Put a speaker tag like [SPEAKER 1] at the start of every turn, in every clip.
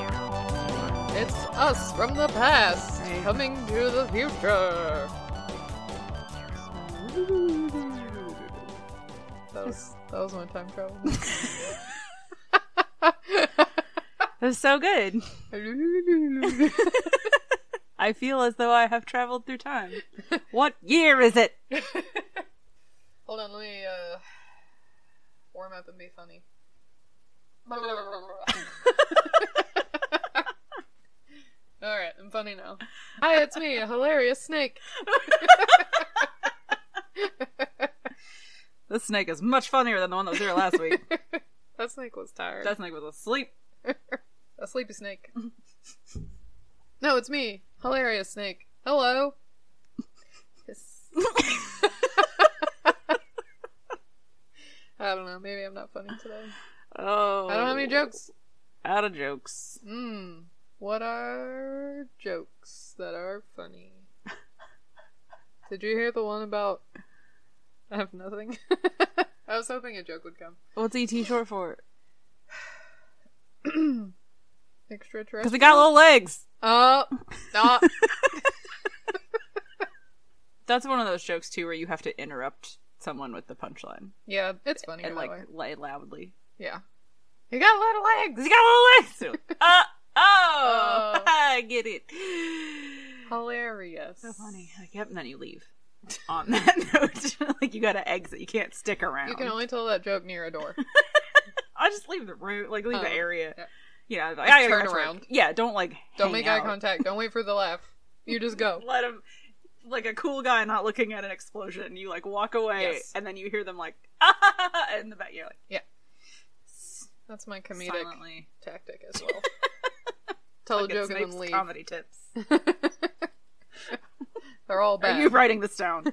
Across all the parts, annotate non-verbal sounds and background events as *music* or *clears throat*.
[SPEAKER 1] It's us from the past coming to the future. That was, that was my time travel.
[SPEAKER 2] It was so good. I feel as though I have traveled through time. What year is it?
[SPEAKER 1] Hold on, let me uh, warm up and be funny. Alright, I'm funny now. Hi, it's me, a hilarious snake.
[SPEAKER 2] This snake is much funnier than the one that was here
[SPEAKER 1] *laughs*
[SPEAKER 2] last week.
[SPEAKER 1] That snake was tired.
[SPEAKER 2] that snake was asleep.
[SPEAKER 1] A sleepy snake.
[SPEAKER 2] Mm-hmm.
[SPEAKER 1] *laughs* no, it's me, hilarious snake. Hello.
[SPEAKER 2] *laughs*
[SPEAKER 1] Yes. I don't know. Maybe I'm not funny today.
[SPEAKER 2] Oh,
[SPEAKER 1] I don't have any jokes.
[SPEAKER 2] Out of jokes.
[SPEAKER 1] Hmm. What are jokes that are funny? Did you hear the one about? I have nothing. *laughs* I was hoping a joke would come.
[SPEAKER 2] What's ET short for? Because *clears throat*
[SPEAKER 1] Extraterrestrial.
[SPEAKER 2] we got little legs. *laughs*
[SPEAKER 1] Oh, no.
[SPEAKER 2] That's one of those jokes too, where you have to interrupt someone with the punchline
[SPEAKER 1] yeah, it's funny.
[SPEAKER 2] and
[SPEAKER 1] that
[SPEAKER 2] like
[SPEAKER 1] way.
[SPEAKER 2] lay loudly.
[SPEAKER 1] Yeah. You got little legs.
[SPEAKER 2] Cause you got little legs.
[SPEAKER 1] *laughs*
[SPEAKER 2] uh, oh,
[SPEAKER 1] Oh.
[SPEAKER 2] *laughs* I get it.
[SPEAKER 1] Hilarious.
[SPEAKER 2] So funny. Like, yep. And then you leave.
[SPEAKER 1] *laughs*
[SPEAKER 2] On that *laughs* note, like you gotta exit. You can't stick around.
[SPEAKER 1] You can only tell that joke near a
[SPEAKER 2] *laughs*
[SPEAKER 1] door.
[SPEAKER 2] I just leave the room, like leave
[SPEAKER 1] Oh,
[SPEAKER 2] the area.
[SPEAKER 1] yeah.
[SPEAKER 2] Yeah, like, I gotta go
[SPEAKER 1] Turn
[SPEAKER 2] to work.
[SPEAKER 1] around.
[SPEAKER 2] Yeah, don't like
[SPEAKER 1] Don't
[SPEAKER 2] hang
[SPEAKER 1] make
[SPEAKER 2] out.
[SPEAKER 1] eye contact. Don't wait for the laugh. You just go.
[SPEAKER 2] *laughs* Let him like a cool guy not looking at an explosion. You like walk away,
[SPEAKER 1] Yes.
[SPEAKER 2] and then you hear them like *laughs* in the back. You're like
[SPEAKER 1] That's my comedic
[SPEAKER 2] silently.
[SPEAKER 1] tactic as
[SPEAKER 2] *laughs*
[SPEAKER 1] well. tell
[SPEAKER 2] Look
[SPEAKER 1] a
[SPEAKER 2] at
[SPEAKER 1] joke and
[SPEAKER 2] Snape's
[SPEAKER 1] then leave.
[SPEAKER 2] Comedy tips.
[SPEAKER 1] *laughs* They're all bad.
[SPEAKER 2] Are you writing
[SPEAKER 1] *laughs*
[SPEAKER 2] this down?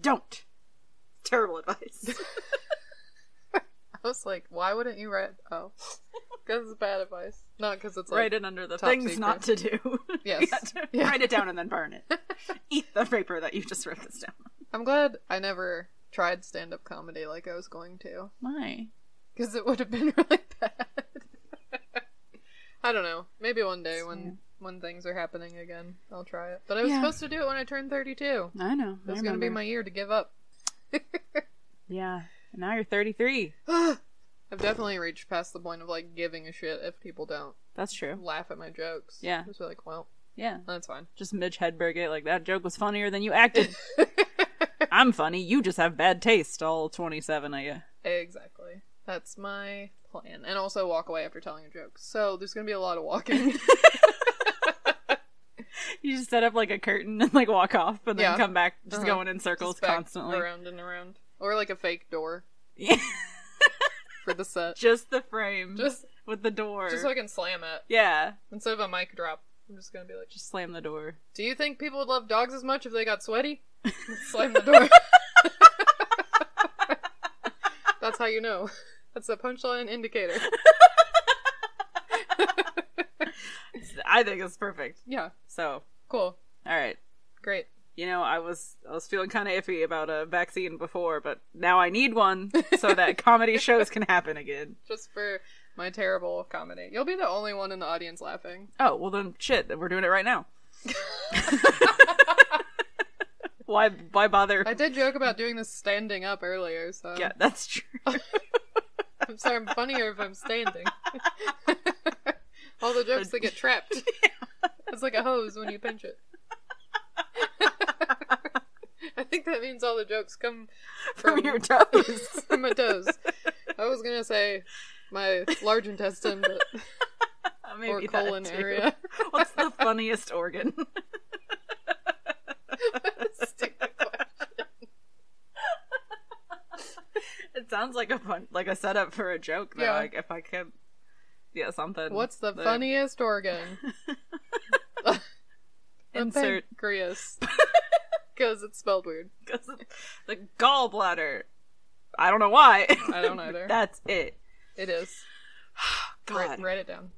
[SPEAKER 2] don't. Terrible advice.
[SPEAKER 1] I was like, why wouldn't you write?
[SPEAKER 2] *laughs*
[SPEAKER 1] Oh, because it's bad advice. Not because it's like
[SPEAKER 2] write it under the
[SPEAKER 1] top
[SPEAKER 2] things not to do. *laughs*
[SPEAKER 1] Yes.
[SPEAKER 2] Yeah, to-
[SPEAKER 1] Yeah.
[SPEAKER 2] Write it down and then
[SPEAKER 1] *laughs*
[SPEAKER 2] burn it. Eat the vapor that you just wrote this down.
[SPEAKER 1] I'm glad I never tried stand up comedy like I was going to,
[SPEAKER 2] Why?
[SPEAKER 1] because it would have been *laughs* really bad. I don't know. Maybe one day when when things are happening again, I'll try it. But I was
[SPEAKER 2] Yeah.
[SPEAKER 1] supposed to do it when I turned 32.
[SPEAKER 2] I know.
[SPEAKER 1] This
[SPEAKER 2] I
[SPEAKER 1] is gonna be
[SPEAKER 2] remember.
[SPEAKER 1] my year to give up.
[SPEAKER 2] Yeah. And now you're 33.
[SPEAKER 1] I've definitely reached past the point of like giving a shit if people don't
[SPEAKER 2] That's true.
[SPEAKER 1] laugh at my jokes.
[SPEAKER 2] Yeah.
[SPEAKER 1] just be like, well,
[SPEAKER 2] Yeah.
[SPEAKER 1] that's fine.
[SPEAKER 2] Just Mitch Hedberg it. Like, that joke was funnier than
[SPEAKER 1] *laughs*
[SPEAKER 2] you acted. I'm funny. You just have bad taste, all 27 of you.
[SPEAKER 1] Exactly. That's my plan. And also walk away after telling a joke. So there's gonna be a lot of
[SPEAKER 2] *laughs*
[SPEAKER 1] walking.
[SPEAKER 2] You just set up like a curtain and like walk off and then
[SPEAKER 1] Yeah.
[SPEAKER 2] come back just
[SPEAKER 1] Uh-huh.
[SPEAKER 2] going in circles
[SPEAKER 1] Just back
[SPEAKER 2] constantly.
[SPEAKER 1] around and around, or like a fake door
[SPEAKER 2] *laughs* Yeah.
[SPEAKER 1] for the
[SPEAKER 2] *laughs*
[SPEAKER 1] set.
[SPEAKER 2] just the frame.
[SPEAKER 1] just,
[SPEAKER 2] with the door.
[SPEAKER 1] just so I can slam it
[SPEAKER 2] yeah.
[SPEAKER 1] instead of a mic drop. I'm just gonna be like,
[SPEAKER 2] Just slam the door.
[SPEAKER 1] "Do you think people would love dogs as much if they got sweaty?" slam the door. *laughs* That's how you know. That's a punchline indicator.
[SPEAKER 2] I think it's perfect.
[SPEAKER 1] Yeah.
[SPEAKER 2] So,
[SPEAKER 1] Cool.
[SPEAKER 2] all right.
[SPEAKER 1] Great.
[SPEAKER 2] You know, I was I was feeling kind of iffy about a vaccine before, but now I need one so
[SPEAKER 1] *laughs*
[SPEAKER 2] that comedy shows can happen again.
[SPEAKER 1] Just for my terrible comedy. You'll be the only one in the audience laughing.
[SPEAKER 2] Oh, well then shit, then we're doing it
[SPEAKER 1] *laughs*
[SPEAKER 2] right now. why why bother?
[SPEAKER 1] I did joke about doing this standing up earlier, so
[SPEAKER 2] Yeah,
[SPEAKER 1] *laughs*
[SPEAKER 2] that's true. *laughs*
[SPEAKER 1] I'm sorry, I'm funnier if I'm standing.
[SPEAKER 2] *laughs*
[SPEAKER 1] All the jokes that get trapped. It's like a hose when you pinch it. think that means all the jokes come
[SPEAKER 2] from your toes.
[SPEAKER 1] *laughs* from my toes. I was gonna say my large intestine, but
[SPEAKER 2] Maybe
[SPEAKER 1] or
[SPEAKER 2] that
[SPEAKER 1] colon
[SPEAKER 2] too.
[SPEAKER 1] area.
[SPEAKER 2] *laughs* What's
[SPEAKER 1] *laughs*
[SPEAKER 2] the funniest organ? *laughs*
[SPEAKER 1] *laughs* Stupid question.
[SPEAKER 2] It sounds like a fun, like a setup for a joke. Though.
[SPEAKER 1] Yeah.
[SPEAKER 2] Like if I could, yeah, something.
[SPEAKER 1] What's the
[SPEAKER 2] Like,
[SPEAKER 1] funniest organ? The
[SPEAKER 2] insert? *laughs*
[SPEAKER 1] pancreas, *laughs* because it's spelled weird.
[SPEAKER 2] 'cause of The gallbladder. I don't know why. *laughs*
[SPEAKER 1] I don't either.
[SPEAKER 2] That's it.
[SPEAKER 1] It is.
[SPEAKER 2] God.
[SPEAKER 1] Write, write it down.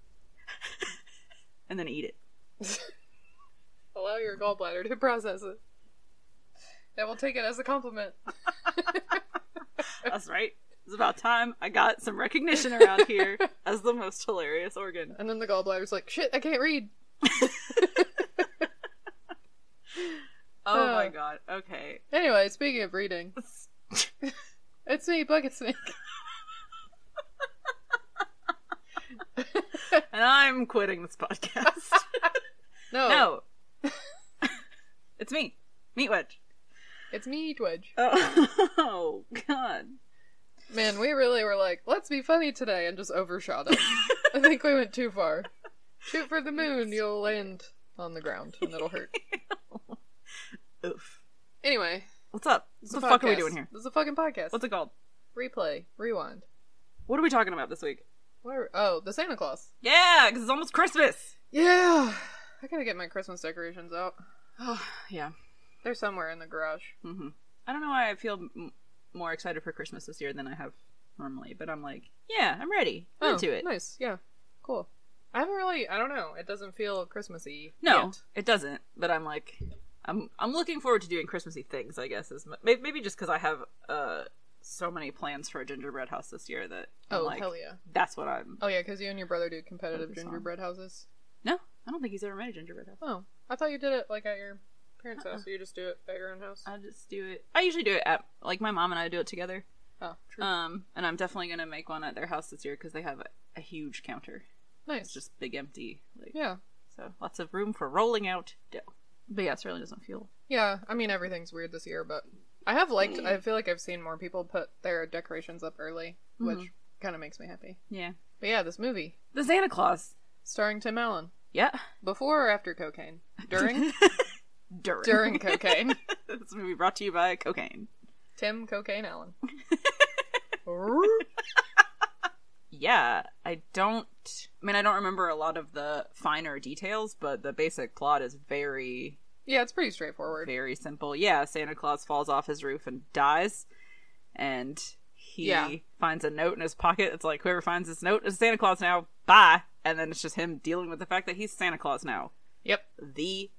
[SPEAKER 2] And then eat
[SPEAKER 1] *laughs*
[SPEAKER 2] it.
[SPEAKER 1] Allow your gallbladder to *laughs* process it. That will take it as a compliment.
[SPEAKER 2] That's right. It's about time I got some recognition around here
[SPEAKER 1] *laughs*
[SPEAKER 2] as the most hilarious organ.
[SPEAKER 1] And then the gallbladder's like, shit, I can't read.
[SPEAKER 2] Oh my
[SPEAKER 1] Uh.
[SPEAKER 2] god. Okay.
[SPEAKER 1] Anyway, speaking of
[SPEAKER 2] *laughs*
[SPEAKER 1] reading, it's me, Bucket Snake.
[SPEAKER 2] And I'm quitting this podcast. Oh.
[SPEAKER 1] No,
[SPEAKER 2] *laughs* no. *laughs* it's me. Meat wedge.
[SPEAKER 1] it's me, Twedge.
[SPEAKER 2] Oh, *laughs* oh god.
[SPEAKER 1] Man, we really were like, let's be funny today, and just overshot
[SPEAKER 2] *laughs*
[SPEAKER 1] it. I think we went too far. Shoot for the moon, you'll land on the ground, and it'll
[SPEAKER 2] *laughs*
[SPEAKER 1] hurt.
[SPEAKER 2] Oof.
[SPEAKER 1] Anyway,
[SPEAKER 2] What's up?
[SPEAKER 1] it's
[SPEAKER 2] what
[SPEAKER 1] a
[SPEAKER 2] the fuck are we
[SPEAKER 1] podcast.
[SPEAKER 2] doing here?
[SPEAKER 1] This is a fucking podcast.
[SPEAKER 2] What's it called?
[SPEAKER 1] Replay, rewind.
[SPEAKER 2] What are we talking about this week?
[SPEAKER 1] What are... Oh, the Santa Claus.
[SPEAKER 2] Yeah, because it's almost Christmas.
[SPEAKER 1] Yeah, I gotta get my Christmas decorations out.
[SPEAKER 2] Oh, yeah.
[SPEAKER 1] They're somewhere in the garage.
[SPEAKER 2] hmm I don't know why I feel m- more excited for Christmas this year than I have normally, but I'm like, yeah, I'm ready. I'm into it.
[SPEAKER 1] Oh, Nice. Yeah. Cool. I haven't really. I don't know. It doesn't feel Christmassy.
[SPEAKER 2] No,
[SPEAKER 1] yet.
[SPEAKER 2] it doesn't. But I'm like, I'm I'm looking forward to doing Christmassy things. I guess is maybe, maybe just because I have uh so many plans for a gingerbread house this year that I'm
[SPEAKER 1] Oh
[SPEAKER 2] like,
[SPEAKER 1] hell yeah.
[SPEAKER 2] that's what I'm.
[SPEAKER 1] Oh yeah, because you and your brother do competitive
[SPEAKER 2] Focus on-
[SPEAKER 1] gingerbread houses.
[SPEAKER 2] No, I don't think he's ever made a gingerbread house.
[SPEAKER 1] Oh, I thought you did it like at your parents' house. You just do it at your own house.
[SPEAKER 2] Uh-uh. I just do it. I usually do it at like my mom and I do it together.
[SPEAKER 1] oh, true.
[SPEAKER 2] Um, and I'm definitely gonna make one at their house this year because they have a, a huge counter.
[SPEAKER 1] nice.
[SPEAKER 2] It's just big empty, like
[SPEAKER 1] yeah.
[SPEAKER 2] so lots of room for rolling out dough. But yeah, it certainly doesn't feel.
[SPEAKER 1] Yeah. I mean, everything's weird this year, but I have liked. I feel like I've seen more people put their decorations up early,
[SPEAKER 2] Mm-hmm.
[SPEAKER 1] which kind of makes me happy.
[SPEAKER 2] Yeah,
[SPEAKER 1] But yeah, this movie
[SPEAKER 2] the Santa Claus.
[SPEAKER 1] starring Tim Allen.
[SPEAKER 2] Yeah,
[SPEAKER 1] Before or after
[SPEAKER 2] *laughs*
[SPEAKER 1] cocaine? During?
[SPEAKER 2] during
[SPEAKER 1] During cocaine.
[SPEAKER 2] *laughs* this movie brought to you by cocaine.
[SPEAKER 1] Tim Cocaine
[SPEAKER 2] *laughs*
[SPEAKER 1] Allen.
[SPEAKER 2] Yeah, I don't. I mean, I don't remember a lot of the finer details, but the basic plot is very,
[SPEAKER 1] yeah, it's pretty straightforward.
[SPEAKER 2] very simple. Yeah, Santa Claus falls off his roof and dies, and he
[SPEAKER 1] Yeah.
[SPEAKER 2] finds a note in his pocket. It's like whoever finds this note is Santa Claus now. Bye. And then it's just him dealing with the fact that he's Santa Claus now.
[SPEAKER 1] Yep.
[SPEAKER 2] The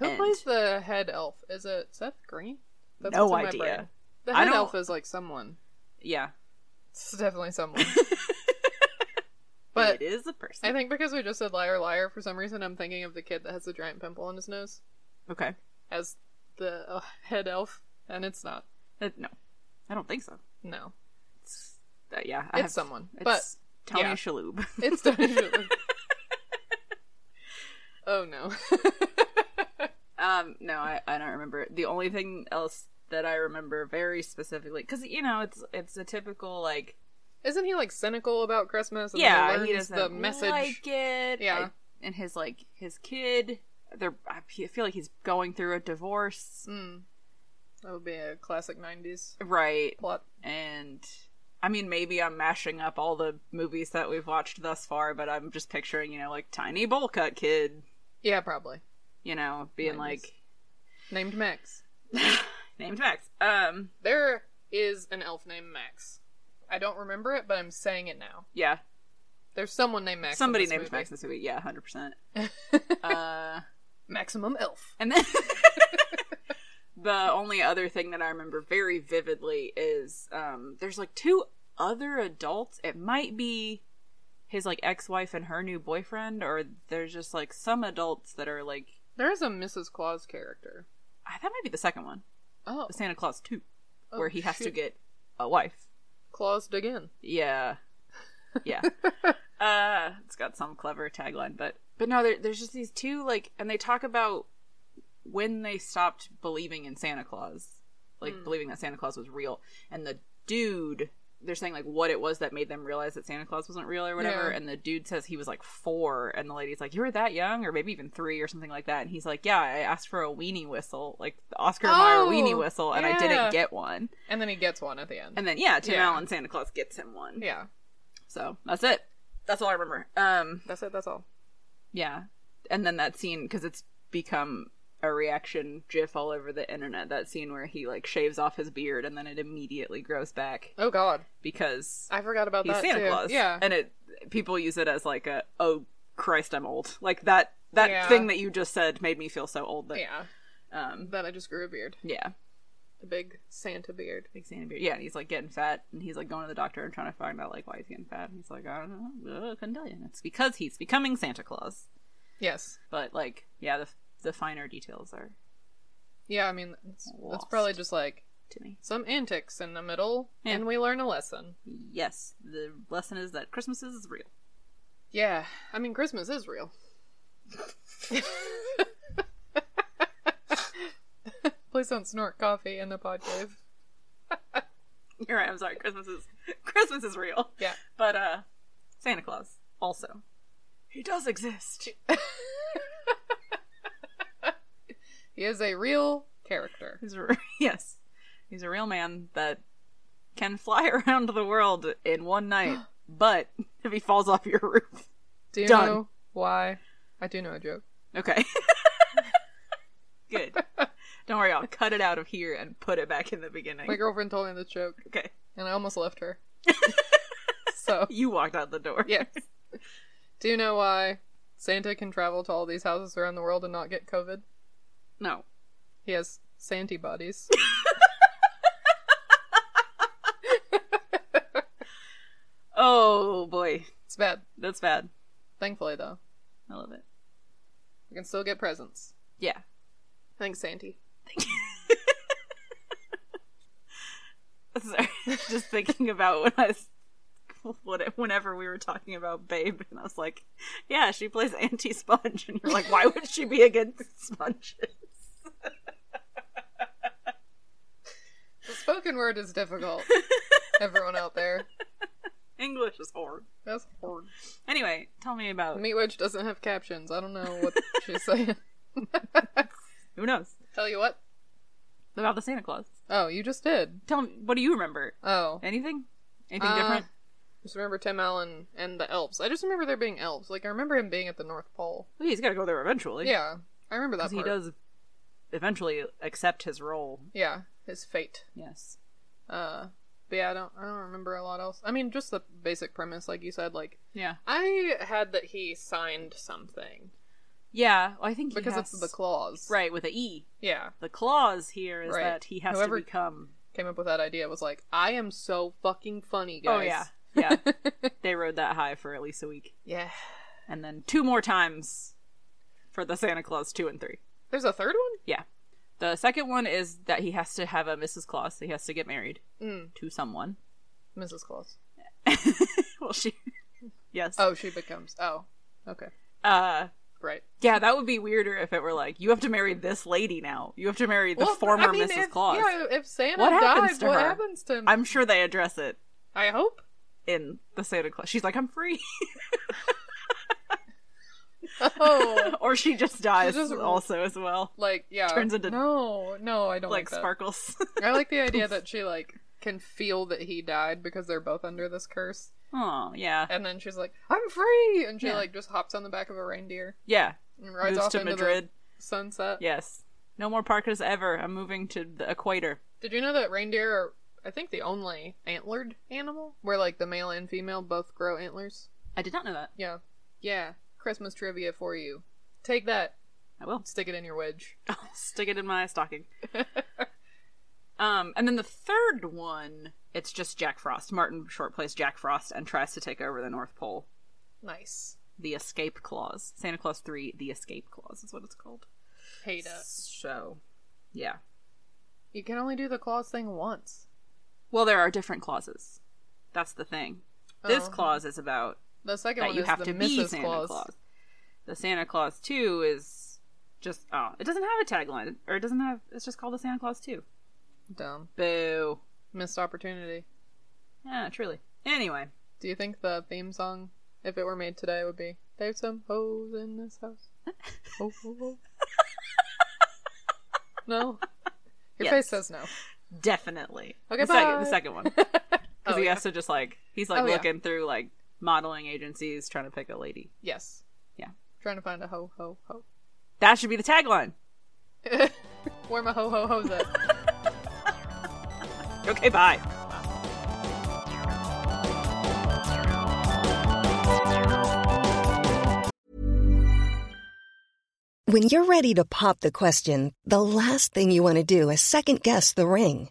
[SPEAKER 1] Who
[SPEAKER 2] end.
[SPEAKER 1] plays the head elf? Is it Seth Green? That's
[SPEAKER 2] No
[SPEAKER 1] what's in my
[SPEAKER 2] idea.
[SPEAKER 1] brain. The
[SPEAKER 2] I
[SPEAKER 1] head
[SPEAKER 2] don't-
[SPEAKER 1] elf is like someone.
[SPEAKER 2] Yeah,
[SPEAKER 1] It's definitely
[SPEAKER 2] *laughs*
[SPEAKER 1] someone. but
[SPEAKER 2] it is a person.
[SPEAKER 1] I think because we just said liar liar, for some reason I'm thinking of the kid that has a giant pimple on his nose
[SPEAKER 2] okay.
[SPEAKER 1] as the uh, head elf, and it's not.
[SPEAKER 2] Uh, no, I don't think so.
[SPEAKER 1] No,
[SPEAKER 2] It's, uh, yeah, I
[SPEAKER 1] it's
[SPEAKER 2] have-
[SPEAKER 1] someone.
[SPEAKER 2] It's Tony
[SPEAKER 1] yeah.
[SPEAKER 2] Shalhoub. *laughs*
[SPEAKER 1] But it's definitely. oh no.
[SPEAKER 2] Um, no, I, I don't remember. The only thing else that I remember very specifically, because you know, it's it's a typical like
[SPEAKER 1] Isn't he like cynical about Christmas? And
[SPEAKER 2] yeah,
[SPEAKER 1] then
[SPEAKER 2] he
[SPEAKER 1] he learns
[SPEAKER 2] doesn't
[SPEAKER 1] the message.
[SPEAKER 2] like it.
[SPEAKER 1] Yeah.
[SPEAKER 2] I- and his like his kid, they're I fe- feel like he's going through a divorce,
[SPEAKER 1] Mm. That would be a classic '90s
[SPEAKER 2] right?
[SPEAKER 1] plot.
[SPEAKER 2] And I mean, maybe I'm mashing up all the movies that we've watched thus far, but I'm just picturing you know like tiny bowl cut kid,
[SPEAKER 1] Yeah, probably.
[SPEAKER 2] you know, being
[SPEAKER 1] Nineties.
[SPEAKER 2] like
[SPEAKER 1] Named Max.
[SPEAKER 2] named Max. Um,
[SPEAKER 1] There is an elf named Max. I don't remember it, but I'm saying it now.
[SPEAKER 2] yeah,
[SPEAKER 1] There's someone named Max. in
[SPEAKER 2] somebody
[SPEAKER 1] this
[SPEAKER 2] named
[SPEAKER 1] movie.
[SPEAKER 2] Max this movie. Yeah, hundred
[SPEAKER 1] *laughs*
[SPEAKER 2] percent. Uh.
[SPEAKER 1] Maximum Elf.
[SPEAKER 2] And then *laughs* the only other thing that I remember very vividly is um, there's like two other adults. It might be his like ex-wife and her new boyfriend, or there's just like some adults that are like
[SPEAKER 1] There is a Mrs. Claus character.
[SPEAKER 2] ah, that might be the second one,
[SPEAKER 1] Oh,
[SPEAKER 2] the Santa Claus two,
[SPEAKER 1] Oh,
[SPEAKER 2] where he has to
[SPEAKER 1] shit.
[SPEAKER 2] get a wife.
[SPEAKER 1] Claus again.
[SPEAKER 2] Yeah,
[SPEAKER 1] *laughs*
[SPEAKER 2] yeah. uh, it's got some clever tagline, but but no, there, there's just these two like, and they talk about when they stopped believing in Santa Claus. like
[SPEAKER 1] Hmm.
[SPEAKER 2] believing that Santa Claus was real. And the dude, they're saying like what it was that made them realize that Santa Claus wasn't real or whatever.
[SPEAKER 1] Yeah.
[SPEAKER 2] And the dude says he was like four, and the lady's like, "You were that young, or maybe even three, or something like that." And he's like, "Yeah, I asked for a weenie whistle, like the Oscar
[SPEAKER 1] Oh,
[SPEAKER 2] Mayer weenie whistle, and I
[SPEAKER 1] yeah.
[SPEAKER 2] didn't get one."
[SPEAKER 1] And then he gets one at the end.
[SPEAKER 2] And then yeah, Tim
[SPEAKER 1] Yeah.
[SPEAKER 2] Allen Santa Claus gets him one.
[SPEAKER 1] yeah,
[SPEAKER 2] So that's it. That's all I remember. Um,
[SPEAKER 1] that's it. That's all.
[SPEAKER 2] yeah, and then that scene because it's become a reaction gif all over the internet. That scene where he like shaves off his beard and then it immediately grows back
[SPEAKER 1] Oh God,
[SPEAKER 2] because
[SPEAKER 1] I forgot about
[SPEAKER 2] he's
[SPEAKER 1] that
[SPEAKER 2] Santa
[SPEAKER 1] too.
[SPEAKER 2] Claus.
[SPEAKER 1] Yeah,
[SPEAKER 2] and it people use it as like a oh Christ I'm old like that that
[SPEAKER 1] Yeah.
[SPEAKER 2] thing that you just said made me feel so old that
[SPEAKER 1] yeah.
[SPEAKER 2] um
[SPEAKER 1] Then I just grew a beard,
[SPEAKER 2] yeah
[SPEAKER 1] a big Santa beard.
[SPEAKER 2] Big Santa beard. Yeah, and he's like getting fat, and he's like going to the doctor and trying to find out like why he's getting fat. And he's like, I don't know, I couldn't tell you. And it's because he's becoming Santa Claus.
[SPEAKER 1] Yes.
[SPEAKER 2] But like, yeah, the the finer details are
[SPEAKER 1] Yeah, I mean that's, that's
[SPEAKER 2] Lost.
[SPEAKER 1] probably just like
[SPEAKER 2] to me.
[SPEAKER 1] some antics in the middle,
[SPEAKER 2] Yeah.
[SPEAKER 1] and we learn a lesson.
[SPEAKER 2] Yes, the lesson is that Christmas is real. *laughs*
[SPEAKER 1] Yeah, I mean Christmas is real. Please don't snort coffee in the pod cave.
[SPEAKER 2] You're right. I'm sorry. Christmas is *laughs* Christmas is real.
[SPEAKER 1] Yeah.
[SPEAKER 2] But uh, Santa Claus also he does exist.
[SPEAKER 1] He is a real character.
[SPEAKER 2] He's a, *laughs* yes, he's a real man that can fly *laughs* around the world in one night. But if he falls off your roof. *laughs*
[SPEAKER 1] Do you
[SPEAKER 2] Done.
[SPEAKER 1] know why? I do know a joke.
[SPEAKER 2] Okay. *laughs* Good. Don't worry, I'll cut it out of here and put it back in the beginning.
[SPEAKER 1] My girlfriend told me this joke,
[SPEAKER 2] okay.
[SPEAKER 1] and I almost left
[SPEAKER 2] *laughs*
[SPEAKER 1] her. so,
[SPEAKER 2] You walked out the door.
[SPEAKER 1] yes. Do you know why Santa can travel to all these houses around the world and not get COVID?
[SPEAKER 2] No.
[SPEAKER 1] He has Santy bodies.
[SPEAKER 2] Oh boy.
[SPEAKER 1] it's bad.
[SPEAKER 2] That's bad.
[SPEAKER 1] Thankfully, though,
[SPEAKER 2] I love it.
[SPEAKER 1] we can still get presents.
[SPEAKER 2] Yeah. *laughs*
[SPEAKER 1] Thanks, Santy.
[SPEAKER 2] Sorry. Just thinking about when I was what whenever we were talking about Babe and I was like, Yeah, she plays anti sponge and you're like, why would she be against sponges?
[SPEAKER 1] The spoken word is
[SPEAKER 2] *laughs*
[SPEAKER 1] difficult. Everyone out there.
[SPEAKER 2] *laughs* English is hard.
[SPEAKER 1] That's hard.
[SPEAKER 2] Anyway, tell me about
[SPEAKER 1] Meat Witch doesn't have captions. I don't know what she's
[SPEAKER 2] *laughs*
[SPEAKER 1] saying. *laughs*
[SPEAKER 2] who knows?
[SPEAKER 1] Tell you what.
[SPEAKER 2] About the Santa Claus.
[SPEAKER 1] Oh, you just did.
[SPEAKER 2] Tell me what do you remember?
[SPEAKER 1] Oh.
[SPEAKER 2] Anything? Anything
[SPEAKER 1] Uh,
[SPEAKER 2] different?
[SPEAKER 1] Just remember Tim Allen and the elves. I just remember there being elves. Like I remember him being at the North Pole.
[SPEAKER 2] Well, he's got to go there eventually.
[SPEAKER 1] Yeah, I remember that.
[SPEAKER 2] because he
[SPEAKER 1] part.
[SPEAKER 2] does eventually accept his role.
[SPEAKER 1] Yeah, his fate.
[SPEAKER 2] Yes.
[SPEAKER 1] Uh, but yeah, I don't. I don't remember a lot else. I mean, just the basic premise, like you said. Like
[SPEAKER 2] Yeah.
[SPEAKER 1] I had that he signed something
[SPEAKER 2] Yeah. I think he
[SPEAKER 1] because it's
[SPEAKER 2] has-
[SPEAKER 1] the clause.
[SPEAKER 2] right with the e.
[SPEAKER 1] Yeah.
[SPEAKER 2] The clause here is
[SPEAKER 1] Right.
[SPEAKER 2] that he has
[SPEAKER 1] Whoever-
[SPEAKER 2] to become.
[SPEAKER 1] Came up with that idea. Was like, I am so fucking funny, guys.
[SPEAKER 2] Oh yeah,
[SPEAKER 1] *laughs*
[SPEAKER 2] yeah. they rode that high for at least a week,
[SPEAKER 1] Yeah.
[SPEAKER 2] and then two more times for the Santa Claus two and three.
[SPEAKER 1] There's a third one.
[SPEAKER 2] Yeah. The second one is that he has to have a Mrs. Claus. He has to get married
[SPEAKER 1] Mm.
[SPEAKER 2] to someone. *laughs*
[SPEAKER 1] Mrs. Claus.
[SPEAKER 2] well, she. *laughs* yes.
[SPEAKER 1] Oh, she becomes. Oh, okay.
[SPEAKER 2] Uh,
[SPEAKER 1] Right.
[SPEAKER 2] Yeah, that would be weirder if it were like you have to marry this lady now. You have to marry the
[SPEAKER 1] Well,
[SPEAKER 2] former
[SPEAKER 1] I mean,
[SPEAKER 2] Mrs.
[SPEAKER 1] if-
[SPEAKER 2] Claus.
[SPEAKER 1] Yeah, if Santa
[SPEAKER 2] What
[SPEAKER 1] died,
[SPEAKER 2] happens to
[SPEAKER 1] what
[SPEAKER 2] her?
[SPEAKER 1] happens to him?
[SPEAKER 2] I'm sure they address it
[SPEAKER 1] I
[SPEAKER 2] *laughs*
[SPEAKER 1] hope.
[SPEAKER 2] in the Santa Claus. She's like, I'm free, *laughs*
[SPEAKER 1] Oh,
[SPEAKER 2] or she just dies
[SPEAKER 1] just-
[SPEAKER 2] also as well,
[SPEAKER 1] like yeah.
[SPEAKER 2] Turns into-
[SPEAKER 1] no, no. I don't like,
[SPEAKER 2] like
[SPEAKER 1] that.
[SPEAKER 2] sparkles. *laughs*
[SPEAKER 1] I like the idea that she like can feel that he died because they're both under this curse,
[SPEAKER 2] oh yeah,
[SPEAKER 1] and then she's like, "I'm free," and she
[SPEAKER 2] Yeah.
[SPEAKER 1] like just hops on the back of a reindeer
[SPEAKER 2] yeah.
[SPEAKER 1] and rides
[SPEAKER 2] Moves
[SPEAKER 1] off
[SPEAKER 2] to
[SPEAKER 1] into *laughs*
[SPEAKER 2] Madrid.
[SPEAKER 1] the sunset.
[SPEAKER 2] Yes, no more parkas ever. I'm moving to the equator.
[SPEAKER 1] Did you know that reindeer are, I think, the only antlered animal where like the male and female both grow antlers?
[SPEAKER 2] I did not know that.
[SPEAKER 1] Yeah, yeah. Christmas trivia for you. Take that.
[SPEAKER 2] I will *laughs*
[SPEAKER 1] Stick it in your wedge.
[SPEAKER 2] I'll stick it in
[SPEAKER 1] *laughs*
[SPEAKER 2] my stocking. um, and then the third one, it's just Jack Frost. Martin Short plays Jack Frost and tries to take over the North Pole.
[SPEAKER 1] Nice.
[SPEAKER 2] the escape clause. Santa Claus 3, the escape clause is what it's called.
[SPEAKER 1] Hate it.
[SPEAKER 2] So, yeah.
[SPEAKER 1] You can only do the claws thing once.
[SPEAKER 2] Well, there are different clauses. That's the thing. This
[SPEAKER 1] Oh.
[SPEAKER 2] clause is about
[SPEAKER 1] The second
[SPEAKER 2] that
[SPEAKER 1] one
[SPEAKER 2] you
[SPEAKER 1] is
[SPEAKER 2] have
[SPEAKER 1] the
[SPEAKER 2] to
[SPEAKER 1] Mrs.
[SPEAKER 2] be Santa
[SPEAKER 1] Claus.
[SPEAKER 2] Claus. The Santa Claus 2 is just oh, it doesn't have a tagline or it doesn't have it's just called the Santa Claus 2.
[SPEAKER 1] Dumb.
[SPEAKER 2] Boo.
[SPEAKER 1] Missed opportunity.
[SPEAKER 2] Yeah, truly. Anyway,
[SPEAKER 1] Do you think the theme song, if it were made today, would be There's some hoes in this
[SPEAKER 2] *laughs*
[SPEAKER 1] house? Oh, oh, oh." No? Your
[SPEAKER 2] Yes.
[SPEAKER 1] face says no.
[SPEAKER 2] definitely.
[SPEAKER 1] Okay,
[SPEAKER 2] the, Second,
[SPEAKER 1] bye.
[SPEAKER 2] the second one.
[SPEAKER 1] *laughs*
[SPEAKER 2] Because
[SPEAKER 1] Oh,
[SPEAKER 2] he
[SPEAKER 1] yeah.
[SPEAKER 2] has to just like, he's like
[SPEAKER 1] Oh, yeah.
[SPEAKER 2] looking through like modeling agencies trying to pick a lady.
[SPEAKER 1] Yes.
[SPEAKER 2] Yeah.
[SPEAKER 1] Trying to find a ho ho ho.
[SPEAKER 2] That should be the tagline.
[SPEAKER 1] Where my ho ho ho's
[SPEAKER 2] *laughs*
[SPEAKER 1] at. *laughs*
[SPEAKER 2] Okay, bye.
[SPEAKER 3] When you're ready to pop the question, the last thing you want to do is second guess the ring.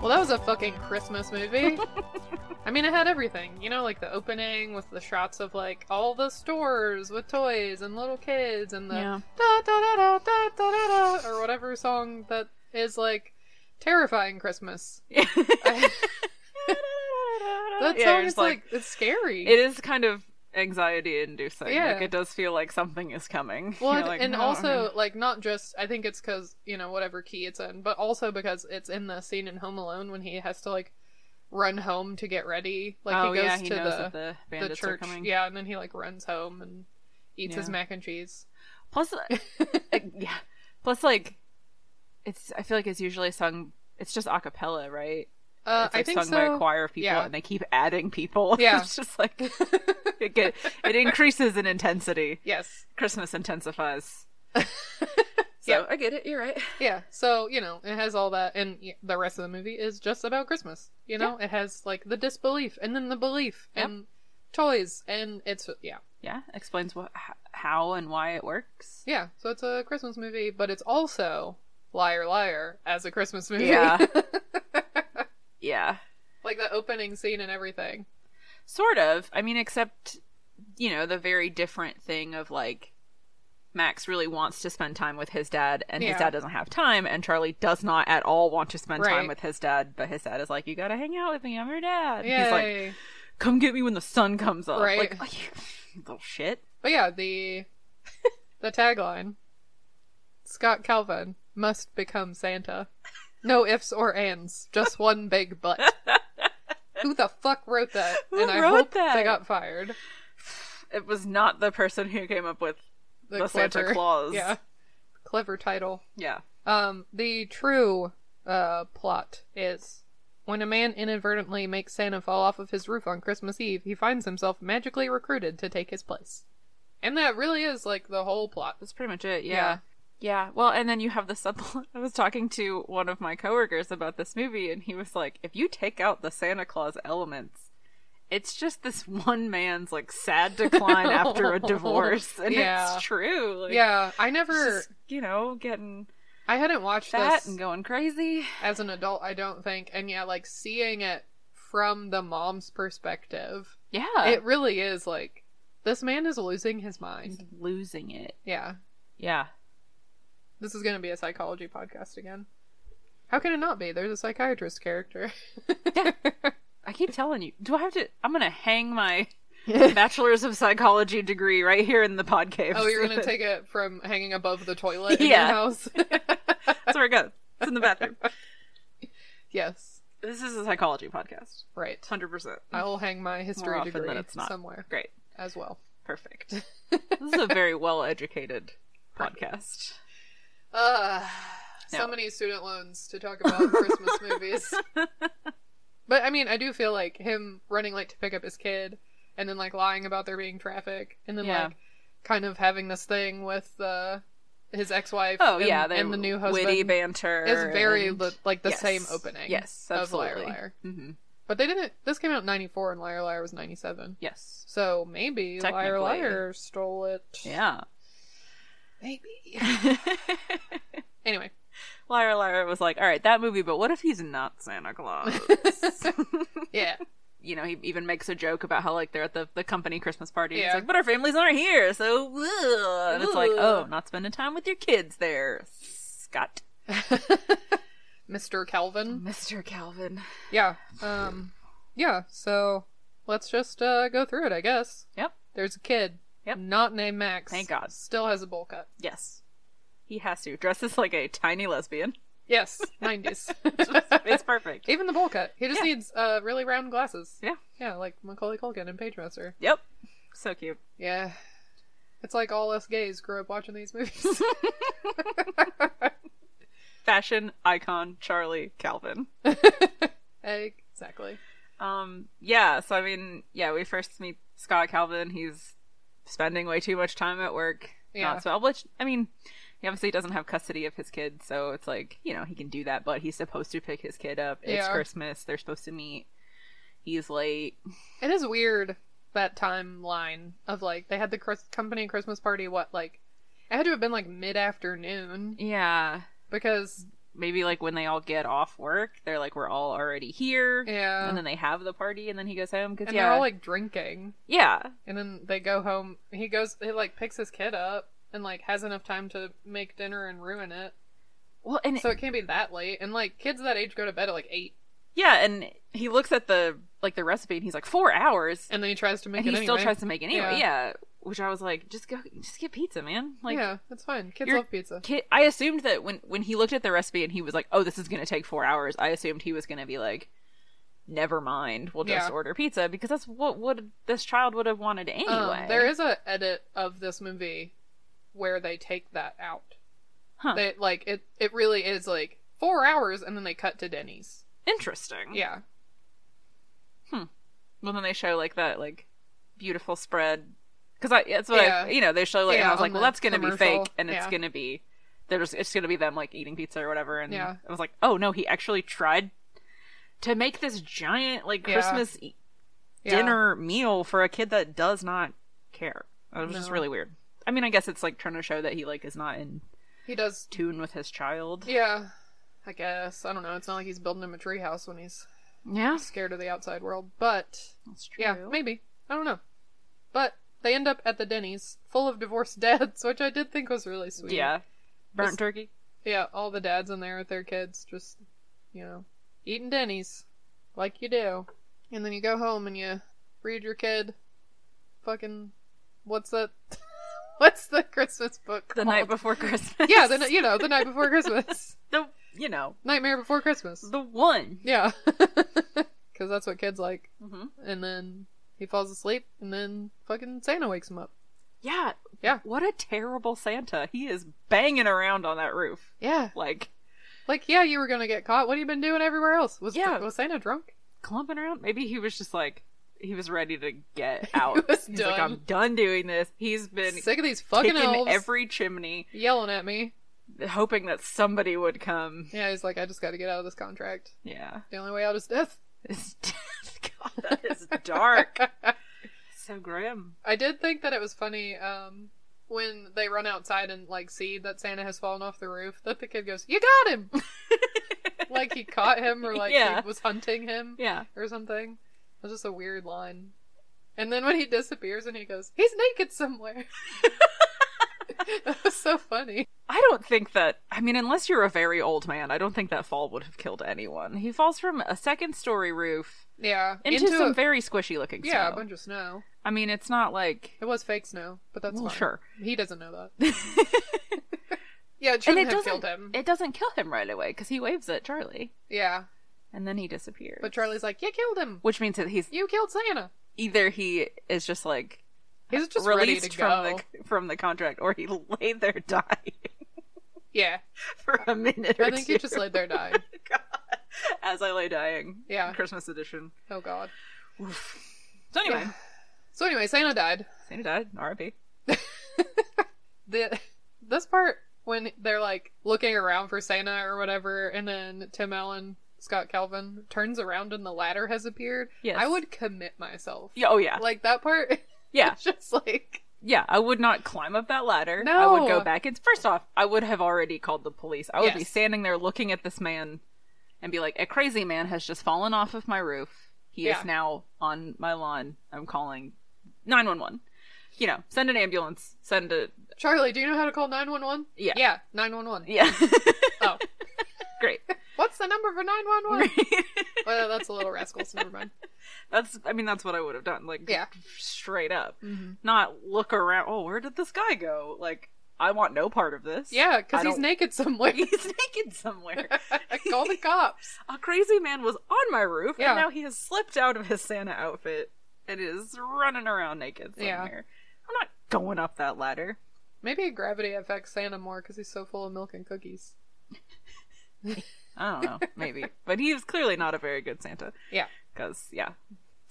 [SPEAKER 1] Well, that was a fucking Christmas
[SPEAKER 2] *laughs*
[SPEAKER 1] movie. I mean, it had everything. You know, like the opening with the shots of like all the stores with toys and little kids and the
[SPEAKER 2] Yeah.
[SPEAKER 1] da da da da da da da da or whatever song that is like terrifying Christmas. I- that
[SPEAKER 2] Yeah,
[SPEAKER 1] song
[SPEAKER 2] you're
[SPEAKER 1] is
[SPEAKER 2] just
[SPEAKER 1] like, it's scary.
[SPEAKER 2] it is kind of anxiety inducing.
[SPEAKER 1] Yeah.
[SPEAKER 2] Like it does feel like something is coming.
[SPEAKER 1] Well,
[SPEAKER 2] *laughs* You're
[SPEAKER 1] and-
[SPEAKER 2] like,
[SPEAKER 1] and
[SPEAKER 2] "No,
[SPEAKER 1] also
[SPEAKER 2] I'm
[SPEAKER 1] like not just I think it's because you know whatever key it's in, but also because it's in the scene in Home Alone when he has to like run home to get ready. Like
[SPEAKER 2] Oh,
[SPEAKER 1] he goes
[SPEAKER 2] yeah, he
[SPEAKER 1] to
[SPEAKER 2] knows
[SPEAKER 1] the,
[SPEAKER 2] that the bandits are
[SPEAKER 1] church,
[SPEAKER 2] coming.
[SPEAKER 1] yeah, and then he like runs home and eats his
[SPEAKER 2] Yeah.
[SPEAKER 1] mac and cheese. *laughs*
[SPEAKER 2] Plus, uh, uh, yeah. Plus, like, it's. I feel like it's usually sung. It's just a cappella, right?
[SPEAKER 1] Uh,
[SPEAKER 2] it's like
[SPEAKER 1] I think
[SPEAKER 2] sung
[SPEAKER 1] so.
[SPEAKER 2] by a choir of people,
[SPEAKER 1] Yeah.
[SPEAKER 2] and they keep adding people. *laughs*
[SPEAKER 1] Yeah.
[SPEAKER 2] it's just like *laughs* it get it increases in intensity.
[SPEAKER 1] *laughs* yes,
[SPEAKER 2] Christmas
[SPEAKER 1] *laughs*
[SPEAKER 2] intensifies. so
[SPEAKER 1] Yeah.
[SPEAKER 2] I get it. You're right.
[SPEAKER 1] yeah. So you know it has all that, and y- the rest of the movie is just about Christmas. You know, it has like the disbelief, and then the belief,
[SPEAKER 2] Yep.
[SPEAKER 1] and toys, and it's yeah.
[SPEAKER 2] Yeah, explains what, h- how, and why it works.
[SPEAKER 1] Yeah, so it's a Christmas movie, but it's also Liar Liar as a Christmas movie.
[SPEAKER 2] Yeah. *laughs* Yeah,
[SPEAKER 1] *laughs* like the opening scene and everything.
[SPEAKER 2] sort of. I mean, except you know the very different thing of like Max really wants to spend time with his dad, and
[SPEAKER 1] Yeah.
[SPEAKER 2] his dad doesn't have time, and Charlie does not at all want to spend
[SPEAKER 1] Right.
[SPEAKER 2] time with his dad. But his dad is like, "You gotta hang out with me. I'm your dad." He's like,
[SPEAKER 1] Yay.
[SPEAKER 2] "Come get me when the sun comes up."
[SPEAKER 1] Right.
[SPEAKER 2] Like, *laughs* you little shit.
[SPEAKER 1] but yeah,
[SPEAKER 2] *laughs*
[SPEAKER 1] the the tagline. Scott Calvin must become Santa. No ifs or ands,
[SPEAKER 2] *laughs*
[SPEAKER 1] just one big but. Who the fuck wrote that?
[SPEAKER 2] Who
[SPEAKER 1] and I
[SPEAKER 2] wrote
[SPEAKER 1] hope
[SPEAKER 2] that?
[SPEAKER 1] they got fired.
[SPEAKER 2] It was not the person who came up with.
[SPEAKER 1] The,
[SPEAKER 2] The Santa
[SPEAKER 1] clever-
[SPEAKER 2] Claus.
[SPEAKER 1] Yeah. Clever title.
[SPEAKER 2] Yeah.
[SPEAKER 1] Um, the true uh, plot is when a man inadvertently makes Santa fall off of his roof on Christmas Eve, he finds himself magically recruited to take his place. And that really is like the whole plot.
[SPEAKER 2] That's pretty much it.
[SPEAKER 1] Yeah.
[SPEAKER 2] Yeah. Yeah. Well, and then you have the subplot. *laughs* I was talking to one of my coworkers about this movie, and he was like, if you take out the Santa Claus elements, it's just this one man's like
[SPEAKER 1] *laughs*
[SPEAKER 2] sad decline after a divorce. And
[SPEAKER 1] Yeah.
[SPEAKER 2] it's true. Like,
[SPEAKER 1] yeah, I
[SPEAKER 2] he's
[SPEAKER 1] never,
[SPEAKER 2] just, you know, getting
[SPEAKER 1] I hadn't watched
[SPEAKER 2] fat
[SPEAKER 1] this
[SPEAKER 2] and going crazy.
[SPEAKER 1] as an adult. I don't think, and yeah, like seeing it from the mom's perspective,
[SPEAKER 2] Yeah.
[SPEAKER 1] it really is like this man is losing his mind.
[SPEAKER 2] losing it.
[SPEAKER 1] Yeah,
[SPEAKER 2] Yeah.
[SPEAKER 1] This is going to be a psychology podcast again. How can it not be? There's a psychiatrist character.
[SPEAKER 2] I keep telling you. Do I have to? I'm going to hang
[SPEAKER 1] *laughs*
[SPEAKER 2] my. Bachelor's of Psychology degree right here in the pod cave.
[SPEAKER 1] oh, you're going
[SPEAKER 2] *laughs*
[SPEAKER 1] to take it from hanging above the toilet in
[SPEAKER 2] Yeah.
[SPEAKER 1] your house? *laughs*
[SPEAKER 2] That's where it goes. It's in the bathroom.
[SPEAKER 1] yes.
[SPEAKER 2] This is a psychology podcast.
[SPEAKER 1] Right.
[SPEAKER 2] Hundred percent.
[SPEAKER 1] I will hang my history degree somewhere
[SPEAKER 2] Great.
[SPEAKER 1] as well.
[SPEAKER 2] Perfect. this is a very well *laughs* educated podcast.
[SPEAKER 1] Uh,
[SPEAKER 2] No.
[SPEAKER 1] So many student loans to talk about Christmas
[SPEAKER 2] *laughs*
[SPEAKER 1] movies. But I mean, I do feel like him running late to pick up his kid and then like lying about there being traffic and then
[SPEAKER 2] Yeah.
[SPEAKER 1] like kind of having this thing with uh, his ex wife
[SPEAKER 2] Oh
[SPEAKER 1] and,
[SPEAKER 2] yeah,
[SPEAKER 1] and the new husband.
[SPEAKER 2] witty banter.
[SPEAKER 1] It's very
[SPEAKER 2] and-
[SPEAKER 1] li- like the
[SPEAKER 2] Yes.
[SPEAKER 1] same opening
[SPEAKER 2] Yes,
[SPEAKER 1] of Liar
[SPEAKER 2] absolutely.
[SPEAKER 1] Liar.
[SPEAKER 2] Mm-hmm.
[SPEAKER 1] But they didn't. This came out in 94 and Liar Liar was 97.
[SPEAKER 2] Yes.
[SPEAKER 1] So maybe Liar
[SPEAKER 2] Technically.
[SPEAKER 1] Liar stole it.
[SPEAKER 2] Yeah. *laughs*
[SPEAKER 1] Maybe. Anyway.
[SPEAKER 2] Lyra Lyra was like, all right, that movie, but what if he's not
[SPEAKER 1] *laughs*
[SPEAKER 2] Santa Claus?
[SPEAKER 1] Yeah.
[SPEAKER 2] you know, he even makes a joke about how like they're at the, the company Christmas party. It's
[SPEAKER 1] Yeah.
[SPEAKER 2] like, but our families aren't here, so ugh." and it's like,
[SPEAKER 1] Ugh.
[SPEAKER 2] oh, not spending time with your kids there, Scott,
[SPEAKER 1] Mr. Calvin.
[SPEAKER 2] Mister Calvin.
[SPEAKER 1] Yeah. Um yeah, so let's just uh go through it, I guess.
[SPEAKER 2] Yep.
[SPEAKER 1] There's a kid.
[SPEAKER 2] Yep.
[SPEAKER 1] Not named Max.
[SPEAKER 2] Thank God.
[SPEAKER 1] Still has a bowl cut.
[SPEAKER 2] Yes. He has to dresses like a tiny lesbian. *laughs*
[SPEAKER 1] Yes, 90s.
[SPEAKER 2] It's perfect.
[SPEAKER 1] Even the bowl cut. He just needs uh really round glasses.
[SPEAKER 2] yeah.
[SPEAKER 1] Yeah, like Macaulay Culkin and Page Messer.
[SPEAKER 2] Yep. So cute.
[SPEAKER 1] Yeah. It's like all us gays grew up watching these
[SPEAKER 2] *laughs*
[SPEAKER 1] movies.
[SPEAKER 2] Fashion icon Charlie Calvin.
[SPEAKER 1] exactly.
[SPEAKER 2] Um, yeah, so I mean, yeah, we first meet Scott Calvin. He's spending way too much time at work.
[SPEAKER 1] Yeah.
[SPEAKER 2] Not so, which, I mean, he obviously doesn't have custody of his kid, so it's like, you know, he can do that, but he's supposed to pick his kid up. It's
[SPEAKER 1] Yeah.
[SPEAKER 2] Christmas. They're supposed to meet. He's late.
[SPEAKER 1] It is weird that timeline of like they had the Chris- company Christmas party. What like it had to have been like mid afternoon
[SPEAKER 2] Yeah.
[SPEAKER 1] because
[SPEAKER 2] Maybe like when they all get off work, they're like, we're all already here.
[SPEAKER 1] Yeah.
[SPEAKER 2] And then they have the party, and then he goes home. Cause,
[SPEAKER 1] and
[SPEAKER 2] yeah.
[SPEAKER 1] they're all like drinking,
[SPEAKER 2] yeah.
[SPEAKER 1] and then they go home. He goes, he like picks his kid up and like has enough time to make dinner and ruin it.
[SPEAKER 2] Well, and
[SPEAKER 1] So it can't be that late. And like kids that age go to bed at like eight,
[SPEAKER 2] yeah, and he looks at the like the recipe, and he's like, four hours.
[SPEAKER 1] and then he tries to make
[SPEAKER 2] and
[SPEAKER 1] it.
[SPEAKER 2] he still
[SPEAKER 1] anyway.
[SPEAKER 2] tries to make it anyway.
[SPEAKER 1] Yeah.
[SPEAKER 2] Yeah. which I was like, just go, just get pizza, man. Like,
[SPEAKER 1] yeah, that's fine. Kids
[SPEAKER 2] your
[SPEAKER 1] love pizza.
[SPEAKER 2] Ki- I assumed that when when he looked at the recipe and he was like, oh, this is gonna take four hours. I assumed he was gonna be like, never mind, we'll just
[SPEAKER 1] Yeah.
[SPEAKER 2] order pizza because that's what would this child would have wanted anyway.
[SPEAKER 1] Um, there is a edit of this movie where they take that out.
[SPEAKER 2] Huh.
[SPEAKER 1] They like it. It really is like four hours, and then they cut to Denny's.
[SPEAKER 2] interesting.
[SPEAKER 1] Yeah,
[SPEAKER 2] Well, then they show like that like beautiful spread because I that's what
[SPEAKER 1] Yeah.
[SPEAKER 2] I you know they show like and
[SPEAKER 1] Yeah,
[SPEAKER 2] I was
[SPEAKER 1] on
[SPEAKER 2] like, well,
[SPEAKER 1] the
[SPEAKER 2] that's gonna be
[SPEAKER 1] commercial.
[SPEAKER 2] fake and it's
[SPEAKER 1] Yeah.
[SPEAKER 2] gonna be. They're just, it's gonna be them like eating pizza or whatever, and
[SPEAKER 1] Yeah.
[SPEAKER 2] I was like, oh no, he actually tried to make this giant like
[SPEAKER 1] Yeah.
[SPEAKER 2] Christmas e-
[SPEAKER 1] Yeah.
[SPEAKER 2] dinner meal for a kid that does not care. It was just really weird. I mean, I guess it's like trying to show that he like is not in
[SPEAKER 1] He does.
[SPEAKER 2] tune with his child.
[SPEAKER 1] Yeah, I guess I don't know. It's not like he's building him a treehouse when he's
[SPEAKER 2] Yeah,
[SPEAKER 1] scared of the outside world. But
[SPEAKER 2] that's true.
[SPEAKER 1] yeah, maybe I don't know. But they end up at the Denny's, full of divorced *laughs* dads, which I did think was really sweet.
[SPEAKER 2] yeah, burnt
[SPEAKER 1] This-
[SPEAKER 2] turkey.
[SPEAKER 1] yeah. All the dads in there with their kids, just you know, eating Denny's like you do, and then you go home and you read your kid, fucking, what's that? *laughs* what's the Christmas book?
[SPEAKER 2] The night
[SPEAKER 1] called? *laughs*
[SPEAKER 2] before Christmas.
[SPEAKER 1] Yeah, the, you know, the night before
[SPEAKER 2] *laughs*
[SPEAKER 1] Christmas.
[SPEAKER 2] the you know
[SPEAKER 1] Nightmare Before Christmas.
[SPEAKER 2] the one.
[SPEAKER 1] Yeah. *laughs* Because that's what kids like.
[SPEAKER 2] Mhm.
[SPEAKER 1] And then he falls asleep, and then fucking Santa wakes him up.
[SPEAKER 2] Yeah.
[SPEAKER 1] Yeah.
[SPEAKER 2] What a terrible Santa. He is banging around on that roof.
[SPEAKER 1] Yeah.
[SPEAKER 2] Like
[SPEAKER 1] Like, yeah, you were going to get caught. What have you been doing everywhere else? Was,
[SPEAKER 2] Yeah.
[SPEAKER 1] was Santa drunk?
[SPEAKER 2] clumping around. Maybe he was just like he was ready to
[SPEAKER 1] *laughs*
[SPEAKER 2] get out.
[SPEAKER 1] was
[SPEAKER 2] He's like,
[SPEAKER 1] done.
[SPEAKER 2] I'm done doing this. He's been
[SPEAKER 1] Sick of these fucking
[SPEAKER 2] kicking
[SPEAKER 1] elves
[SPEAKER 2] every chimney,
[SPEAKER 1] yelling at me.
[SPEAKER 2] hoping that somebody would come.
[SPEAKER 1] Yeah, he's like, I just got to get out of this contract.
[SPEAKER 2] Yeah. *laughs*
[SPEAKER 1] The only way out is death.
[SPEAKER 2] It's *laughs* God, that is dark. so grim.
[SPEAKER 1] *laughs* I did think that it was funny um, when they run outside and like see that Santa has fallen off the roof. That the kid goes, "You got
[SPEAKER 2] *laughs*
[SPEAKER 1] him!" like he caught him, or like
[SPEAKER 2] Yeah.
[SPEAKER 1] he was hunting him,
[SPEAKER 2] Yeah.
[SPEAKER 1] or something. It was just a weird line. And then when he disappears and he goes, "He's naked somewhere." *laughs* that was so funny.
[SPEAKER 2] I don't think that. I mean, unless you're a very old man, I don't think that fall would have killed anyone. He falls from a second story roof
[SPEAKER 1] Yeah,
[SPEAKER 2] into, some
[SPEAKER 1] a-
[SPEAKER 2] very squishy looking snow.
[SPEAKER 1] yeah, a bunch of snow.
[SPEAKER 2] I mean, it's not *laughs* like
[SPEAKER 1] It was fake snow, but that's
[SPEAKER 2] Well,
[SPEAKER 1] fine.
[SPEAKER 2] sure.
[SPEAKER 1] He doesn't
[SPEAKER 2] *laughs*
[SPEAKER 1] know that. yeah, it shouldn't
[SPEAKER 2] and it
[SPEAKER 1] have
[SPEAKER 2] doesn't
[SPEAKER 1] killed him.
[SPEAKER 2] it doesn't kill him right away because he waves at Charlie.
[SPEAKER 1] Yeah.
[SPEAKER 2] and then he disappeared.
[SPEAKER 1] But Charlie's like, you killed him.
[SPEAKER 2] which means that he's
[SPEAKER 1] You killed Santa.
[SPEAKER 2] either he is just like
[SPEAKER 1] He's just ready to
[SPEAKER 2] released
[SPEAKER 1] go.
[SPEAKER 2] from the from the contract, or he lay there *laughs* dying
[SPEAKER 1] yeah,
[SPEAKER 2] for a minute. Or
[SPEAKER 1] I think he
[SPEAKER 2] two. *laughs*
[SPEAKER 1] just laid there dying.
[SPEAKER 2] as I lay dying.
[SPEAKER 1] Yeah.
[SPEAKER 2] Christmas edition.
[SPEAKER 1] Oh God.
[SPEAKER 2] So anyway,
[SPEAKER 1] Yeah. So anyway, Santa died.
[SPEAKER 2] Santa died. R.I.P.
[SPEAKER 1] the *laughs* this part when they're like looking around for Santa or whatever, and then Tim Allen Scott Calvin turns around and the ladder has appeared.
[SPEAKER 2] Yes.
[SPEAKER 1] I would commit myself.
[SPEAKER 2] Yeah. Oh yeah.
[SPEAKER 1] like that part. *laughs*
[SPEAKER 2] yeah.
[SPEAKER 1] It's just like
[SPEAKER 2] Yeah. I would not climb up that ladder. I
[SPEAKER 1] No.
[SPEAKER 2] would go back. It's first off, I would have already called the police. I would be
[SPEAKER 1] Yes.
[SPEAKER 2] standing there looking at this man, and be like, "A crazy man has just fallen off of my roof. He
[SPEAKER 1] Yeah.
[SPEAKER 2] is now on my lawn. I'm calling nine one one. You know, send an ambulance. Send a *laughs*
[SPEAKER 1] Charlie. Do you know how to call nine one one?
[SPEAKER 2] Yeah.
[SPEAKER 1] yeah, nine one one.
[SPEAKER 2] yeah.
[SPEAKER 1] Oh, *laughs*
[SPEAKER 2] Great.
[SPEAKER 1] what's the number for nine one one? Well, that's a little rascals. Never mind.
[SPEAKER 2] *laughs* That's I mean that's what I would have done. Like
[SPEAKER 1] Yeah.
[SPEAKER 2] straight up. Not look around, oh, where did this guy go? Like I want no part of this.
[SPEAKER 1] Yeah,
[SPEAKER 2] I
[SPEAKER 1] because he's
[SPEAKER 2] don't-
[SPEAKER 1] naked somewhere. *laughs*
[SPEAKER 2] *laughs* He's naked somewhere.
[SPEAKER 1] call the cops.
[SPEAKER 2] A crazy man was on my roof
[SPEAKER 1] Yeah.
[SPEAKER 2] and now he has slipped out of his Santa outfit and is running around naked
[SPEAKER 1] Yeah.
[SPEAKER 2] somewhere. I'm not going up that ladder.
[SPEAKER 1] Maybe gravity affects Santa more because he's so full of milk and cookies.
[SPEAKER 2] I
[SPEAKER 1] *laughs*
[SPEAKER 2] don't know, maybe. but he was clearly not a very good Santa.
[SPEAKER 1] Yeah,
[SPEAKER 2] Because yeah,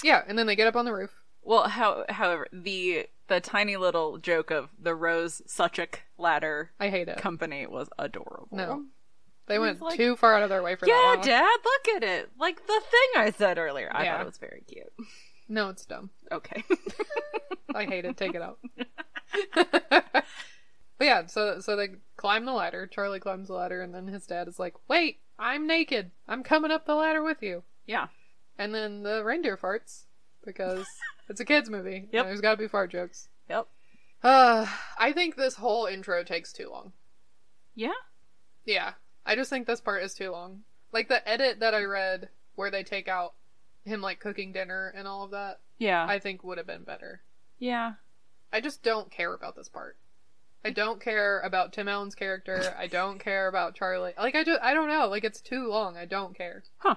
[SPEAKER 1] yeah. And then they get up on the roof.
[SPEAKER 2] Well, how, however, the the tiny little joke of the Rose Suchik ladder
[SPEAKER 1] I hate it.
[SPEAKER 2] company was adorable.
[SPEAKER 1] No. They
[SPEAKER 2] He's
[SPEAKER 1] went
[SPEAKER 2] like-
[SPEAKER 1] too far out of their way for that.
[SPEAKER 2] Yeah,
[SPEAKER 1] one.
[SPEAKER 2] Dad, look at it. Like the thing I said earlier. I
[SPEAKER 1] Yeah.
[SPEAKER 2] thought it was very cute.
[SPEAKER 1] *laughs* No, it's dumb.
[SPEAKER 2] Okay.
[SPEAKER 1] I hate it. Take it
[SPEAKER 2] *laughs*
[SPEAKER 1] out. *laughs* but yeah, so so they climb the ladder. Charlie climbs the ladder, and then his dad is like, "Wait, I'm naked. I'm coming up the ladder with you."
[SPEAKER 2] yeah.
[SPEAKER 1] And then the reindeer farts
[SPEAKER 2] *laughs*
[SPEAKER 1] because it's a kids movie. and
[SPEAKER 2] Yep.
[SPEAKER 1] there's got to be fart jokes.
[SPEAKER 2] *laughs* Yep.
[SPEAKER 1] Uh, I think this whole intro takes too long.
[SPEAKER 2] Yeah.
[SPEAKER 1] Yeah. I just think this part is too long. Like the edit that I read where they take out him like cooking dinner and all of that,
[SPEAKER 2] Yeah.
[SPEAKER 1] I think would have been better.
[SPEAKER 2] yeah.
[SPEAKER 1] I just don't care about this part. I don't care about Tim Allen's character. I
[SPEAKER 2] *laughs*
[SPEAKER 1] don't care about Charlie. Like I just I don't know. Like it's too long. I don't care.
[SPEAKER 2] Huh.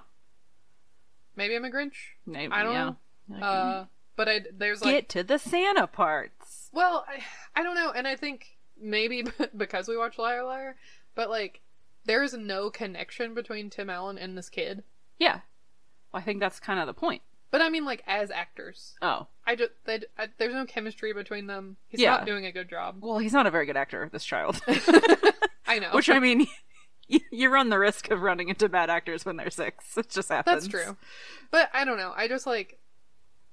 [SPEAKER 1] Maybe I'm a Grinch.
[SPEAKER 2] Maybe,
[SPEAKER 1] I don't
[SPEAKER 2] yeah.
[SPEAKER 1] know. Uh, but I there's like
[SPEAKER 2] Get to the Santa parts.
[SPEAKER 1] well, I, I don't know, and I think maybe *laughs* because we watch Liar Liar, but like there is no connection between Tim Allen and this kid.
[SPEAKER 2] Yeah. Well, I think that's kind of the point.
[SPEAKER 1] But I mean, like as actors,
[SPEAKER 2] Oh.
[SPEAKER 1] I just they, I, there's no chemistry between them. He's
[SPEAKER 2] Yeah.
[SPEAKER 1] not doing a good job.
[SPEAKER 2] Well, he's not a very good actor, this *laughs* child.
[SPEAKER 1] I know,
[SPEAKER 2] Which I mean, *laughs* you, you run the risk of running into bad actors when they're six. *laughs* It just happens.
[SPEAKER 1] that's true. But I don't know. I just like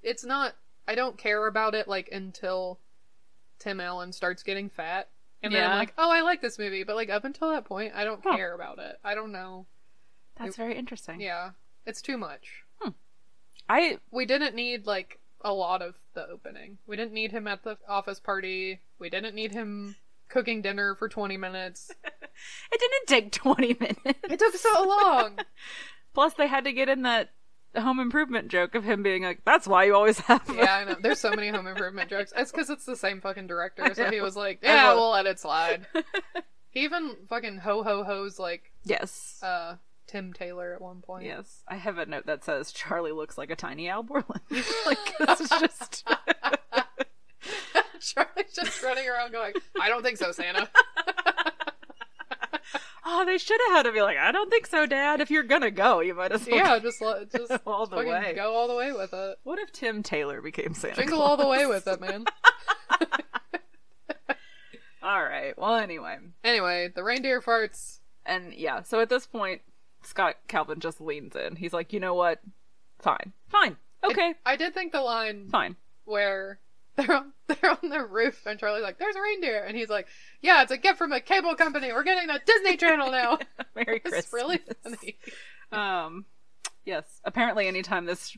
[SPEAKER 1] it's not. I don't care about it like until Tim Allen starts getting fat, and then I'm
[SPEAKER 2] Yeah.
[SPEAKER 1] like, oh, I like this movie. But like up until that point, I don't
[SPEAKER 2] Huh.
[SPEAKER 1] care about it. I don't know.
[SPEAKER 2] That's very interesting.
[SPEAKER 1] Yeah, it's too much.
[SPEAKER 2] I
[SPEAKER 1] we didn't need like a lot of the opening. We didn't need him at the office party. We didn't need him cooking dinner for 20 minutes.
[SPEAKER 2] it didn't take twenty minutes. *laughs*
[SPEAKER 1] It took so long.
[SPEAKER 2] Plus, they had to get in that home improvement joke of him being like, "That's why you always have." a-"
[SPEAKER 1] yeah, I know. There's so many home improvement jokes. It's because it's the same fucking director. So he was like,
[SPEAKER 2] I
[SPEAKER 1] yeah,
[SPEAKER 2] know.
[SPEAKER 1] we'll let it slide. He even fucking ho ho ho's like
[SPEAKER 2] Yes.
[SPEAKER 1] uh, Tim Taylor at one point.
[SPEAKER 2] yes. I have a note that says Charlie looks like a tiny Al Borland. *laughs* like this is *laughs* just.
[SPEAKER 1] *laughs* Charlie's just running around going, I don't think so,
[SPEAKER 2] *laughs*
[SPEAKER 1] Santa.
[SPEAKER 2] oh, they should have had to be like, "I don't think so, Dad. If you're gonna go, you might as well."
[SPEAKER 1] yeah, just, let- just
[SPEAKER 2] *laughs* All the
[SPEAKER 1] fucking
[SPEAKER 2] way.
[SPEAKER 1] go all the way with it.
[SPEAKER 2] What if Tim Taylor became Santa?
[SPEAKER 1] Jingle
[SPEAKER 2] Claus?
[SPEAKER 1] all the way with it, man.
[SPEAKER 2] *laughs* All right. Well, anyway.
[SPEAKER 1] Anyway, the reindeer farts.
[SPEAKER 2] And yeah, so at this point, Scott Calvin just leans in. He's like, you know what? Fine. Fine. Okay.
[SPEAKER 1] I did think the line
[SPEAKER 2] Fine. *laughs*
[SPEAKER 1] where they're on, *laughs* they're on the roof and Charlie's like, "There's a reindeer," and he's like, "Yeah, it's a gift from a cable company. We're getting the Disney Channel
[SPEAKER 2] *laughs*
[SPEAKER 1] now."
[SPEAKER 2] Merry Christmas.
[SPEAKER 1] it's
[SPEAKER 2] *laughs*
[SPEAKER 1] really funny.
[SPEAKER 2] Um, yes. Apparently, anytime this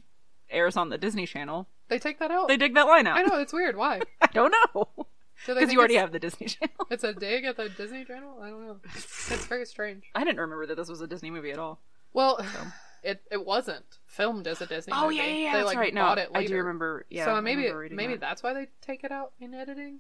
[SPEAKER 2] airs on the Disney Channel,
[SPEAKER 1] They take that out.
[SPEAKER 2] they dig that line out.
[SPEAKER 1] I know it's weird. Why?
[SPEAKER 2] *laughs* I don't know. *laughs*
[SPEAKER 1] Do they
[SPEAKER 2] Because
[SPEAKER 1] think
[SPEAKER 2] you already
[SPEAKER 1] it's,
[SPEAKER 2] have the Disney *laughs* Channel.
[SPEAKER 1] It's a dig at the Disney Channel. I don't know. It's very strange.
[SPEAKER 2] *laughs* I didn't remember that this was a Disney movie at all.
[SPEAKER 1] Well, *laughs* it it wasn't filmed as a Disney
[SPEAKER 2] Oh,
[SPEAKER 1] movie. They
[SPEAKER 2] that's
[SPEAKER 1] like
[SPEAKER 2] right. No,
[SPEAKER 1] bought it later.
[SPEAKER 2] I do remember. Yeah. I
[SPEAKER 1] so maybe
[SPEAKER 2] remember reading
[SPEAKER 1] maybe
[SPEAKER 2] that.
[SPEAKER 1] that's why they take it out in editing.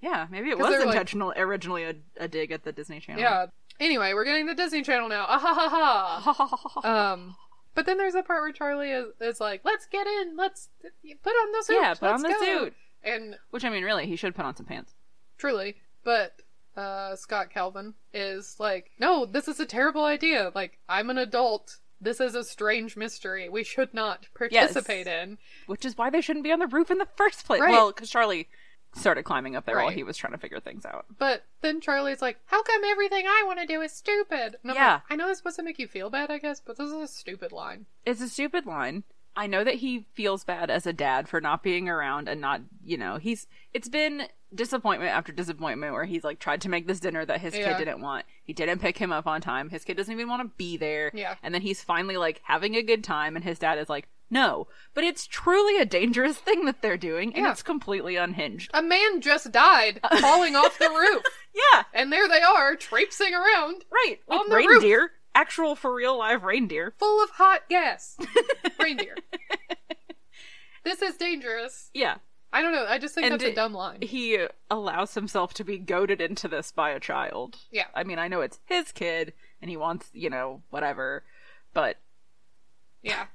[SPEAKER 2] Yeah, maybe it
[SPEAKER 1] 'Cause
[SPEAKER 2] was
[SPEAKER 1] they're like-
[SPEAKER 2] intentional. *laughs* Originally, a, a dig *laughs* at the Disney Channel. *laughs*
[SPEAKER 1] Yeah. Anyway, we're getting the Disney Channel now. Ah ha ha ha. um, But then there's a part where Charlie is, is like, "Let's get in. Let's put on the suit.
[SPEAKER 2] Yeah, put on
[SPEAKER 1] let's
[SPEAKER 2] the
[SPEAKER 1] go."
[SPEAKER 2] suit.
[SPEAKER 1] And
[SPEAKER 2] Which I mean, really, he should put on some pants.
[SPEAKER 1] truly, but uh, Scott Calvin is like, "No, this is a terrible idea. Like, I'm an adult. This is a strange mystery. We should not participate in."
[SPEAKER 2] Which is why they shouldn't be on the roof in the first place.
[SPEAKER 1] Right.
[SPEAKER 2] Well, because Charlie started climbing up there while
[SPEAKER 1] Right.
[SPEAKER 2] he was trying to figure things out.
[SPEAKER 1] But then Charlie's like, "How come everything I want to do is stupid?" And I'm
[SPEAKER 2] Yeah.
[SPEAKER 1] like, I know this was supposed to make you feel bad, I guess, but this is a stupid line.
[SPEAKER 2] It's a stupid line. I know that he feels bad as a dad for not being around and not, you know, he's it's been disappointment after disappointment where he's like tried to make this dinner that his
[SPEAKER 1] Yeah.
[SPEAKER 2] kid didn't want. He didn't pick him up on time. His kid doesn't even want to be there.
[SPEAKER 1] Yeah.
[SPEAKER 2] And then he's finally like having a good time and his dad is like, "No." But it's truly a dangerous *laughs* thing that they're doing and
[SPEAKER 1] Yeah.
[SPEAKER 2] it's completely unhinged.
[SPEAKER 1] A man just
[SPEAKER 2] *laughs*
[SPEAKER 1] died falling off the roof,
[SPEAKER 2] Yeah.
[SPEAKER 1] and there they are traipsing around,
[SPEAKER 2] Right. With
[SPEAKER 1] On the roof.
[SPEAKER 2] reindeer, actual for real live reindeer.
[SPEAKER 1] full of hot gas,
[SPEAKER 2] *laughs*
[SPEAKER 1] reindeer. This is dangerous.
[SPEAKER 2] Yeah.
[SPEAKER 1] I don't know. I just think
[SPEAKER 2] And
[SPEAKER 1] that's a
[SPEAKER 2] it-
[SPEAKER 1] dumb line.
[SPEAKER 2] he allows himself to be goaded into this by a child.
[SPEAKER 1] Yeah.
[SPEAKER 2] I mean, I know it's his kid and he wants, you know, whatever, but
[SPEAKER 1] Yeah.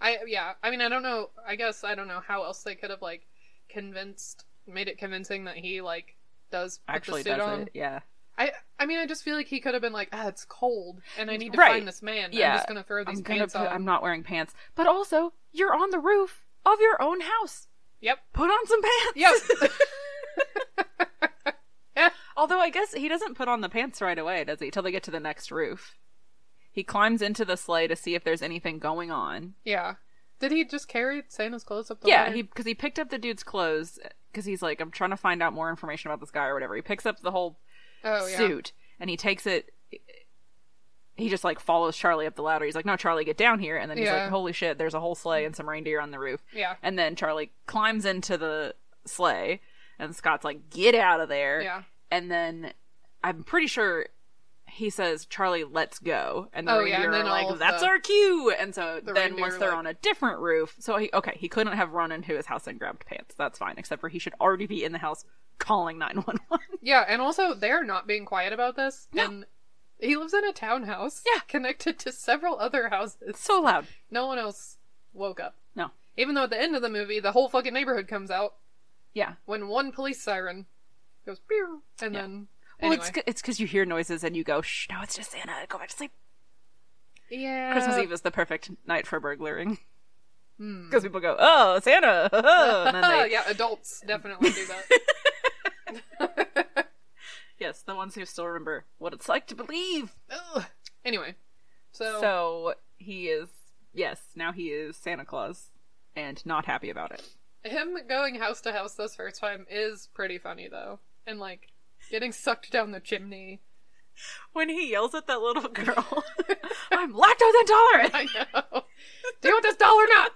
[SPEAKER 1] I yeah. I mean, I don't know. I guess I don't know how else they could have like convinced, made it convincing that he like does put
[SPEAKER 2] actually
[SPEAKER 1] the suit
[SPEAKER 2] does
[SPEAKER 1] on.
[SPEAKER 2] it. Yeah.
[SPEAKER 1] I I mean, I just feel like he could have been like, ah, it's cold, and I need to
[SPEAKER 2] Right.
[SPEAKER 1] find this man.
[SPEAKER 2] yeah.
[SPEAKER 1] I'm just gonna throw these
[SPEAKER 2] I'm gonna
[SPEAKER 1] pants
[SPEAKER 2] put-
[SPEAKER 1] on.
[SPEAKER 2] I'm not wearing pants. But also, you're on the roof of your own house.
[SPEAKER 1] Yep.
[SPEAKER 2] Put on some pants. *laughs*
[SPEAKER 1] Yep. *laughs*
[SPEAKER 2] Although I guess he doesn't put on the pants right away, does he? Till they get to the next roof. He climbs into the sleigh to see if there's anything going on.
[SPEAKER 1] yeah. Did he just carry Santa's clothes up the
[SPEAKER 2] Yeah,
[SPEAKER 1] ladder?
[SPEAKER 2] he because he picked up the dude's clothes because he's like, I'm trying to find out more information about this guy or whatever. He picks up the whole
[SPEAKER 1] oh yeah.
[SPEAKER 2] suit and he takes it. He just like follows Charlie up the ladder. He's like, "No, Charlie, get down here!" And then he's
[SPEAKER 1] Yeah.
[SPEAKER 2] like, "Holy shit! There's a whole sleigh and some reindeer on the roof."
[SPEAKER 1] Yeah.
[SPEAKER 2] And then Charlie climbs into the sleigh, and Scott's like, "Get out of there!"
[SPEAKER 1] Yeah.
[SPEAKER 2] And then I'm pretty sure he says, "Charlie, let's go." And the
[SPEAKER 1] Oh, yeah,
[SPEAKER 2] reindeer
[SPEAKER 1] and then
[SPEAKER 2] are
[SPEAKER 1] all
[SPEAKER 2] like,
[SPEAKER 1] of
[SPEAKER 2] "That's
[SPEAKER 1] the-
[SPEAKER 2] our cue!" And so
[SPEAKER 1] the
[SPEAKER 2] then
[SPEAKER 1] reindeer
[SPEAKER 2] once
[SPEAKER 1] are
[SPEAKER 2] they're
[SPEAKER 1] like-
[SPEAKER 2] on a different roof, so he okay, he couldn't have run into his house and grabbed pants. That's fine, except for he should already be in the house calling nine one one. *laughs*
[SPEAKER 1] Yeah, and also they're not being quiet about this. And he lives in a townhouse.
[SPEAKER 2] Yeah.
[SPEAKER 1] Connected to several other houses.
[SPEAKER 2] So loud.
[SPEAKER 1] No one else woke up.
[SPEAKER 2] No.
[SPEAKER 1] Even though at the end of the movie, the whole fucking neighborhood comes out
[SPEAKER 2] Yeah.
[SPEAKER 1] when one police siren goes pew, and
[SPEAKER 2] Yeah.
[SPEAKER 1] then
[SPEAKER 2] Well,
[SPEAKER 1] anyway.
[SPEAKER 2] it's c- it's because you hear noises and you go, shh, no, it's just Santa. Go back to sleep.
[SPEAKER 1] yeah.
[SPEAKER 2] Christmas Eve is the perfect night for burglaring. Because people go, oh,
[SPEAKER 1] *laughs*
[SPEAKER 2] Santa. *laughs* and then they,
[SPEAKER 1] hmm. yeah, adults definitely do that.
[SPEAKER 2] *laughs* Yes, the ones who still remember what it's like to believe.
[SPEAKER 1] Ugh. Anyway, so,
[SPEAKER 2] So, he is, yes, now he is Santa Claus and not happy about it.
[SPEAKER 1] him going house to house this first time is pretty funny though, and like getting sucked down the chimney. *laughs*
[SPEAKER 2] When he yells at that little *laughs* girl, I'm lactose intolerant.
[SPEAKER 1] I know. do you want this doll or not?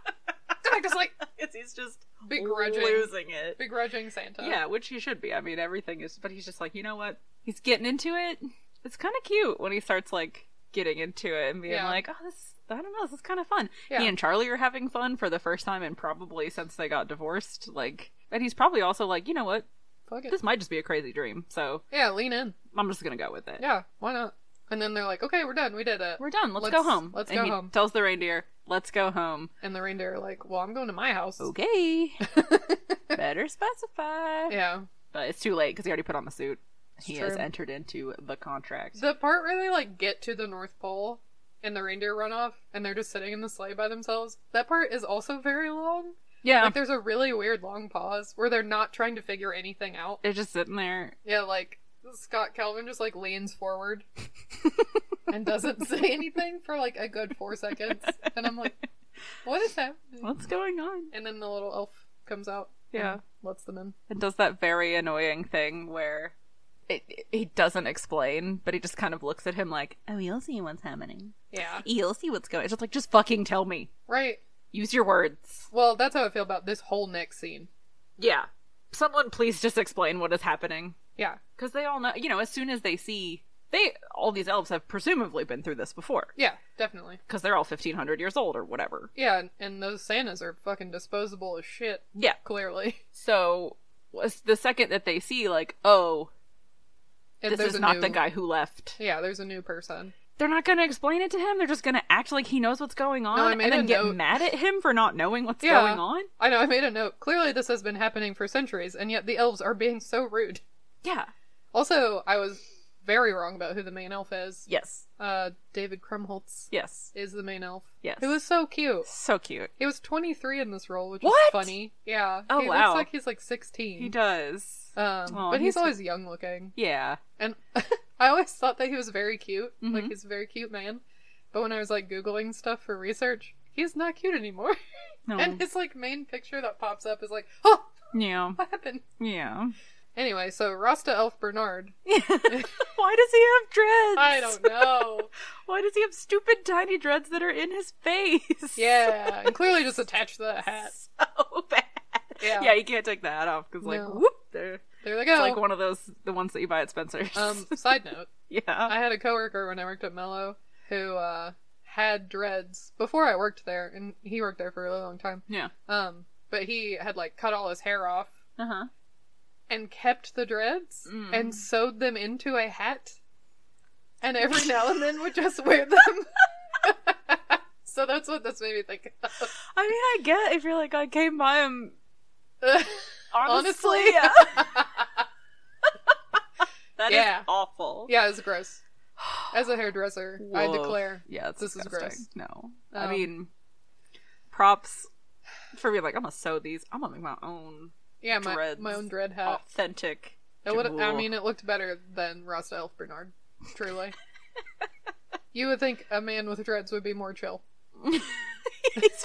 [SPEAKER 1] I just like
[SPEAKER 2] It's- he's just
[SPEAKER 1] Begrudging.
[SPEAKER 2] losing it.
[SPEAKER 1] begrudging Santa.
[SPEAKER 2] Yeah, which he should be. I mean, everything is, but he's just like, you know what? He's getting into it. It's kind of cute when he starts like getting into it and being
[SPEAKER 1] Yeah.
[SPEAKER 2] like, oh, this. I don't know. This is kind of fun.
[SPEAKER 1] Yeah.
[SPEAKER 2] He and Charlie are having fun for the first time, and probably since they got divorced. Like, and he's probably also like, you know what?
[SPEAKER 1] Fuck it.
[SPEAKER 2] This might just be a crazy dream. So
[SPEAKER 1] Yeah, lean in.
[SPEAKER 2] I'm just gonna go with it.
[SPEAKER 1] Yeah, why not? And then they're like, okay, we're done. We did it.
[SPEAKER 2] We're done. Let's, go home.
[SPEAKER 1] Let's
[SPEAKER 2] and
[SPEAKER 1] go
[SPEAKER 2] he
[SPEAKER 1] home.
[SPEAKER 2] Tells the reindeer, "Let's go home."
[SPEAKER 1] and the reindeer are like, well, I'm going to my house.
[SPEAKER 2] *laughs* Okay. Better specify.
[SPEAKER 1] Yeah.
[SPEAKER 2] But it's too late because he already put on the suit. he has
[SPEAKER 1] true.
[SPEAKER 2] entered into the contract.
[SPEAKER 1] The part where they like get to the North Pole and the reindeer run off and they're just sitting in the sleigh by themselves, that part is also very long.
[SPEAKER 2] yeah,
[SPEAKER 1] Like there's a really weird long pause where they're not trying to figure anything out.
[SPEAKER 2] they're just sitting there.
[SPEAKER 1] Yeah, like Scott Calvin just like leans
[SPEAKER 2] *laughs*
[SPEAKER 1] forward and doesn't say anything for like a good four seconds. And I'm like, what is happening?
[SPEAKER 2] What's going on?
[SPEAKER 1] And then the little elf comes out.
[SPEAKER 2] Yeah.
[SPEAKER 1] and lets them in.
[SPEAKER 2] And does that very annoying thing where it, it- he doesn't explain, but he just kind of looks at him like, "Oh, you'll see what's happening.
[SPEAKER 1] Yeah.
[SPEAKER 2] You'll see what's going." It's just like, just fucking tell me.
[SPEAKER 1] Right.
[SPEAKER 2] Use your words.
[SPEAKER 1] Well, that's how I feel about this whole next scene.
[SPEAKER 2] Yeah. Someone please just explain what is happening.
[SPEAKER 1] Yeah.
[SPEAKER 2] because they all know you know as soon as they see they all these elves have presumably been through this before
[SPEAKER 1] Yeah, definitely.
[SPEAKER 2] because they're all 1500 years old or whatever
[SPEAKER 1] Yeah, and, and those Santas are fucking disposable as shit,
[SPEAKER 2] yeah
[SPEAKER 1] clearly. *laughs*
[SPEAKER 2] so was the second that they see like oh
[SPEAKER 1] And
[SPEAKER 2] this
[SPEAKER 1] there's
[SPEAKER 2] is
[SPEAKER 1] a
[SPEAKER 2] not
[SPEAKER 1] new-
[SPEAKER 2] the guy who left
[SPEAKER 1] Yeah, there's a new person.
[SPEAKER 2] They're not going to explain it to him. They're just going to act like he knows what's going on
[SPEAKER 1] No, I made
[SPEAKER 2] and then
[SPEAKER 1] a
[SPEAKER 2] get
[SPEAKER 1] note.
[SPEAKER 2] mad at him for not knowing what's
[SPEAKER 1] Yeah.
[SPEAKER 2] going on.
[SPEAKER 1] I know, I made a note. Clearly, this has been happening for centuries, and yet the elves are being so rude.
[SPEAKER 2] Yeah.
[SPEAKER 1] Also, I was very wrong about who the main elf is.
[SPEAKER 2] Yes.
[SPEAKER 1] Uh, David Krumholtz
[SPEAKER 2] Yes.
[SPEAKER 1] is the main elf.
[SPEAKER 2] Yes.
[SPEAKER 1] Who is so cute.
[SPEAKER 2] So cute.
[SPEAKER 1] He was 23 in this role, which
[SPEAKER 2] What?
[SPEAKER 1] is funny. Yeah.
[SPEAKER 2] Oh,
[SPEAKER 1] he
[SPEAKER 2] wow.
[SPEAKER 1] looks like he's like 16.
[SPEAKER 2] He does.
[SPEAKER 1] Um,
[SPEAKER 2] Aw,
[SPEAKER 1] but he's,
[SPEAKER 2] he's-
[SPEAKER 1] always young looking.
[SPEAKER 2] Yeah.
[SPEAKER 1] And *laughs* I always thought that he was very cute. Like,
[SPEAKER 2] Mm-hmm.
[SPEAKER 1] he's a very cute man. But when I was like Googling stuff for research, he's not cute anymore. *laughs*
[SPEAKER 2] No.
[SPEAKER 1] And his like main picture that pops up is like, oh, *laughs*
[SPEAKER 2] Um, yeah.
[SPEAKER 1] what happened?
[SPEAKER 2] Yeah. *laughs*
[SPEAKER 1] Anyway, so Rasta Elf Bernard.
[SPEAKER 2] Why does he have dreads?
[SPEAKER 1] I don't
[SPEAKER 2] *laughs*
[SPEAKER 1] know.
[SPEAKER 2] Why does he have stupid tiny dreads that are in his face?
[SPEAKER 1] yeah. And clearly just attached to the hat.
[SPEAKER 2] *laughs* so bad.
[SPEAKER 1] Yeah.
[SPEAKER 2] yeah, you can't take the hat off because, like,
[SPEAKER 1] No.
[SPEAKER 2] whoop, they're
[SPEAKER 1] There they
[SPEAKER 2] it's
[SPEAKER 1] go.
[SPEAKER 2] like one of those the ones that you buy at Spencer's.
[SPEAKER 1] um, side note.
[SPEAKER 2] *laughs* yeah,
[SPEAKER 1] I had a coworker when I worked at Mello who uh, had dreads before I worked there, and he worked there for a really long time.
[SPEAKER 2] yeah,
[SPEAKER 1] Um, but he had like cut all his hair off
[SPEAKER 2] uh huh.
[SPEAKER 1] and kept the dreads
[SPEAKER 2] Mm.
[SPEAKER 1] and sewed them into a hat, and
[SPEAKER 2] *laughs*
[SPEAKER 1] every now and then would just wear them. *laughs* so that's what this made me think. Of.
[SPEAKER 2] I mean, I get if you're like I came by
[SPEAKER 1] *laughs*
[SPEAKER 2] him. Honestly,
[SPEAKER 1] Honestly. *laughs*
[SPEAKER 2] yeah. *laughs* That is
[SPEAKER 1] Yeah.
[SPEAKER 2] awful.
[SPEAKER 1] yeah, it was gross. As a hairdresser, I
[SPEAKER 2] Woof.
[SPEAKER 1] declare.
[SPEAKER 2] Yeah, it's
[SPEAKER 1] this is
[SPEAKER 2] disgusting.
[SPEAKER 1] gross.
[SPEAKER 2] No,
[SPEAKER 1] Um,
[SPEAKER 2] I mean, props for being like I'm gonna sew these. I'm gonna make my own
[SPEAKER 1] Yeah, my
[SPEAKER 2] dreads.
[SPEAKER 1] my own dread hat.
[SPEAKER 2] authentic.
[SPEAKER 1] It would, Uh, I
[SPEAKER 2] Ooh.
[SPEAKER 1] mean, it looked better than Rasta Elf Bernard, truly. you would think a man with dreads would be more chill.
[SPEAKER 2] *laughs* he's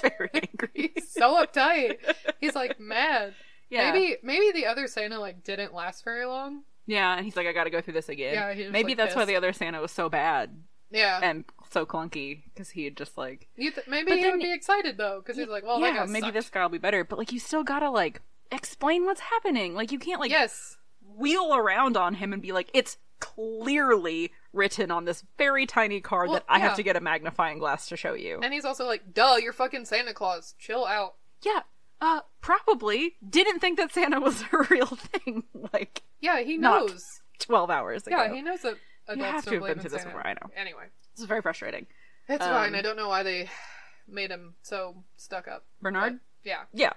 [SPEAKER 1] *laughs*
[SPEAKER 2] very angry.
[SPEAKER 1] He's so uptight. He's like mad.
[SPEAKER 2] Yeah.
[SPEAKER 1] Maybe maybe the other Santa like didn't last very long.
[SPEAKER 2] Yeah, and he's like, I gotta go through this again.
[SPEAKER 1] Yeah, he was,
[SPEAKER 2] Maybe
[SPEAKER 1] like,
[SPEAKER 2] that's why
[SPEAKER 1] pissed. Uh,
[SPEAKER 2] the other Santa was so bad
[SPEAKER 1] Yeah.
[SPEAKER 2] and so clunky because he had just like,
[SPEAKER 1] you th- maybe
[SPEAKER 2] But
[SPEAKER 1] he
[SPEAKER 2] then-
[SPEAKER 1] would be excited though, because he's like, well, that
[SPEAKER 2] yeah,
[SPEAKER 1] guy
[SPEAKER 2] maybe
[SPEAKER 1] sucked.
[SPEAKER 2] this guy will be better. But like, you still gotta like explain what's happening. Like, you can't like
[SPEAKER 1] yes.
[SPEAKER 2] wheel around on him and be like, it's clearly written on this very tiny card
[SPEAKER 1] Well,
[SPEAKER 2] that I
[SPEAKER 1] yeah.
[SPEAKER 2] have to get a magnifying glass to show you.
[SPEAKER 1] And he's also like, duh, you're fucking Santa Claus. Chill out.
[SPEAKER 2] yeah, uh, probably didn't think that
[SPEAKER 1] *laughs*
[SPEAKER 2] Santa was a real thing. like
[SPEAKER 1] Yeah, he
[SPEAKER 2] Not
[SPEAKER 1] knows.
[SPEAKER 2] twelve hours ago.
[SPEAKER 1] Yeah, he knows that adults
[SPEAKER 2] have to
[SPEAKER 1] don't
[SPEAKER 2] have
[SPEAKER 1] believe
[SPEAKER 2] been
[SPEAKER 1] in
[SPEAKER 2] through this
[SPEAKER 1] Santa.
[SPEAKER 2] before, I know.
[SPEAKER 1] Anyway,
[SPEAKER 2] This is very frustrating.
[SPEAKER 1] it's
[SPEAKER 2] Um,
[SPEAKER 1] fine. I don't know why they *sighs* made him so stuck up.
[SPEAKER 2] Bernard.
[SPEAKER 1] Yeah.
[SPEAKER 2] Uh, Yeah.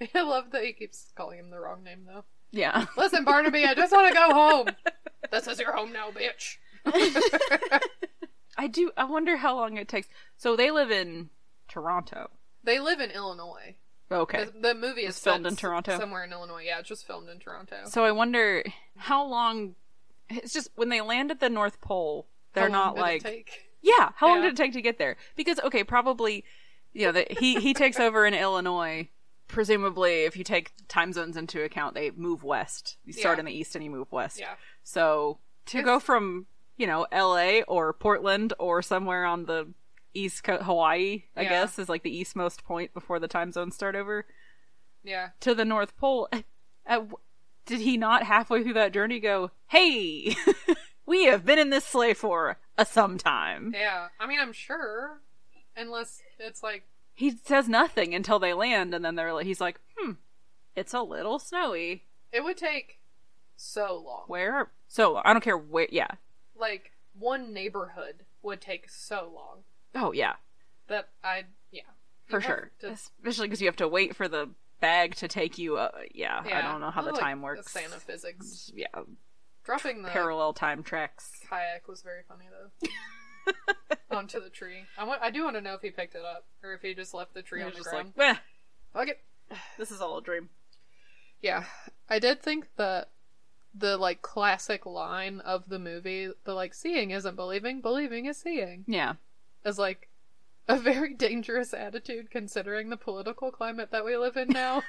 [SPEAKER 1] *laughs* I love that he keeps calling him the wrong name, though.
[SPEAKER 2] Yeah. *laughs*
[SPEAKER 1] Listen, Barnaby, I just want to go home. *laughs* This is your home now, bitch.
[SPEAKER 2] I do. I wonder how long it takes. So they live in Toronto.
[SPEAKER 1] They live in Illinois.
[SPEAKER 2] Okay.
[SPEAKER 1] The, the movie is
[SPEAKER 2] It's filmed
[SPEAKER 1] set
[SPEAKER 2] in Toronto?
[SPEAKER 1] somewhere in Illinois. Yeah, it's just filmed in Toronto.
[SPEAKER 2] So I wonder how long. It's just when they land at the North Pole, they're
[SPEAKER 1] How long
[SPEAKER 2] not
[SPEAKER 1] did it
[SPEAKER 2] like.
[SPEAKER 1] take?
[SPEAKER 2] Yeah. How long
[SPEAKER 1] Yeah.
[SPEAKER 2] did it take to get there? Because okay, probably. You know, the, he he takes over in Illinois. Presumably, if you take time zones into account, they move west. You start
[SPEAKER 1] Yeah.
[SPEAKER 2] in the east and you move west.
[SPEAKER 1] Yeah.
[SPEAKER 2] So to go from you know L.A. or Portland or somewhere on the east coast, Hawaii, I
[SPEAKER 1] Yeah.
[SPEAKER 2] guess, is like the eastmost point before the time zones start over
[SPEAKER 1] Yeah.
[SPEAKER 2] to the North Pole. *laughs* At, at, did he not halfway through that journey go, "Hey, *laughs* we have been in this sleigh for a some time"?
[SPEAKER 1] Yeah. I mean, I'm sure. Unless it's like,
[SPEAKER 2] He says nothing until they land, and then they're like, he's like, "Hmm, it's a little snowy."
[SPEAKER 1] it would take so long.
[SPEAKER 2] Where? Are, so I don't care where. Yeah.
[SPEAKER 1] Like, one neighborhood would take so long
[SPEAKER 2] Oh yeah.
[SPEAKER 1] that I, yeah. You
[SPEAKER 2] for
[SPEAKER 1] have
[SPEAKER 2] sure
[SPEAKER 1] to-
[SPEAKER 2] especially because you have to wait for the bag to take you uh, yeah, i
[SPEAKER 1] yeah.
[SPEAKER 2] don't know how the
[SPEAKER 1] Like
[SPEAKER 2] time works
[SPEAKER 1] Santa physics.
[SPEAKER 2] yeah
[SPEAKER 1] Dropping the
[SPEAKER 2] parallel time tracks
[SPEAKER 1] kayak was very funny though.
[SPEAKER 2] *laughs*
[SPEAKER 1] Onto the tree. I want. I do want to know if he picked it up or if he just left the tree
[SPEAKER 2] you're
[SPEAKER 1] on the
[SPEAKER 2] just like
[SPEAKER 1] ground.
[SPEAKER 2] "Meh,
[SPEAKER 1] okay.
[SPEAKER 2] this is all a dream
[SPEAKER 1] Yeah, I did think that the like classic line of the movie, the like seeing isn't believing, believing is seeing,
[SPEAKER 2] yeah
[SPEAKER 1] is like a very dangerous attitude considering the political climate that we live in
[SPEAKER 2] *laughs*
[SPEAKER 1] now.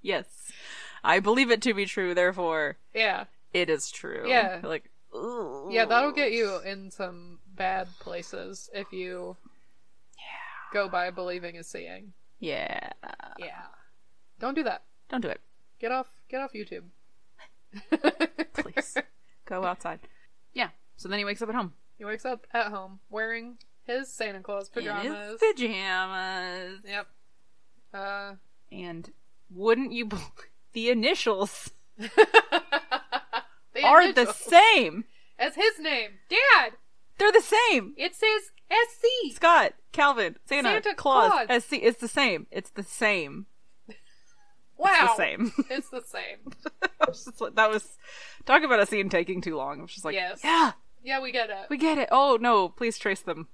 [SPEAKER 2] yes i believe it to be true therefore
[SPEAKER 1] yeah,
[SPEAKER 2] it is true
[SPEAKER 1] Yeah.
[SPEAKER 2] like ooh.
[SPEAKER 1] yeah, that'll get you in some bad places if you go by believing is seeing.
[SPEAKER 2] yeah
[SPEAKER 1] Yeah, don't do that.
[SPEAKER 2] don't do it
[SPEAKER 1] Get off get off YouTube. *laughs*
[SPEAKER 2] please go outside yeah so then he wakes up at home
[SPEAKER 1] He wakes up at home wearing his Santa Claus pajamas.
[SPEAKER 2] in his pajamas
[SPEAKER 1] Yep. Uh *laughs*
[SPEAKER 2] and wouldn't you believe *laughs* the initials
[SPEAKER 1] they
[SPEAKER 2] are the
[SPEAKER 1] initials
[SPEAKER 2] same
[SPEAKER 1] as his name. Dad!
[SPEAKER 2] They're the same.
[SPEAKER 1] It says SC.
[SPEAKER 2] Scott, Calvin, Santa,
[SPEAKER 1] Santa
[SPEAKER 2] Claus,
[SPEAKER 1] Claus.
[SPEAKER 2] SC. It's the same. It's the same.
[SPEAKER 1] Wow.
[SPEAKER 2] same. *laughs*
[SPEAKER 1] It's the same.
[SPEAKER 2] I was just like- that was talk about a scene taking too long. I was just like,
[SPEAKER 1] Yes.
[SPEAKER 2] yeah,
[SPEAKER 1] Yeah, we gotta
[SPEAKER 2] we get it. Oh no, please trace them.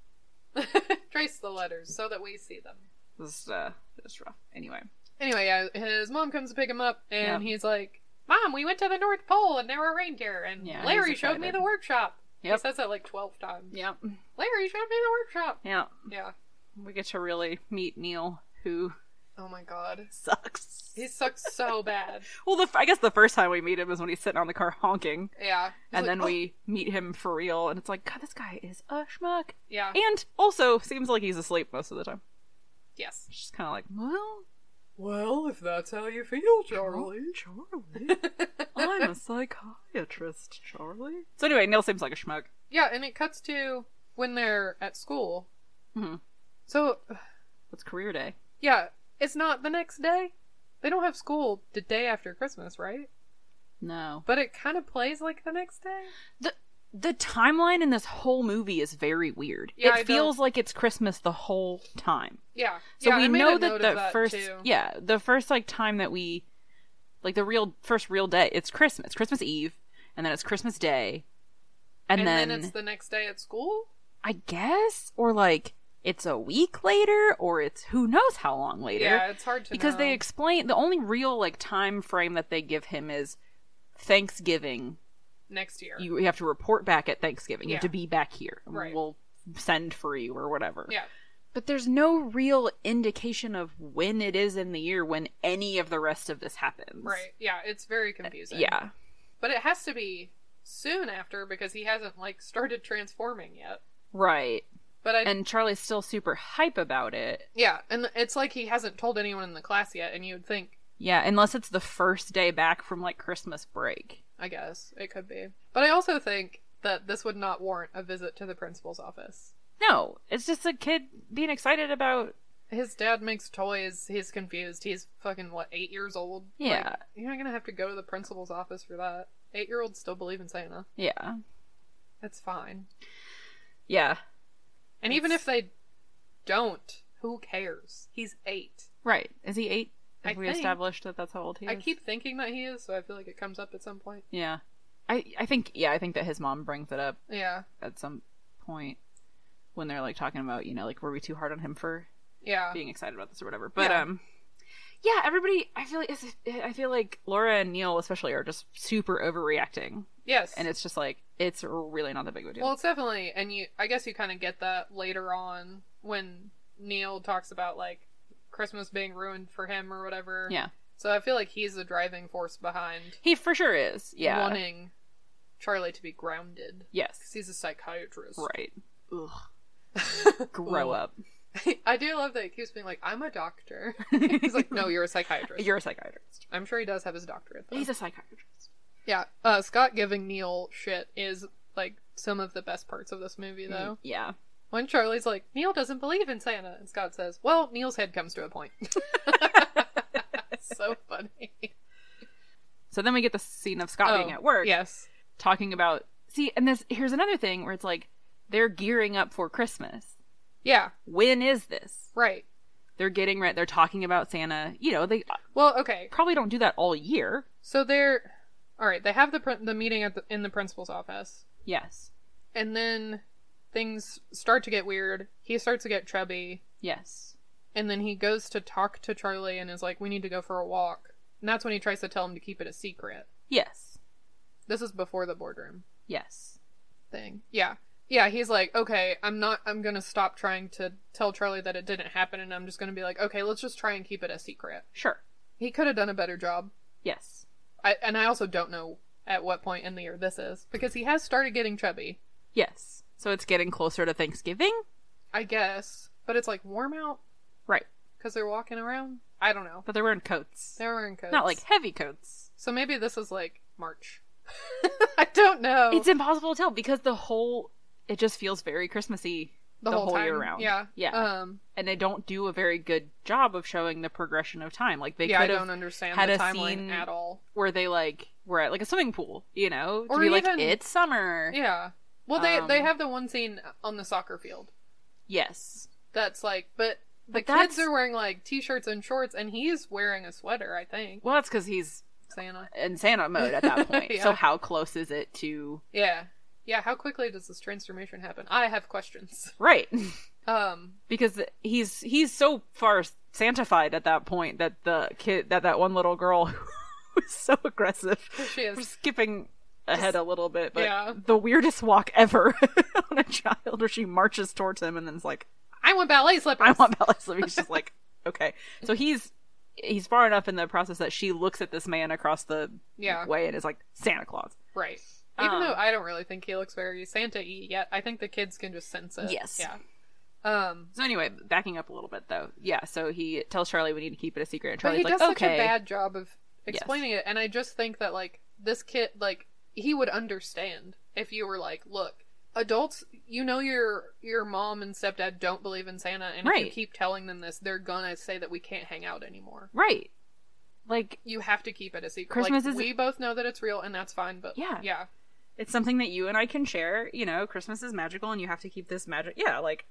[SPEAKER 1] trace the letters so that we see them.
[SPEAKER 2] This is, uh, this is rough. Anyway,
[SPEAKER 1] Anyway, yeah, his mom comes to pick him up, and
[SPEAKER 2] Yeah.
[SPEAKER 1] he's like, "Mom, we went to the North Pole, and there were reindeer, and
[SPEAKER 2] Yeah,
[SPEAKER 1] Larry
[SPEAKER 2] he's
[SPEAKER 1] showed me
[SPEAKER 2] excited.
[SPEAKER 1] the workshop." He
[SPEAKER 2] Yep.
[SPEAKER 1] says that like twelve times.
[SPEAKER 2] yeah,
[SPEAKER 1] Larry showed me the workshop.
[SPEAKER 2] yeah.
[SPEAKER 1] Yeah.
[SPEAKER 2] We get to really meet Neil, who *laughs*
[SPEAKER 1] Oh my god,
[SPEAKER 2] sucks.
[SPEAKER 1] he sucks so
[SPEAKER 2] *laughs*
[SPEAKER 1] bad.
[SPEAKER 2] Well, the, f- I guess the first time we meet him is when he's sitting on the car honking,
[SPEAKER 1] Yeah. He's
[SPEAKER 2] and
[SPEAKER 1] like,
[SPEAKER 2] then
[SPEAKER 1] "Oh."
[SPEAKER 2] we meet him for real, and it's like, God, this guy is a schmuck.
[SPEAKER 1] Yeah.
[SPEAKER 2] And also seems like he's asleep most of the time.
[SPEAKER 1] Yes.
[SPEAKER 2] She's kind of like, well,
[SPEAKER 1] Well, if that's how you feel,
[SPEAKER 2] *laughs*
[SPEAKER 1] Charlie.
[SPEAKER 2] Charlie, I'm a psychiatrist, Charlie. So anyway, Neil seems like a schmuck.
[SPEAKER 1] Yeah, and it cuts to when they're at school.
[SPEAKER 2] Mhm.
[SPEAKER 1] So,
[SPEAKER 2] It's career day.
[SPEAKER 1] yeah, it's not the next day. They don't have school the day after Christmas, right?
[SPEAKER 2] No,
[SPEAKER 1] But it kind of plays like the next day.
[SPEAKER 2] the the timeline in this whole movie is very weird.
[SPEAKER 1] Yeah, I
[SPEAKER 2] it feels
[SPEAKER 1] don't-
[SPEAKER 2] like it's Christmas the whole time.
[SPEAKER 1] Yeah.
[SPEAKER 2] So
[SPEAKER 1] yeah, I
[SPEAKER 2] we
[SPEAKER 1] made a
[SPEAKER 2] know
[SPEAKER 1] note
[SPEAKER 2] that
[SPEAKER 1] of
[SPEAKER 2] the first
[SPEAKER 1] too.
[SPEAKER 2] yeah, the first like time that we like the real first real day, it's Christmas, Christmas Eve, and then it's Christmas Day. And, then,
[SPEAKER 1] it's the next day at school.
[SPEAKER 2] I guess or like it's a week later or it's who knows how long later.
[SPEAKER 1] Yeah, it's hard to
[SPEAKER 2] because they
[SPEAKER 1] know.
[SPEAKER 2] explain the only real like time frame that they give him is Thanksgiving
[SPEAKER 1] next year.
[SPEAKER 2] you, you have to report back at Thanksgiving. You have
[SPEAKER 1] Yeah.
[SPEAKER 2] to be back here. and
[SPEAKER 1] Right.
[SPEAKER 2] We'll send for you or whatever.
[SPEAKER 1] Yeah.
[SPEAKER 2] But there's no real indication of when it is in the year when any of the rest of this happens.
[SPEAKER 1] Right. Yeah, it's very confusing.
[SPEAKER 2] Uh, Yeah.
[SPEAKER 1] But it has to be soon after because he hasn't like started transforming yet.
[SPEAKER 2] Right.
[SPEAKER 1] But I
[SPEAKER 2] And Charlie's still super hype about it.
[SPEAKER 1] yeah, and it's like he hasn't told anyone in the class yet and you would think
[SPEAKER 2] Yeah, unless it's the first day back from like Christmas break.
[SPEAKER 1] I guess it could be. But I also think that this would not warrant a visit to the principal's office.
[SPEAKER 2] No, it's just a kid being excited about
[SPEAKER 1] His dad makes toys. He's confused. He's fucking what eight years old.
[SPEAKER 2] Yeah.
[SPEAKER 1] Like, you're not gonna have to go to the principal's office for that. Eight year olds still believe in Santa.
[SPEAKER 2] yeah.
[SPEAKER 1] It's fine.
[SPEAKER 2] Yeah.
[SPEAKER 1] And even if they don't, who cares? He's eight.
[SPEAKER 2] Right. Is he 8?
[SPEAKER 1] I
[SPEAKER 2] Have we
[SPEAKER 1] think-
[SPEAKER 2] established that that's how old he is?
[SPEAKER 1] I keep thinking that he is, so I feel like it comes up at some point.
[SPEAKER 2] Yeah. I I think yeah, I think that his mom brings it up
[SPEAKER 1] Yeah,
[SPEAKER 2] at some point when they're like talking about you know like were we too hard on him for
[SPEAKER 1] yeah,
[SPEAKER 2] being excited about this or whatever but
[SPEAKER 1] Yeah.
[SPEAKER 2] um yeah everybody i feel like i feel like laura and neil especially are just super overreacting
[SPEAKER 1] yes.
[SPEAKER 2] and it's just like it's really not that big of a deal
[SPEAKER 1] well, it's definitely, and you, I guess you kind of get that later on when Neil talks about like Christmas being ruined for him or whatever.
[SPEAKER 2] yeah
[SPEAKER 1] So I feel like he's the driving force behind
[SPEAKER 2] he for sure is yeah
[SPEAKER 1] wanting Charlie to be grounded.
[SPEAKER 2] yes
[SPEAKER 1] 'Cause he's a psychiatrist.
[SPEAKER 2] right
[SPEAKER 1] *laughs*
[SPEAKER 2] Ugh. grow up
[SPEAKER 1] I do love that he keeps being like, "I'm a
[SPEAKER 2] *laughs*
[SPEAKER 1] doctor." he's like, "No, you're a psychiatrist."
[SPEAKER 2] you're a psychiatrist
[SPEAKER 1] I'm sure he does have his doctorate. Though.
[SPEAKER 2] he's a psychiatrist
[SPEAKER 1] Yeah, uh, Scott giving Neil shit is like some of the best parts of this movie, though.
[SPEAKER 2] Mm, yeah
[SPEAKER 1] When Charlie's like, Neil doesn't believe in Santa, and Scott says, "Well, Neil's head comes to a point." *laughs* so funny.
[SPEAKER 2] so then we get the scene of scott being
[SPEAKER 1] Oh,
[SPEAKER 2] at work
[SPEAKER 1] Yes.
[SPEAKER 2] talking about see and this here's another thing where it's like they're gearing up for christmas
[SPEAKER 1] Yeah.
[SPEAKER 2] when is this
[SPEAKER 1] Right.
[SPEAKER 2] they're getting ready they're talking about santa you know they
[SPEAKER 1] Well, okay.
[SPEAKER 2] probably don't do that all year
[SPEAKER 1] So they're all right. They have the prin- the meeting at the, in the principal's office,
[SPEAKER 2] yes
[SPEAKER 1] and then things start to get weird. He starts to get chubby,
[SPEAKER 2] yes
[SPEAKER 1] and then he goes to talk to Charlie and is like, "We need to go for a walk." And that's when he tries to tell him to keep it a secret.
[SPEAKER 2] yes
[SPEAKER 1] This is before the boardroom
[SPEAKER 2] yes
[SPEAKER 1] thing. Yeah. Yeah, he's like, okay, I'm not, I'm gonna stop trying to tell Charlie that it didn't happen, and I'm just gonna be like, okay, let's just try and keep it a secret.
[SPEAKER 2] sure
[SPEAKER 1] He could have done a better job.
[SPEAKER 2] yes
[SPEAKER 1] I, and I also don't know at what point in the year this is, because he has started getting chubby,
[SPEAKER 2] yes so it's getting closer to thanksgiving
[SPEAKER 1] I guess, but it's like warm out
[SPEAKER 2] right
[SPEAKER 1] because they're walking around. I don't know.
[SPEAKER 2] but they're wearing coats
[SPEAKER 1] They're wearing coats.
[SPEAKER 2] not like heavy coats
[SPEAKER 1] So maybe this is like March. *laughs* I don't know.
[SPEAKER 2] it's impossible to tell because the whole it just feels very christmassy the, whole, year
[SPEAKER 1] time.
[SPEAKER 2] round
[SPEAKER 1] Yeah.
[SPEAKER 2] yeah
[SPEAKER 1] Um,
[SPEAKER 2] and they don't do a very good job of showing the progression of time. Like they
[SPEAKER 1] yeah, I
[SPEAKER 2] could have
[SPEAKER 1] don't understand
[SPEAKER 2] had
[SPEAKER 1] the
[SPEAKER 2] a
[SPEAKER 1] timeline
[SPEAKER 2] scene
[SPEAKER 1] at all.
[SPEAKER 2] where they like were at like a swimming pool, you know, to
[SPEAKER 1] Or
[SPEAKER 2] be
[SPEAKER 1] even-
[SPEAKER 2] like it's summer,
[SPEAKER 1] Yeah. Well, they
[SPEAKER 2] Um,
[SPEAKER 1] they have the one scene on the soccer field
[SPEAKER 2] Yes.
[SPEAKER 1] that's like, but the
[SPEAKER 2] But
[SPEAKER 1] kids
[SPEAKER 2] that's-
[SPEAKER 1] are wearing like t-shirts and shorts, and he's wearing a sweater. I think
[SPEAKER 2] Well, that's because he's
[SPEAKER 1] Santa.
[SPEAKER 2] in Santa mode
[SPEAKER 1] *laughs*
[SPEAKER 2] at that point.
[SPEAKER 1] Yeah.
[SPEAKER 2] So how close is it to
[SPEAKER 1] Yeah, yeah. How quickly does this transformation happen? I have questions.
[SPEAKER 2] right?
[SPEAKER 1] Um,
[SPEAKER 2] because he's he's so far Santified at that point that the kid that that one little girl *laughs* was so aggressive.
[SPEAKER 1] She is.
[SPEAKER 2] We're skipping ahead a little bit, but
[SPEAKER 1] Yeah.
[SPEAKER 2] the weirdest walk ever *laughs* on a child, where she marches towards him and then's like,
[SPEAKER 1] I want ballet slippers.
[SPEAKER 2] I want ballet slippers.
[SPEAKER 1] *laughs*
[SPEAKER 2] He's just like, okay. So he's he's far enough in the process that she looks at this man across the
[SPEAKER 1] Yeah.
[SPEAKER 2] way and is like Santa Claus.
[SPEAKER 1] right. Even
[SPEAKER 2] Um,
[SPEAKER 1] though I don't really think he looks very Santa y yet, I think the kids can just sense it.
[SPEAKER 2] Yes.
[SPEAKER 1] Yeah. Um,
[SPEAKER 2] So anyway, backing up a little bit though, yeah. So he tells Charlie we need to keep it a secret, and
[SPEAKER 1] but
[SPEAKER 2] Charlie's
[SPEAKER 1] he
[SPEAKER 2] like,
[SPEAKER 1] does such
[SPEAKER 2] okay,
[SPEAKER 1] a bad job of explaining it, and I just think that like this kid, like he would understand if you were like, look. Adults, you know your your mom and stepdad don't believe in Santa, and if you
[SPEAKER 2] Right.
[SPEAKER 1] keep telling them this, they're gonna say that we can't hang out anymore.
[SPEAKER 2] right? Like
[SPEAKER 1] You have to keep it a secret.
[SPEAKER 2] Christmas
[SPEAKER 1] like,
[SPEAKER 2] is-
[SPEAKER 1] we both know that it's real, and that's fine. But
[SPEAKER 2] Yeah.
[SPEAKER 1] yeah,
[SPEAKER 2] it's something that you and I can share. You know, Christmas is magical, and you have to keep this magic. Yeah, like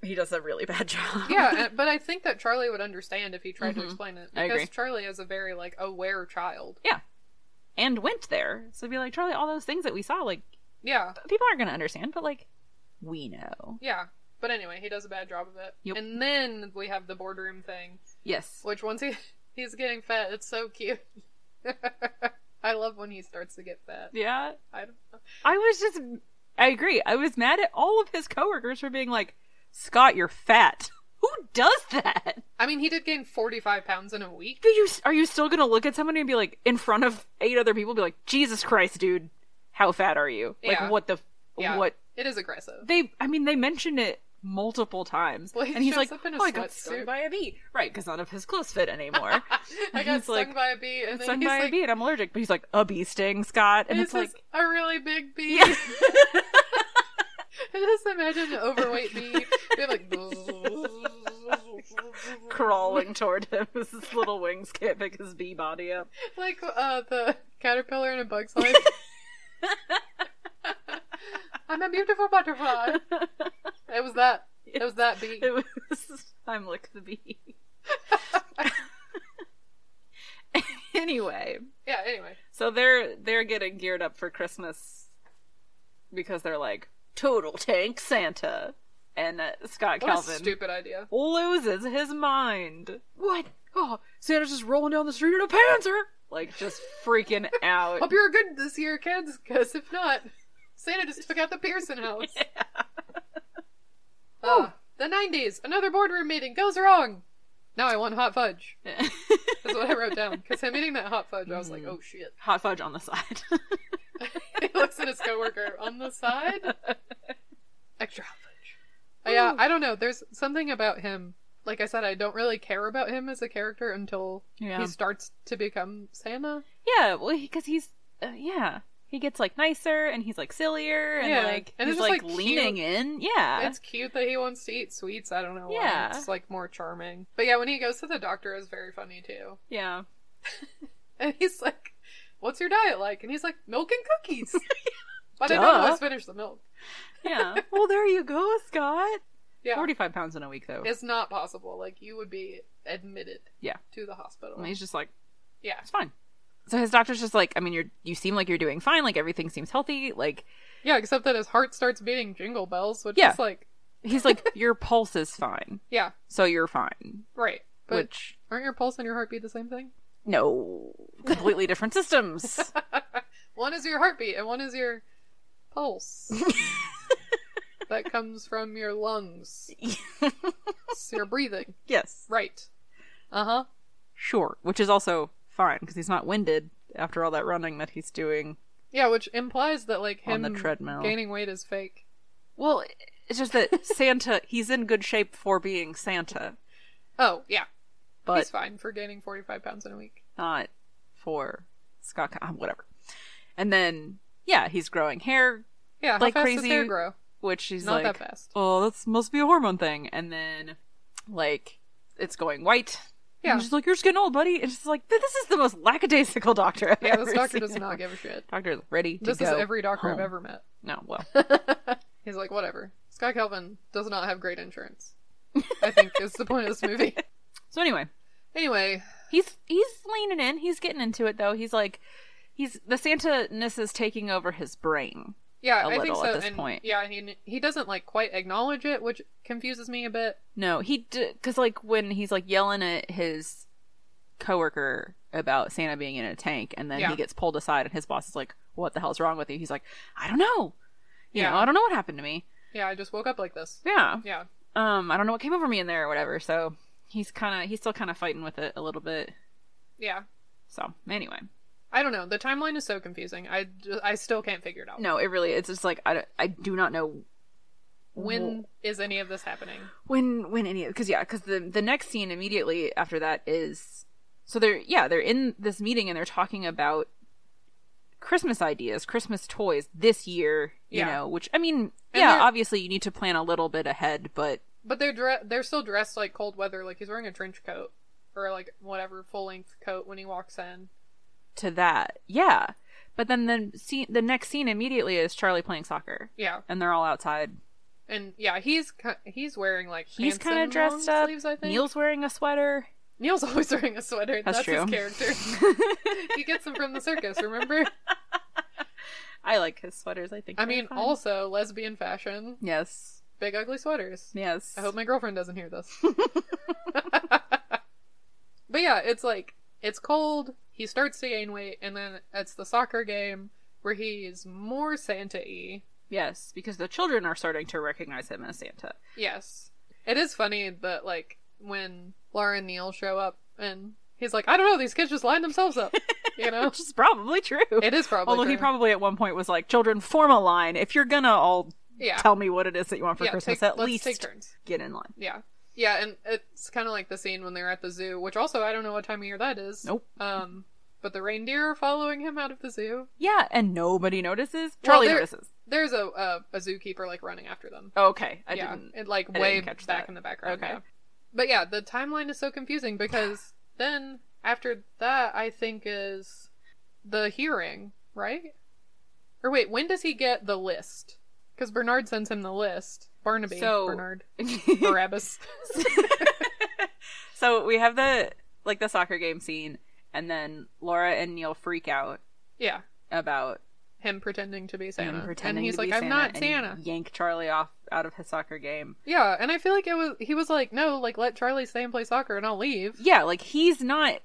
[SPEAKER 2] he does a really *laughs* bad job.
[SPEAKER 1] yeah, and- but I think that Charlie would understand if he tried to explain it
[SPEAKER 2] Mm-hmm. I
[SPEAKER 1] because
[SPEAKER 2] agree.
[SPEAKER 1] Charlie is a very like aware child.
[SPEAKER 2] yeah. And went there, so be like Charlie. All those things that we saw, like
[SPEAKER 1] Yeah,
[SPEAKER 2] people aren't gonna understand, but like we know.
[SPEAKER 1] yeah. But anyway, he does a bad job of it.
[SPEAKER 2] Yep.
[SPEAKER 1] And then we have the boardroom thing,
[SPEAKER 2] Yes.
[SPEAKER 1] which once he *laughs* he's getting fat, it's so cute. *laughs* I love when he starts to get fat.
[SPEAKER 2] Yeah.
[SPEAKER 1] I don't know.
[SPEAKER 2] I was just I agree. I was mad at all of his coworkers for being like, "Scott, you're fat." *laughs* Who does that?
[SPEAKER 1] I mean, he did gain forty five pounds in a week.
[SPEAKER 2] Do you are you still going to look at somebody and be like in front of eight other people be like, "Jesus Christ, dude, how fat are you?" Like
[SPEAKER 1] Yeah.
[SPEAKER 2] what the
[SPEAKER 1] Yeah,
[SPEAKER 2] what
[SPEAKER 1] It is aggressive.
[SPEAKER 2] *laughs* they I mean they mention it multiple times
[SPEAKER 1] Well, he
[SPEAKER 2] and he's
[SPEAKER 1] shows
[SPEAKER 2] like,
[SPEAKER 1] up in a
[SPEAKER 2] "Oh, I got
[SPEAKER 1] sweatsuit."
[SPEAKER 2] stung by a bee." Right, cuz none of his clothes fit anymore.
[SPEAKER 1] I got
[SPEAKER 2] he's
[SPEAKER 1] stung
[SPEAKER 2] like,
[SPEAKER 1] by a bee, *laughs* and then
[SPEAKER 2] stung
[SPEAKER 1] he's
[SPEAKER 2] by
[SPEAKER 1] like,
[SPEAKER 2] a bee and I'm allergic, but he's like, "A bee sting, Scott." And
[SPEAKER 1] "This
[SPEAKER 2] it's like
[SPEAKER 1] is a really big bee."
[SPEAKER 2] Yeah.
[SPEAKER 1] I *laughs* just imagine an overweight bee. They're like, *laughs*
[SPEAKER 2] *laughs* crawling toward him *laughs* as his little wings can't pick his bee
[SPEAKER 1] *laughs*
[SPEAKER 2] body up.
[SPEAKER 1] like uh, the caterpillar in a bug's life. I'm a beautiful butterfly. It was that. It was that bee.
[SPEAKER 2] It was I'm like the bee. *laughs* anyway,
[SPEAKER 1] Yeah. Anyway.
[SPEAKER 2] so they're they're getting geared up for Christmas because they're like total tank Santa, and uh, Scott
[SPEAKER 1] What a
[SPEAKER 2] Calvin
[SPEAKER 1] stupid idea.
[SPEAKER 2] loses his mind. What? Oh, Santa's just rolling down the street in a Panzer, like just freaking out.
[SPEAKER 1] Hope you're good this year, kids. Because if not, Santa just took out the Pearson house. Ah, the '90s. Another boardroom meeting goes wrong. Now I want hot fudge. That's what I wrote down. Because him eating that hot fudge, I was like, oh shit.
[SPEAKER 2] *laughs* Hot fudge on the side. *laughs*
[SPEAKER 1] *laughs* he looks at his coworker on the side. Extra hot fudge. Uh, Yeah, I don't know. There's something about him. Like I said, I don't really care about him as a character until
[SPEAKER 2] Yeah.
[SPEAKER 1] he starts to become Santa.
[SPEAKER 2] Yeah, well, because he's uh, yeah, he gets like nicer and he's like sillier and
[SPEAKER 1] Yeah,
[SPEAKER 2] like
[SPEAKER 1] and it's
[SPEAKER 2] he's
[SPEAKER 1] just,
[SPEAKER 2] like,
[SPEAKER 1] like,
[SPEAKER 2] leaning
[SPEAKER 1] cute.
[SPEAKER 2] in. Yeah,
[SPEAKER 1] It's cute that he wants to eat sweets. I don't know why.
[SPEAKER 2] Yeah.
[SPEAKER 1] It's like more charming. But yeah, when he goes to the doctor, it's very funny too. *laughs*
[SPEAKER 2] *laughs* yeah.
[SPEAKER 1] And he's like, "What's your diet like?" And he's like, "Milk and
[SPEAKER 2] *laughs*
[SPEAKER 1] cookies." but I don't
[SPEAKER 2] Duh.
[SPEAKER 1] always finish the milk.
[SPEAKER 2] Yeah. well, there you go, Scott.
[SPEAKER 1] Yeah,
[SPEAKER 2] Forty-five pounds in a week, though.
[SPEAKER 1] it's not possible. Like you would be admitted
[SPEAKER 2] yeah,
[SPEAKER 1] to the hospital.
[SPEAKER 2] and he's just like,
[SPEAKER 1] Yeah,
[SPEAKER 2] it's fine. So his doctor's just like, I mean, you're you seem like you're doing fine. Like everything seems healthy. Like
[SPEAKER 1] yeah. Except that his heart starts beating jingle bells, which
[SPEAKER 2] Yeah.
[SPEAKER 1] is like,
[SPEAKER 2] he's like, *laughs* your pulse is fine,
[SPEAKER 1] yeah,
[SPEAKER 2] so you're fine.
[SPEAKER 1] right. But
[SPEAKER 2] Which
[SPEAKER 1] aren't your pulse and your heartbeat the same thing?
[SPEAKER 2] no, completely different
[SPEAKER 1] *laughs*
[SPEAKER 2] systems.
[SPEAKER 1] One is your heartbeat, and one is your
[SPEAKER 2] *laughs*
[SPEAKER 1] pulse. that comes from your
[SPEAKER 2] *laughs*
[SPEAKER 1] lungs. it's your breathing.
[SPEAKER 2] yes.
[SPEAKER 1] Right. Uh
[SPEAKER 2] Uh-huh.
[SPEAKER 1] huh.
[SPEAKER 2] Sure. Which is also fine because he's not winded after all that running that he's doing.
[SPEAKER 1] Yeah, which implies that like
[SPEAKER 2] On
[SPEAKER 1] him
[SPEAKER 2] the treadmill.
[SPEAKER 1] gaining weight is fake.
[SPEAKER 2] Well, it's
[SPEAKER 1] *laughs*
[SPEAKER 2] just that Santa, he's in good shape for being Santa,
[SPEAKER 1] Oh yeah, he's
[SPEAKER 2] but
[SPEAKER 1] fine for gaining forty five pounds in a week.
[SPEAKER 2] not for Scott, Ca- um, whatever. And then, yeah, he's growing hair,
[SPEAKER 1] Yeah,
[SPEAKER 2] Like
[SPEAKER 1] how fast does
[SPEAKER 2] crazy-
[SPEAKER 1] hair grow?
[SPEAKER 2] which he's
[SPEAKER 1] Not
[SPEAKER 2] like,
[SPEAKER 1] that fast.
[SPEAKER 2] oh, that must be a hormone thing. And then, like, it's going white,
[SPEAKER 1] Yeah.
[SPEAKER 2] And she's like, "You're just getting old, buddy." And she's like, "This is the most lackadaisical doctor." I've
[SPEAKER 1] Yeah, this
[SPEAKER 2] *laughs* ever
[SPEAKER 1] doctor
[SPEAKER 2] seen.
[SPEAKER 1] does not give a shit.
[SPEAKER 2] Doctor is ready to
[SPEAKER 1] This is
[SPEAKER 2] go
[SPEAKER 1] every doctor I've
[SPEAKER 2] home.
[SPEAKER 1] ever met.
[SPEAKER 2] No, well,
[SPEAKER 1] *laughs* He's like, whatever. Scott Kelvin does not have great
[SPEAKER 2] *laughs*
[SPEAKER 1] insurance. I think is the point of this movie.
[SPEAKER 2] so anyway,
[SPEAKER 1] Anyway,
[SPEAKER 2] he's he's leaning in. He's getting into it though. He's like, he's the Santa ness is taking over his brain.
[SPEAKER 1] yeah,
[SPEAKER 2] A
[SPEAKER 1] I think
[SPEAKER 2] little
[SPEAKER 1] so.
[SPEAKER 2] at this
[SPEAKER 1] and
[SPEAKER 2] point.
[SPEAKER 1] yeah, he he doesn't like quite acknowledge it, which confuses me a bit.
[SPEAKER 2] No, he because like when he's like yelling at his coworker about Santa being in a tank, and then
[SPEAKER 1] Yeah.
[SPEAKER 2] he gets pulled aside, and his boss is like, "What the hell's wrong with you?" He's like, "I don't know. You
[SPEAKER 1] Yeah.
[SPEAKER 2] know, I don't know what happened to me.
[SPEAKER 1] Yeah, I just woke up like this.
[SPEAKER 2] Yeah,
[SPEAKER 1] Yeah,
[SPEAKER 2] um, I don't know what came over me in there or whatever." So he's kind of he's still kind of fighting with it a little bit.
[SPEAKER 1] yeah.
[SPEAKER 2] So anyway,
[SPEAKER 1] I don't know. The timeline is so confusing. I ju- I still can't figure it out.
[SPEAKER 2] no, it really it's just like I don't- I do not know
[SPEAKER 1] When is any of this happening?
[SPEAKER 2] when when any because yeah because the the next scene immediately after that is so they're yeah they're in this meeting and they're talking about christmas ideas christmas toys this year you
[SPEAKER 1] Yeah.
[SPEAKER 2] know which i mean
[SPEAKER 1] And
[SPEAKER 2] yeah
[SPEAKER 1] they're-
[SPEAKER 2] obviously you need to plan a little bit ahead but
[SPEAKER 1] But they're dre- they're still dressed like cold weather. Like he's wearing a trench coat or like whatever full length coat when he walks in.
[SPEAKER 2] to that yeah but then the scene the next scene immediately is charlie playing soccer
[SPEAKER 1] Yeah,
[SPEAKER 2] and they're all outside
[SPEAKER 1] and yeah, he's ki- he's wearing like pants
[SPEAKER 2] he's
[SPEAKER 1] and
[SPEAKER 2] kind of dressed
[SPEAKER 1] long
[SPEAKER 2] up
[SPEAKER 1] Sleeves, I think.
[SPEAKER 2] neil's wearing a sweater
[SPEAKER 1] Neil's *laughs* always wearing a sweater. That's,
[SPEAKER 2] That's
[SPEAKER 1] his
[SPEAKER 2] true.
[SPEAKER 1] character.
[SPEAKER 2] *laughs*
[SPEAKER 1] he gets them from the circus, remember?
[SPEAKER 2] i like his sweaters i think
[SPEAKER 1] I
[SPEAKER 2] they're
[SPEAKER 1] mean,
[SPEAKER 2] fun.
[SPEAKER 1] also lesbian fashion,
[SPEAKER 2] yes
[SPEAKER 1] big ugly sweaters.
[SPEAKER 2] yes
[SPEAKER 1] I hope my girlfriend doesn't hear
[SPEAKER 2] *laughs*
[SPEAKER 1] this. *laughs* but yeah, it's like it's cold. He starts to gain weight, and then it's the soccer game where he's more Santa-y.
[SPEAKER 2] yes because the children are starting to recognize him as santa *laughs*
[SPEAKER 1] Yes, it is funny that like when Laura and Neil show up, and he's like, "I don't know, these kids just line themselves
[SPEAKER 2] *laughs*
[SPEAKER 1] up," you know.
[SPEAKER 2] which is probably true.
[SPEAKER 1] It is probably
[SPEAKER 2] Although he
[SPEAKER 1] true.
[SPEAKER 2] probably at one point was like, "Children, form a line. If you're gonna all
[SPEAKER 1] Yeah.
[SPEAKER 2] tell me what it is that you want for
[SPEAKER 1] Yeah,
[SPEAKER 2] Christmas,
[SPEAKER 1] take-
[SPEAKER 2] at
[SPEAKER 1] let's
[SPEAKER 2] least
[SPEAKER 1] take turns.
[SPEAKER 2] get in line."
[SPEAKER 1] Yeah. Yeah, and it's kind of like the scene when they're at the zoo, which also I don't know what time of year that is.
[SPEAKER 2] Nope.
[SPEAKER 1] Um, but the reindeer are following him out of the zoo.
[SPEAKER 2] Yeah, and nobody notices. Charlie
[SPEAKER 1] there-
[SPEAKER 2] notices.
[SPEAKER 1] There's a a, a zookeeper like running after them.
[SPEAKER 2] Okay, I
[SPEAKER 1] yeah, *laughs*
[SPEAKER 2] didn't.
[SPEAKER 1] it like
[SPEAKER 2] I didn't
[SPEAKER 1] way
[SPEAKER 2] catch
[SPEAKER 1] back
[SPEAKER 2] that.
[SPEAKER 1] in the background.
[SPEAKER 2] Okay.
[SPEAKER 1] yeah. But yeah, the timeline is so confusing
[SPEAKER 2] *sighs*
[SPEAKER 1] because then after that, I think is the hearing, right? Or wait, when does he get the list? Because Bernard sends him the list. Barnaby,
[SPEAKER 2] So- *laughs*
[SPEAKER 1] Bernard, Barabbas.
[SPEAKER 2] *laughs* so we have the like the soccer game scene, and then Laura and Neil freak out
[SPEAKER 1] yeah,
[SPEAKER 2] about
[SPEAKER 1] him pretending to be Santa,
[SPEAKER 2] him pretending
[SPEAKER 1] and he's
[SPEAKER 2] to
[SPEAKER 1] like,
[SPEAKER 2] be
[SPEAKER 1] "I'm
[SPEAKER 2] Santa
[SPEAKER 1] not
[SPEAKER 2] and
[SPEAKER 1] Santa."
[SPEAKER 2] Yank Charlie off out of his soccer game.
[SPEAKER 1] Yeah, and I feel like it was he was like, "No, like let Charlie stay and play soccer, and I'll leave."
[SPEAKER 2] Yeah, like he's not.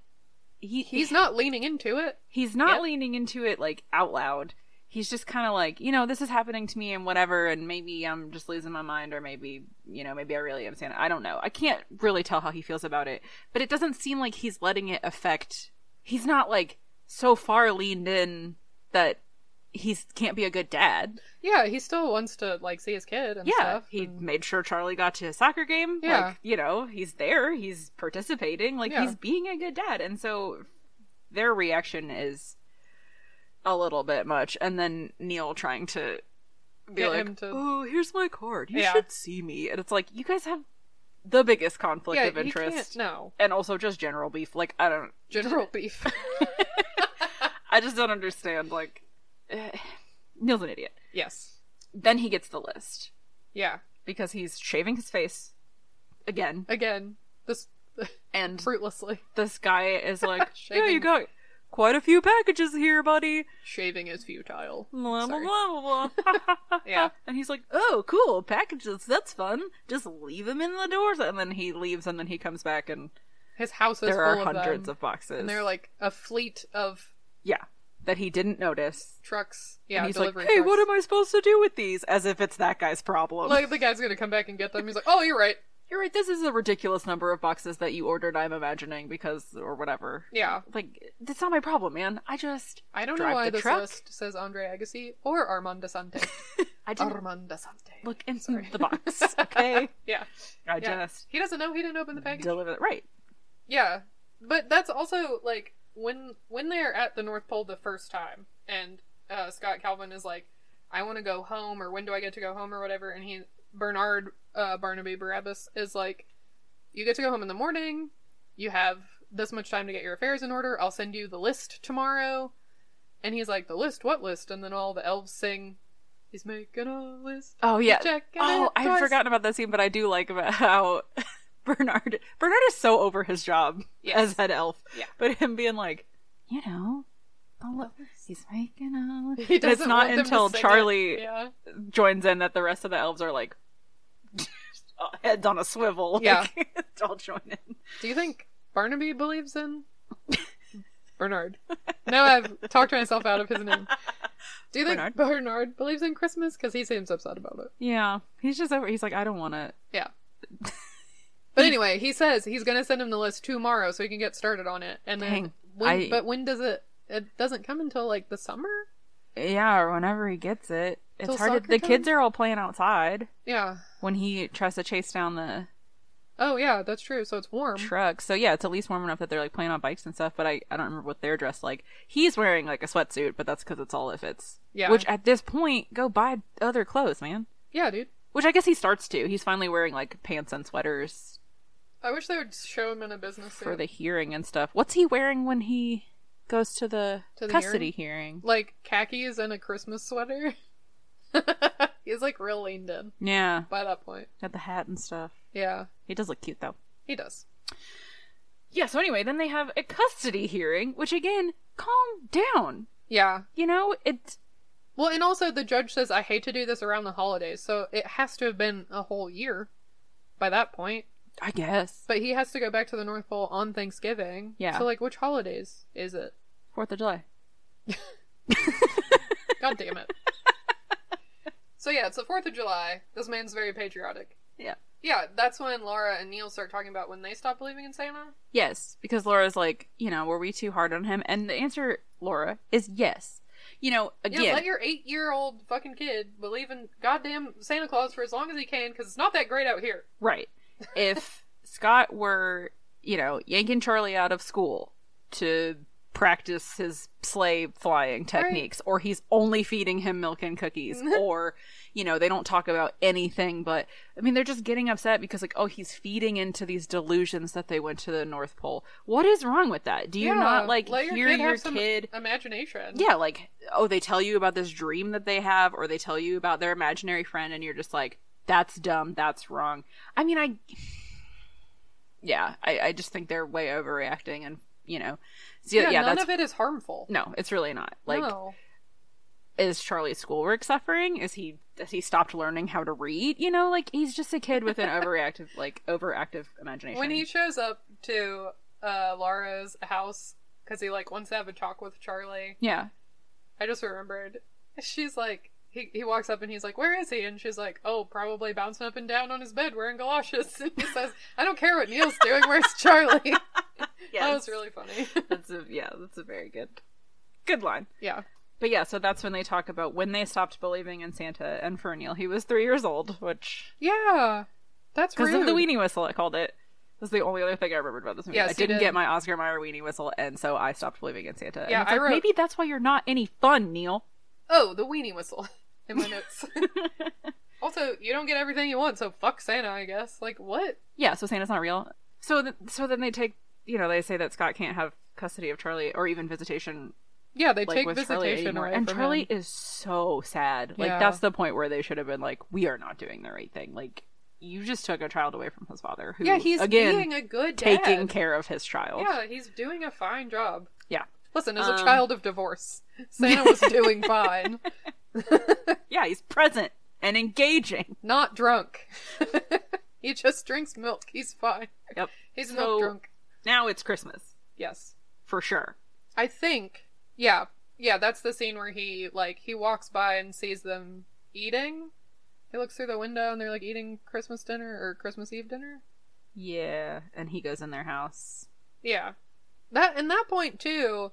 [SPEAKER 2] He,
[SPEAKER 1] He's not leaning into it.
[SPEAKER 2] He's not
[SPEAKER 1] Yep.
[SPEAKER 2] leaning into it like out loud. He's just kind of like, you know, this is happening to me and whatever, and maybe I'm just losing my mind, or maybe, you know, maybe I really am Santa. I don't know. I can't really tell how he feels about it, but it doesn't seem like he's letting it affect. He's not like so far leaned in that he can't be a good dad.
[SPEAKER 1] Yeah, he still wants to like see his kid and
[SPEAKER 2] yeah,
[SPEAKER 1] stuff.
[SPEAKER 2] he
[SPEAKER 1] and-
[SPEAKER 2] made sure Charlie got to his soccer game.
[SPEAKER 1] Yeah.
[SPEAKER 2] like, you know, he's there, he's participating, like
[SPEAKER 1] Yeah.
[SPEAKER 2] he's being a good dad. And so their reaction is a little bit much. And then Neil trying to be
[SPEAKER 1] Get him
[SPEAKER 2] like,
[SPEAKER 1] to-
[SPEAKER 2] "Oh, here's my card. You
[SPEAKER 1] Yeah.
[SPEAKER 2] should see me." And it's like you guys have the biggest conflict
[SPEAKER 1] yeah,
[SPEAKER 2] of
[SPEAKER 1] he can't-
[SPEAKER 2] interest,
[SPEAKER 1] No,
[SPEAKER 2] and also just general beef. Like I don't,
[SPEAKER 1] General Beef. *laughs*
[SPEAKER 2] I just don't understand. Like *sighs* Neil's an idiot.
[SPEAKER 1] yes.
[SPEAKER 2] Then he gets the list
[SPEAKER 1] Yeah.
[SPEAKER 2] because he's shaving his face again
[SPEAKER 1] Again, this *laughs*
[SPEAKER 2] and
[SPEAKER 1] fruitlessly
[SPEAKER 2] this
[SPEAKER 1] *laughs*
[SPEAKER 2] guy is like, "Yeah, you
[SPEAKER 1] Shaving.
[SPEAKER 2] got quite a few packages here, buddy."
[SPEAKER 1] shaving is futile.
[SPEAKER 2] Blah blah
[SPEAKER 1] Sorry.
[SPEAKER 2] blah blah blah.
[SPEAKER 1] *laughs* Yeah.
[SPEAKER 2] and he's like, "Oh, cool packages. That's fun. Just leave them in the doors." And then he leaves, and then he comes back, and
[SPEAKER 1] His house is
[SPEAKER 2] there
[SPEAKER 1] full
[SPEAKER 2] are
[SPEAKER 1] of
[SPEAKER 2] hundreds
[SPEAKER 1] them,
[SPEAKER 2] of boxes.
[SPEAKER 1] and they're like a fleet of
[SPEAKER 2] "Yeah," that he didn't notice.
[SPEAKER 1] trucks. Yeah,
[SPEAKER 2] and he's like,
[SPEAKER 1] delivery
[SPEAKER 2] "Hey,
[SPEAKER 1] trucks.
[SPEAKER 2] what am I supposed to do with these?" As if it's that guy's problem.
[SPEAKER 1] Like the guy's gonna come back and get them. He's like, "Oh, you're right."
[SPEAKER 2] You're right. This is a ridiculous number of boxes that you ordered. I'm imagining because or whatever.
[SPEAKER 1] Yeah.
[SPEAKER 2] Like that's not my problem, man. I just
[SPEAKER 1] I don't know
[SPEAKER 2] drive
[SPEAKER 1] why
[SPEAKER 2] the
[SPEAKER 1] this
[SPEAKER 2] truck.
[SPEAKER 1] list says Andre Agassi or Armand
[SPEAKER 2] *laughs*
[SPEAKER 1] Desante.
[SPEAKER 2] I didn't
[SPEAKER 1] Armand Desante.
[SPEAKER 2] look in the *laughs* box, okay?
[SPEAKER 1] *laughs* Yeah.
[SPEAKER 2] I
[SPEAKER 1] yeah.
[SPEAKER 2] just
[SPEAKER 1] He doesn't know he didn't open the package.
[SPEAKER 2] deliver it right.
[SPEAKER 1] Yeah, but that's also like when when they're at the North Pole the first time, and uh, Scott Calvin is like, "I want to go home," or "When do I get to go home?" or whatever, and he Bernard uh, Barnaby Barabbas is like, "You get to go home in the morning. you have this much time to get your affairs in order. I'll send you the list tomorrow. And he's like, the list? What list? And then all the elves sing, he's making a list.
[SPEAKER 2] Oh yeah.
[SPEAKER 1] Checking
[SPEAKER 2] oh,
[SPEAKER 1] it
[SPEAKER 2] I've
[SPEAKER 1] twice.
[SPEAKER 2] forgotten about that scene, but I do like about *laughs* how Bernard Bernard is so over his job
[SPEAKER 1] Yes.
[SPEAKER 2] as head elf.
[SPEAKER 1] Yeah.
[SPEAKER 2] But him being like, you know, the lo- he's making
[SPEAKER 1] *laughs*
[SPEAKER 2] a.
[SPEAKER 1] He
[SPEAKER 2] and it's
[SPEAKER 1] doesn't want
[SPEAKER 2] not
[SPEAKER 1] them to
[SPEAKER 2] until
[SPEAKER 1] sing it.
[SPEAKER 2] Charlie
[SPEAKER 1] Yeah.
[SPEAKER 2] joins in that the rest of the elves are like *laughs* uh, heads on a swivel.
[SPEAKER 1] Yeah.
[SPEAKER 2] Like, *laughs* all join in.
[SPEAKER 1] Do you think Barnaby believes
[SPEAKER 2] *laughs*
[SPEAKER 1] in Bernard? Now I've talked myself out of his name. Do you think
[SPEAKER 2] Bernard?
[SPEAKER 1] Bernard, believes in Christmas? Because he seems upset about it.
[SPEAKER 2] Yeah. He's just over. He's like, I don't want to. *laughs*
[SPEAKER 1] Yeah. But anyway, he says he's going to send him the list tomorrow so he can get started on it. And then,
[SPEAKER 2] Dang.
[SPEAKER 1] when,
[SPEAKER 2] I-
[SPEAKER 1] but when does it? It doesn't come until like the summer.
[SPEAKER 2] Yeah, or whenever he gets it, it's
[SPEAKER 1] Till
[SPEAKER 2] hard. To,
[SPEAKER 1] soccer
[SPEAKER 2] the kids
[SPEAKER 1] time?
[SPEAKER 2] are all playing outside
[SPEAKER 1] Yeah.
[SPEAKER 2] when he tries to chase down the
[SPEAKER 1] Oh yeah, that's true. So it's warm.
[SPEAKER 2] truck. So yeah, it's at least warm enough that they're like playing on bikes and stuff. But I, I don't remember what they're dressed like. He's wearing like a sweatsuit, but that's because it's all it fits.
[SPEAKER 1] Yeah.
[SPEAKER 2] Which at this point, go buy other clothes, man.
[SPEAKER 1] yeah, dude.
[SPEAKER 2] Which I guess he starts to. He's finally wearing like pants and sweaters
[SPEAKER 1] I wish they would show him in a business suit.
[SPEAKER 2] for the hearing and stuff. What's he wearing when he goes to the,
[SPEAKER 1] To the
[SPEAKER 2] custody hearing?
[SPEAKER 1] like khakis and a Christmas sweater. *laughs* he's like real leaned in
[SPEAKER 2] Yeah,
[SPEAKER 1] by that point.
[SPEAKER 2] got the hat and stuff.
[SPEAKER 1] Yeah,
[SPEAKER 2] He does look cute though.
[SPEAKER 1] he does.
[SPEAKER 2] Yeah, so anyway, then they have a custody hearing, which again, calm down.
[SPEAKER 1] Yeah.
[SPEAKER 2] You know, it
[SPEAKER 1] Well, and also the judge says, I hate to do this around the holidays, so it has to have been a whole year by that point.
[SPEAKER 2] I guess.
[SPEAKER 1] But he has to go back to the North Pole on Thanksgiving.
[SPEAKER 2] Yeah.
[SPEAKER 1] So, like, which holidays is it?
[SPEAKER 2] Fourth of July.
[SPEAKER 1] God damn
[SPEAKER 2] *laughs*
[SPEAKER 1] it. so, yeah, it's the 4th of July. This man's very patriotic.
[SPEAKER 2] Yeah.
[SPEAKER 1] Yeah, that's when Laura and Neil start talking about when they stop believing in Santa.
[SPEAKER 2] Yes, because Laura's like, you know, were we too hard on him? And the answer, Laura, is yes. You know, again,
[SPEAKER 1] Yeah, let your eight year old fucking kid believe in goddamn Santa Claus for as long as he can because it's not that great out here.
[SPEAKER 2] right.
[SPEAKER 1] *laughs*
[SPEAKER 2] If Scott were, you know, yanking Charlie out of school to practice his sleigh flying techniques, or he's only feeding him milk
[SPEAKER 1] *laughs*
[SPEAKER 2] and cookies, or, you know, they don't talk about anything but, I mean, they're just getting upset because, like, oh, he's feeding into these delusions that they went to the North Pole. What is wrong with that? Do you
[SPEAKER 1] Yeah,
[SPEAKER 2] not, like,
[SPEAKER 1] let
[SPEAKER 2] hear
[SPEAKER 1] have
[SPEAKER 2] your
[SPEAKER 1] some
[SPEAKER 2] kid?
[SPEAKER 1] imagination.
[SPEAKER 2] Yeah, like, oh, they tell you about this dream that they have, or they tell you about their imaginary friend, and you're just like, that's dumb, that's wrong. I mean, I. Yeah, I, I just think they're way overreacting, and, you know. So, yeah,
[SPEAKER 1] yeah,
[SPEAKER 2] yeah,
[SPEAKER 1] none
[SPEAKER 2] that's.
[SPEAKER 1] of it is harmful.
[SPEAKER 2] No, it's really not. Like,
[SPEAKER 1] no.
[SPEAKER 2] is Charlie's schoolwork suffering? Is he. Has he stopped learning how to read? You know, like, he's just a kid with an overreactive, *laughs* like, overactive imagination.
[SPEAKER 1] when he shows up to uh, Laura's house because he like wants to have a talk with Charlie,
[SPEAKER 2] Yeah.
[SPEAKER 1] I just remembered. She's like, he he walks up and he's like, "Where is he?" And she's like, "Oh, probably bouncing up and down on his bed wearing galoshes." *laughs* And he says, "I don't care what Neil's doing. Where's Charlie?" *laughs* That
[SPEAKER 2] Oh,
[SPEAKER 1] was really funny.
[SPEAKER 2] That's a, yeah, that's a very good. Good line.
[SPEAKER 1] yeah.
[SPEAKER 2] But yeah, so that's when they talk about when they stopped believing in Santa and for Neil. He was three years old, which
[SPEAKER 1] Yeah. That's
[SPEAKER 2] because of
[SPEAKER 1] rude.
[SPEAKER 2] the weenie whistle, I called it. That's the only other thing I remembered about this movie.
[SPEAKER 1] Yes,
[SPEAKER 2] I
[SPEAKER 1] you
[SPEAKER 2] didn't
[SPEAKER 1] did.
[SPEAKER 2] get my Oscar Mayer weenie whistle, and so I stopped believing in Santa. And
[SPEAKER 1] Yeah,
[SPEAKER 2] it's
[SPEAKER 1] I
[SPEAKER 2] like,
[SPEAKER 1] wrote-
[SPEAKER 2] maybe that's why you're not any fun, Neil.
[SPEAKER 1] Oh, the weenie whistle *laughs* in my
[SPEAKER 2] *laughs*
[SPEAKER 1] notes. also, you don't get everything you want, so fuck Santa, I guess. Like what?
[SPEAKER 2] Yeah, so Santa's not real. So th- so then they take, you know, they say that Scott can't have custody of Charlie or even visitation
[SPEAKER 1] Yeah, they
[SPEAKER 2] like
[SPEAKER 1] take
[SPEAKER 2] with Charlie
[SPEAKER 1] visitation
[SPEAKER 2] anymore.
[SPEAKER 1] away
[SPEAKER 2] and
[SPEAKER 1] from
[SPEAKER 2] Charlie
[SPEAKER 1] him.
[SPEAKER 2] is so sad. Like
[SPEAKER 1] Yeah.
[SPEAKER 2] that's the point where they should have been like, we are not doing the right thing. Like you just took a child away from his father, who
[SPEAKER 1] yeah, he's
[SPEAKER 2] again
[SPEAKER 1] being a good dad.
[SPEAKER 2] taking care of his child.
[SPEAKER 1] Yeah, he's doing a fine job.
[SPEAKER 2] yeah,
[SPEAKER 1] Listen, as a
[SPEAKER 2] Um,
[SPEAKER 1] child of divorce, Santa
[SPEAKER 2] *laughs*
[SPEAKER 1] was doing fine.
[SPEAKER 2] Yeah, He's present
[SPEAKER 1] *laughs*
[SPEAKER 2] and engaging.
[SPEAKER 1] Not drunk. he just drinks milk. He's fine.
[SPEAKER 2] Yep.
[SPEAKER 1] He's
[SPEAKER 2] So-
[SPEAKER 1] milk drunk.
[SPEAKER 2] Now it's Christmas
[SPEAKER 1] Yes.
[SPEAKER 2] for sure.
[SPEAKER 1] I think, yeah, yeah, that's the scene where he like he walks by and sees them eating. He looks through the window and they're like eating Christmas dinner or Christmas Eve dinner.
[SPEAKER 2] Yeah, and he goes in their house.
[SPEAKER 1] Yeah, that in that point too,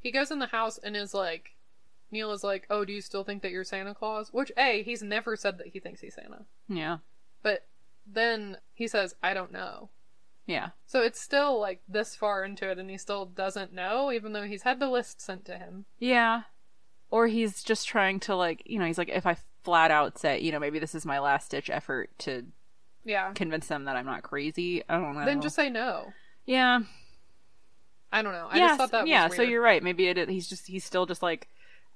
[SPEAKER 1] he goes in the house and is like, Neil is like, "Oh, do you still think that you're Santa Claus?" Which a he's never said that he thinks he's Santa,
[SPEAKER 2] Yeah,
[SPEAKER 1] but then he says, "I don't know."
[SPEAKER 2] yeah,
[SPEAKER 1] So it's still like this far into it, and he still doesn't know, even though he's had the list sent to him.
[SPEAKER 2] yeah. Or he's just trying to like, you know, he's like, if I flat out say, you know, maybe this is my last ditch effort to
[SPEAKER 1] Yeah.
[SPEAKER 2] convince them that I'm not crazy. I don't know.
[SPEAKER 1] Then just say no.
[SPEAKER 2] Yeah.
[SPEAKER 1] I don't know. I
[SPEAKER 2] yeah.
[SPEAKER 1] just thought that
[SPEAKER 2] yeah.
[SPEAKER 1] was
[SPEAKER 2] So
[SPEAKER 1] weird.
[SPEAKER 2] you're right. Maybe it. He's just. He's still just like.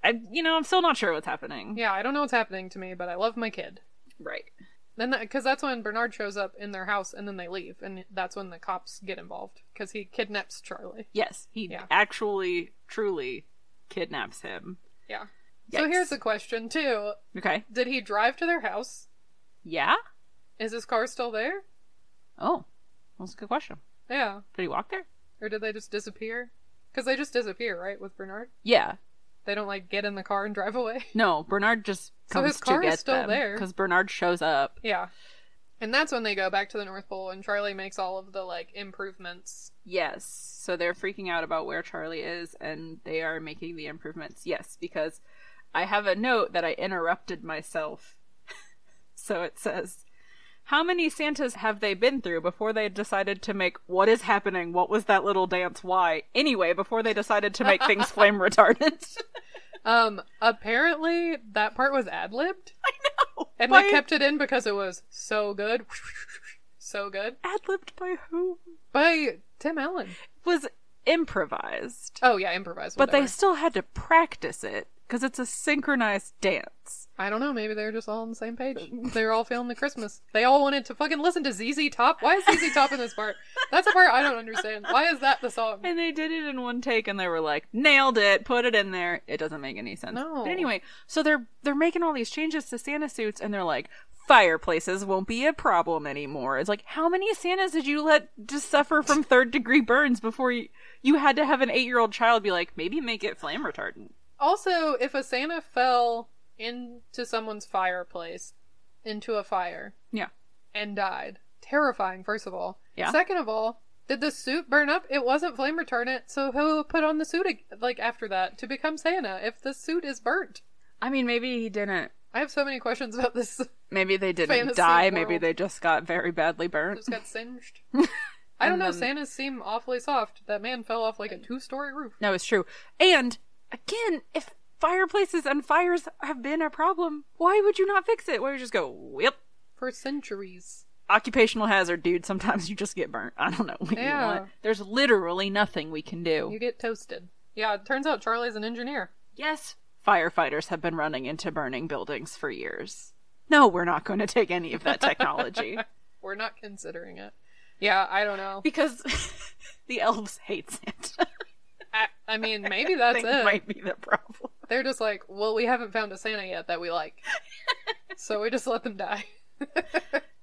[SPEAKER 2] I. You know. I'm still not sure what's happening.
[SPEAKER 1] Yeah, I don't know what's happening to me, but I love my kid.
[SPEAKER 2] Right.
[SPEAKER 1] Then, because that's when Bernard shows up in their house, and then they leave, and that's when the cops get involved because he kidnaps Charlie.
[SPEAKER 2] Yes. He
[SPEAKER 1] Yeah.
[SPEAKER 2] actually, truly, kidnaps him.
[SPEAKER 1] Yeah. So here's the question too:
[SPEAKER 2] Okay.
[SPEAKER 1] Did he drive to their house?
[SPEAKER 2] Yeah.
[SPEAKER 1] Is his car still there?
[SPEAKER 2] Oh, that's a good question.
[SPEAKER 1] Yeah.
[SPEAKER 2] Did he walk there?
[SPEAKER 1] Or did they just disappear? Because they just disappear, right, with Bernard?
[SPEAKER 2] Yeah.
[SPEAKER 1] They don't like get in the car and drive away. *laughs*
[SPEAKER 2] No. Bernard just
[SPEAKER 1] So
[SPEAKER 2] comes
[SPEAKER 1] his car
[SPEAKER 2] to
[SPEAKER 1] is
[SPEAKER 2] get
[SPEAKER 1] still there.
[SPEAKER 2] because Bernard shows up.
[SPEAKER 1] yeah. And that's when they go back to the North Pole, and Charlie makes all of the like improvements.
[SPEAKER 2] Yes. So they're freaking out about where Charlie is and they are making the improvements. Yes, because I have a note that I interrupted myself. *laughs* so it says, How many Santas have they been through before they decided to make what is happening? What was that little dance? Why? Anyway, before they decided to make
[SPEAKER 1] *laughs*
[SPEAKER 2] things flame retardant. *laughs*
[SPEAKER 1] Um, apparently that part was ad libbed, and
[SPEAKER 2] Why-
[SPEAKER 1] they kept it in because it was so good, so good
[SPEAKER 2] ad libbed by who?
[SPEAKER 1] by Tim Allen.
[SPEAKER 2] Was improvised.
[SPEAKER 1] Oh yeah, improvised.
[SPEAKER 2] but they
[SPEAKER 1] whatever.
[SPEAKER 2] still had to practice it because it's a synchronized dance.
[SPEAKER 1] I don't know. Maybe they're just all on the same page. they were all feeling the Christmas. They all wanted to fucking listen to ZZ Top. Why is
[SPEAKER 2] *laughs*
[SPEAKER 1] ZZ Top in this part? That's a part I don't understand. Why is that the song?
[SPEAKER 2] And they did it in one take, and they were like, "Nailed it! Put it in there." It doesn't make any sense.
[SPEAKER 1] No.
[SPEAKER 2] But anyway, so they're they're making all these changes to Santa suits, and they're like, "Fireplaces won't be a problem anymore." It's like, how many Santas did you let just suffer from third degree burns before you you had to have an eight year old child be like, "Maybe make it flame retardant."
[SPEAKER 1] Also, if a Santa fell into someone's fireplace, into a fire,
[SPEAKER 2] Yeah.
[SPEAKER 1] and died, terrifying, first of all.
[SPEAKER 2] Yeah.
[SPEAKER 1] Second of all, did the suit burn up? It wasn't flame retardant, so who put on the suit ag- like after that to become Santa if the suit is burnt?
[SPEAKER 2] I mean, maybe he didn't.
[SPEAKER 1] I have so many questions about this. *laughs*
[SPEAKER 2] Maybe they didn't
[SPEAKER 1] Fantasy
[SPEAKER 2] die.
[SPEAKER 1] world.
[SPEAKER 2] Maybe they just got very badly burnt.
[SPEAKER 1] Just got
[SPEAKER 2] *laughs*
[SPEAKER 1] singed. I don't know. Santas seem awfully soft. That man fell off like a two-story roof.
[SPEAKER 2] No, it's true. And again, if fireplaces and fires have been a problem, why would you not fix it? Why would you just go, "Yep,
[SPEAKER 1] for centuries.
[SPEAKER 2] occupational hazard, dude. Sometimes you just get burnt. I don't know what
[SPEAKER 1] Yeah.
[SPEAKER 2] you want. There's literally nothing we can do."
[SPEAKER 1] You get toasted. Yeah, it turns out Charlie's an engineer.
[SPEAKER 2] yes, firefighters have been running into burning buildings for years. No, we're not going to take any of
[SPEAKER 1] *laughs*
[SPEAKER 2] that technology
[SPEAKER 1] We're not considering it. Yeah, I don't know.
[SPEAKER 2] because *laughs* the elves hate Santa.
[SPEAKER 1] I, I mean,
[SPEAKER 2] *laughs*
[SPEAKER 1] maybe that's
[SPEAKER 2] I think
[SPEAKER 1] it.
[SPEAKER 2] Might be the problem.
[SPEAKER 1] They're just like, well, we haven't found a Santa yet that we
[SPEAKER 2] *laughs*
[SPEAKER 1] like, so we just let them die.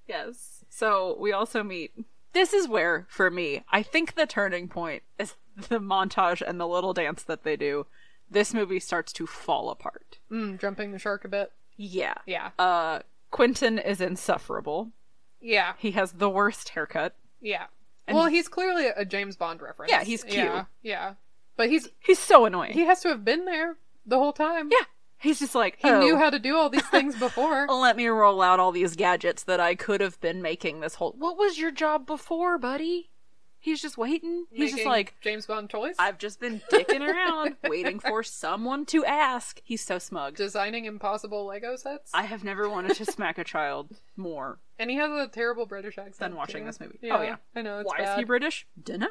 [SPEAKER 2] Yes. So we also meet. This is where, for me, I think the turning point is the montage and the little dance that they do. This movie starts to fall apart.
[SPEAKER 1] Mm, jumping the shark a bit.
[SPEAKER 2] Yeah.
[SPEAKER 1] Yeah,
[SPEAKER 2] Uh, Quentin is insufferable.
[SPEAKER 1] yeah,
[SPEAKER 2] He has the worst haircut.
[SPEAKER 1] yeah. well, he's clearly a James Bond reference.
[SPEAKER 2] Yeah, he's cute.
[SPEAKER 1] Yeah, yeah. But he's
[SPEAKER 2] He's so annoying.
[SPEAKER 1] he has to have been there the whole time.
[SPEAKER 2] yeah. He's just like,
[SPEAKER 1] he
[SPEAKER 2] oh,
[SPEAKER 1] knew how to do all these things
[SPEAKER 2] *laughs*
[SPEAKER 1] before.
[SPEAKER 2] let me roll out all these gadgets that I could have been making this whole. What was your job before, buddy? He's just waiting. He's just
[SPEAKER 1] Making
[SPEAKER 2] like,
[SPEAKER 1] James Bond toys,
[SPEAKER 2] I've just been dicking around, waiting for someone to ask. He's so smug.
[SPEAKER 1] designing impossible Lego sets.
[SPEAKER 2] I have never wanted to smack a child more
[SPEAKER 1] And he has a terrible British accent.
[SPEAKER 2] than watching
[SPEAKER 1] too.
[SPEAKER 2] this movie.
[SPEAKER 1] Yeah,
[SPEAKER 2] oh yeah,
[SPEAKER 1] I know. It's
[SPEAKER 2] Why
[SPEAKER 1] bad.
[SPEAKER 2] is he British? Dunno.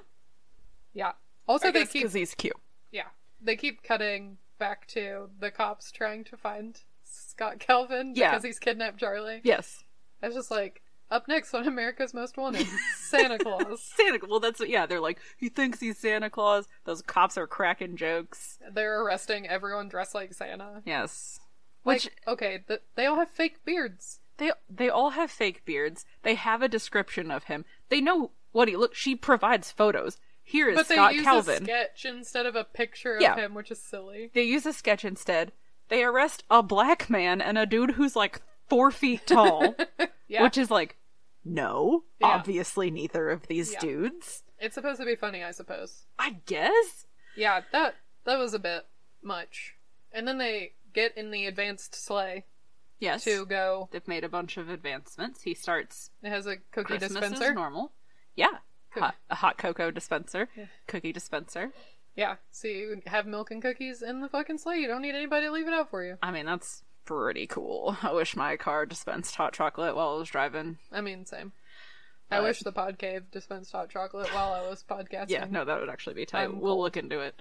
[SPEAKER 1] Yeah. Also, they keep
[SPEAKER 2] because he's cute.
[SPEAKER 1] yeah they keep cutting back to the cops trying to find Scott Calvin
[SPEAKER 2] Yeah.
[SPEAKER 1] because he's kidnapped Charlie.
[SPEAKER 2] Yes,
[SPEAKER 1] I was just like, up next on America's Most Wanted, Santa
[SPEAKER 2] *laughs*
[SPEAKER 1] Claus.
[SPEAKER 2] Santa. Well, that's yeah. They're like he thinks he's Santa Claus. Those cops are cracking jokes.
[SPEAKER 1] They're arresting everyone dressed like Santa.
[SPEAKER 2] Yes,
[SPEAKER 1] Which
[SPEAKER 2] which
[SPEAKER 1] okay, th- they all have fake beards.
[SPEAKER 2] they they all have fake beards. They have a description of him. They know what he looks. She provides photos. Here is
[SPEAKER 1] But they
[SPEAKER 2] Scott
[SPEAKER 1] use
[SPEAKER 2] Calvin.
[SPEAKER 1] a sketch instead of a picture
[SPEAKER 2] Yeah.
[SPEAKER 1] of him, which is silly.
[SPEAKER 2] They use a sketch instead. They arrest a black man and a dude who's like four feet tall,
[SPEAKER 1] *laughs* Yeah.
[SPEAKER 2] which is like, no,
[SPEAKER 1] Yeah.
[SPEAKER 2] obviously neither of these
[SPEAKER 1] Yeah.
[SPEAKER 2] dudes.
[SPEAKER 1] It's supposed to be funny, I suppose.
[SPEAKER 2] I guess.
[SPEAKER 1] Yeah, that that was a bit much. And then they get in the advanced sleigh
[SPEAKER 2] Yes.
[SPEAKER 1] to go.
[SPEAKER 2] They've made a bunch of advancements. He starts
[SPEAKER 1] It has a cookie
[SPEAKER 2] Christmas
[SPEAKER 1] dispenser.
[SPEAKER 2] is normal. Yeah.
[SPEAKER 1] Cookie.
[SPEAKER 2] Hot, a hot cocoa dispenser, cookie dispenser.
[SPEAKER 1] Yeah, so you have milk and cookies in the fucking sleigh. You don't need anybody to leave it out for you.
[SPEAKER 2] I mean, that's pretty cool. I wish my car dispensed hot chocolate while I was driving.
[SPEAKER 1] I mean, same. I wish the pod cave dispensed hot chocolate while I was podcasting.
[SPEAKER 2] Yeah, no, that would actually be tight.
[SPEAKER 1] I'm
[SPEAKER 2] we'll look into it.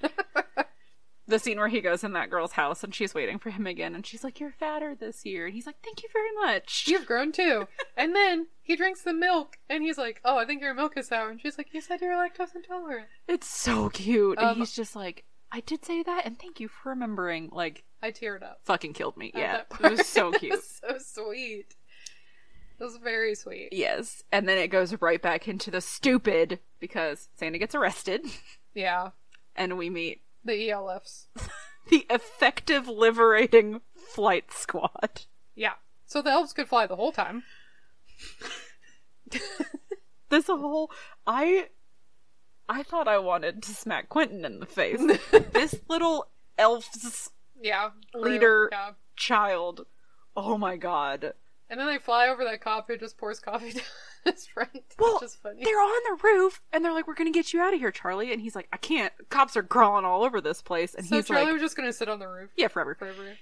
[SPEAKER 2] the scene where he goes in that girl's house and she's waiting for him again, and she's like, "You're fatter this year," and he's like, "Thank you very much."
[SPEAKER 1] *laughs* You've grown too. And then he drinks the milk and he's like, Oh, I think your milk is sour. And she's like, You said you were lactose intolerant.
[SPEAKER 2] It's so cute.
[SPEAKER 1] Um,
[SPEAKER 2] and he's just like, "I did say that, and thank you for remembering." Like,
[SPEAKER 1] I teared up.
[SPEAKER 2] fucking killed me.
[SPEAKER 1] at
[SPEAKER 2] Yeah, *laughs*
[SPEAKER 1] that
[SPEAKER 2] it was so
[SPEAKER 1] *laughs* part.
[SPEAKER 2] cute.
[SPEAKER 1] It was so sweet. It was very sweet.
[SPEAKER 2] Yes, and then it goes right back into the stupid because Santa gets arrested, *laughs*
[SPEAKER 1] Yeah.
[SPEAKER 2] and we meet
[SPEAKER 1] The E ELFs.
[SPEAKER 2] the effective liberating flight squad.
[SPEAKER 1] Yeah. So the elves could fly the whole time.
[SPEAKER 2] This whole I I thought I wanted to smack Quentin in
[SPEAKER 1] *laughs*
[SPEAKER 2] the face. this little elf's
[SPEAKER 1] Yeah. Grew-
[SPEAKER 2] leader
[SPEAKER 1] Yeah.
[SPEAKER 2] child. Oh my god.
[SPEAKER 1] And then they fly over that cop who just pours coffee *laughs* down his friend.
[SPEAKER 2] Well,
[SPEAKER 1] which is funny.
[SPEAKER 2] they're on the roof and they're like, "We're gonna get you out of here, Charlie." And he's like, "I can't. Cops are crawling all over this place." And
[SPEAKER 1] so
[SPEAKER 2] he's
[SPEAKER 1] Charlie
[SPEAKER 2] like,
[SPEAKER 1] was just going to sit on the roof
[SPEAKER 2] "Yeah, forever."
[SPEAKER 1] forever.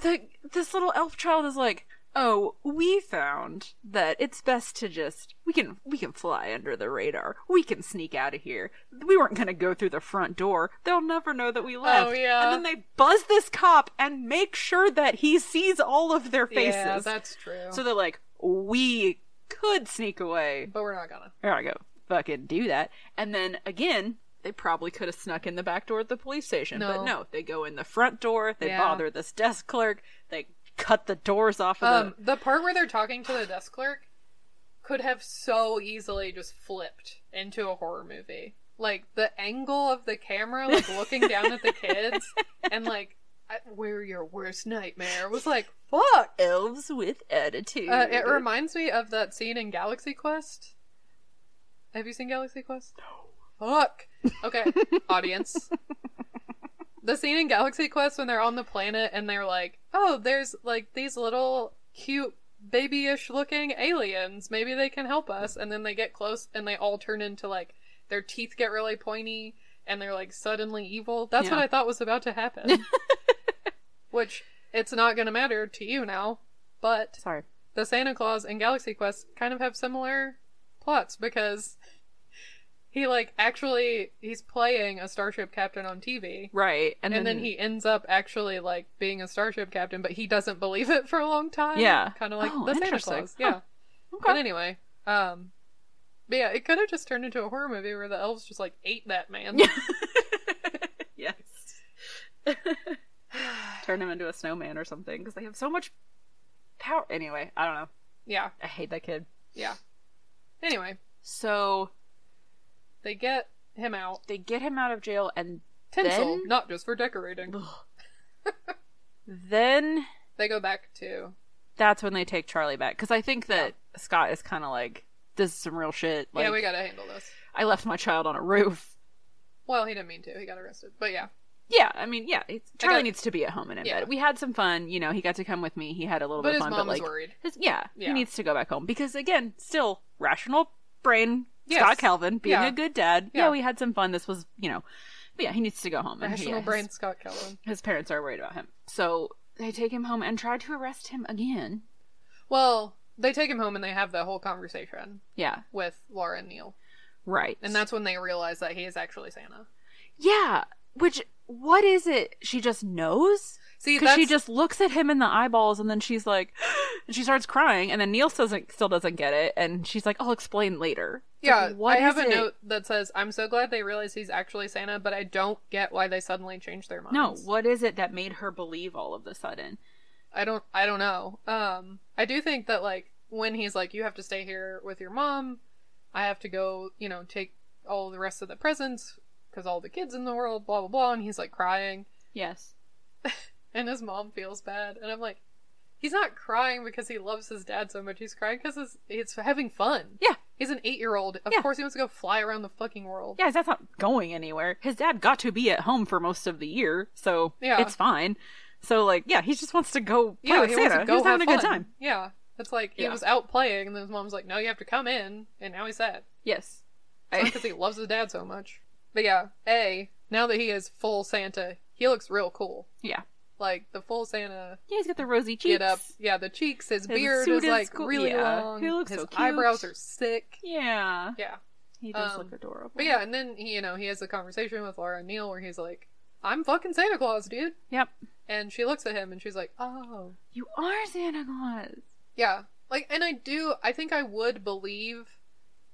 [SPEAKER 2] the this little elf child is like, "Oh, we found that it's best to just we can we can fly under the radar. We can sneak out of here. We weren't going to go through the front door. They'll never know that we left."
[SPEAKER 1] Oh, yeah.
[SPEAKER 2] And then they buzz this cop and make sure that he sees all of their faces.
[SPEAKER 1] Yeah, that's true.
[SPEAKER 2] so they're like, "We could sneak away."
[SPEAKER 1] but we're not gonna.
[SPEAKER 2] Here I go. Fucking do that. And then again, they probably could have snuck in the back door at the police station.
[SPEAKER 1] No.
[SPEAKER 2] But no, they go in the front door, they
[SPEAKER 1] Yeah.
[SPEAKER 2] bother this desk clerk, they cut the doors off of
[SPEAKER 1] Um,
[SPEAKER 2] them.
[SPEAKER 1] the part where they're talking to the desk clerk could have so easily just flipped into a horror movie. Like the angle of the camera, like looking down at the
[SPEAKER 2] *laughs*
[SPEAKER 1] kids, and like I, we're your worst nightmare was like fuck.
[SPEAKER 2] Elves with attitude.
[SPEAKER 1] Uh, it reminds me of that scene in Galaxy Quest. Have you seen Galaxy Quest? No. Fuck. Okay, *laughs* audience. The scene in Galaxy Quest when they're on the planet and they're like, oh, there's like these little cute babyish looking aliens. Maybe they can help us. And then they get close and they all turn into like their teeth get really pointy and they're like suddenly evil. That's what
[SPEAKER 2] Yeah.
[SPEAKER 1] I thought was about to happen. Which it's not going to matter to you now, but
[SPEAKER 2] Sorry.
[SPEAKER 1] the Santa Claus and Galaxy Quest kind of have similar plots because *laughs* he like actually he's playing a starship captain on TV.
[SPEAKER 2] Right. And,
[SPEAKER 1] And, then, he ends up actually like being a starship captain, but he doesn't believe it for a long time.
[SPEAKER 2] Yeah.
[SPEAKER 1] Kind of like
[SPEAKER 2] Oh,
[SPEAKER 1] the Santa
[SPEAKER 2] interesting.
[SPEAKER 1] Claus.
[SPEAKER 2] Huh.
[SPEAKER 1] Yeah. But
[SPEAKER 2] Okay.
[SPEAKER 1] anyway, um but yeah, it could have just turned into a horror movie where the elves just like ate that man.
[SPEAKER 2] *laughs* Yes. *laughs* Turn him into a snowman or something because they have so much power. Anyway, I don't know.
[SPEAKER 1] yeah.
[SPEAKER 2] I hate that kid.
[SPEAKER 1] Yeah. Anyway,
[SPEAKER 2] So
[SPEAKER 1] they get him out.
[SPEAKER 2] they get him out of jail and
[SPEAKER 1] Tinsel,
[SPEAKER 2] Then-
[SPEAKER 1] not just for decorating.
[SPEAKER 2] *laughs* then
[SPEAKER 1] They go back to
[SPEAKER 2] that's when they take Charlie back because I think that Scott is kind of like this is some real shit. Like
[SPEAKER 1] Yeah, we gotta handle this.
[SPEAKER 2] I left my child on a roof.
[SPEAKER 1] Well, he didn't mean to. He got arrested. But yeah.
[SPEAKER 2] Yeah, I mean, yeah, it's,
[SPEAKER 1] I
[SPEAKER 2] Charlie
[SPEAKER 1] got-
[SPEAKER 2] needs to be at home and in
[SPEAKER 1] Yeah.
[SPEAKER 2] bed. We had some fun, you know. He got to come with me. He had a little
[SPEAKER 1] But
[SPEAKER 2] bit
[SPEAKER 1] his
[SPEAKER 2] of fun,
[SPEAKER 1] mom
[SPEAKER 2] but
[SPEAKER 1] was
[SPEAKER 2] like,
[SPEAKER 1] worried.
[SPEAKER 2] his- yeah,
[SPEAKER 1] Yeah.
[SPEAKER 2] he needs to go back home because again, still rational brain.
[SPEAKER 1] Yes.
[SPEAKER 2] Scott Calvin being
[SPEAKER 1] Yeah.
[SPEAKER 2] a good dad.
[SPEAKER 1] Yeah.
[SPEAKER 2] Yeah, we had some fun. This was, you know, but yeah, he needs to go home. and he-
[SPEAKER 1] Rational
[SPEAKER 2] yeah,
[SPEAKER 1] brain
[SPEAKER 2] *laughs* his-
[SPEAKER 1] Scott Calvin.
[SPEAKER 2] His parents are worried about him, so they take him home and try to arrest him again.
[SPEAKER 1] Well, they take him home and they have that whole conversation
[SPEAKER 2] Yeah,
[SPEAKER 1] with Laura and Neil.
[SPEAKER 2] right.
[SPEAKER 1] And that's when they realize that he is actually Santa.
[SPEAKER 2] Yeah, which what is it? She just knows
[SPEAKER 1] See,
[SPEAKER 2] because
[SPEAKER 1] that's
[SPEAKER 2] she just looks at him in the eyeballs, and then she's like, *gasps* and she starts crying, and then Neil doesn't still doesn't get it, and she's like, "I'll explain later." It's
[SPEAKER 1] yeah.
[SPEAKER 2] like, what
[SPEAKER 1] I have
[SPEAKER 2] is
[SPEAKER 1] a
[SPEAKER 2] it?
[SPEAKER 1] note that says, "I'm so glad they realize he's actually Santa, but I don't get why they suddenly changed their minds."
[SPEAKER 2] No, what is it that made her believe all of a sudden?
[SPEAKER 1] I don't I don't know. Um I do think that like when he's like you have to stay here with your mom, I have to go, you know, take all the rest of the presents cuz all the kids in the world blah blah blah and he's like crying
[SPEAKER 2] Yes,
[SPEAKER 1] and his mom feels bad and I'm like he's not crying because he loves his dad so much. He's crying cuz he's, he's having fun.
[SPEAKER 2] yeah,
[SPEAKER 1] He's an 8-year-old. Of
[SPEAKER 2] Yeah.
[SPEAKER 1] course he wants to go fly around the fucking world.
[SPEAKER 2] yeah. That's not going anywhere. His dad got to be at home for most of the year, so
[SPEAKER 1] Yeah.
[SPEAKER 2] it's fine. So like, yeah, he just wants to go. Play
[SPEAKER 1] Yeah,
[SPEAKER 2] with
[SPEAKER 1] he
[SPEAKER 2] Santa.
[SPEAKER 1] wants to go
[SPEAKER 2] He's
[SPEAKER 1] have
[SPEAKER 2] having a
[SPEAKER 1] fun.
[SPEAKER 2] good time.
[SPEAKER 1] Yeah. It's like he
[SPEAKER 2] Yeah.
[SPEAKER 1] was out playing and then his mom's like, "No, you have to come in." And now he's sad.
[SPEAKER 2] Yes, I-
[SPEAKER 1] because he loves his dad so much. But yeah, A, now that he is full Santa, he looks real cool.
[SPEAKER 2] yeah.
[SPEAKER 1] like the full Santa
[SPEAKER 2] Yeah, he's got the rosy cheeks.
[SPEAKER 1] get up. Yeah, the cheeks, his,
[SPEAKER 2] His
[SPEAKER 1] beard
[SPEAKER 2] suit
[SPEAKER 1] is
[SPEAKER 2] is
[SPEAKER 1] like
[SPEAKER 2] cool-
[SPEAKER 1] really
[SPEAKER 2] yeah,
[SPEAKER 1] long.
[SPEAKER 2] he looks
[SPEAKER 1] his
[SPEAKER 2] so cute.
[SPEAKER 1] eyebrows are sick.
[SPEAKER 2] Yeah.
[SPEAKER 1] Yeah.
[SPEAKER 2] He does
[SPEAKER 1] Um,
[SPEAKER 2] look adorable.
[SPEAKER 1] But yeah, and then he, you know, he has a conversation with Laura Neal where he's like, "I'm fucking Santa Claus, dude."
[SPEAKER 2] Yep.
[SPEAKER 1] And she looks at him and she's like, "Oh."
[SPEAKER 2] You are Santa Claus.
[SPEAKER 1] Yeah. Like and I do I think I would believe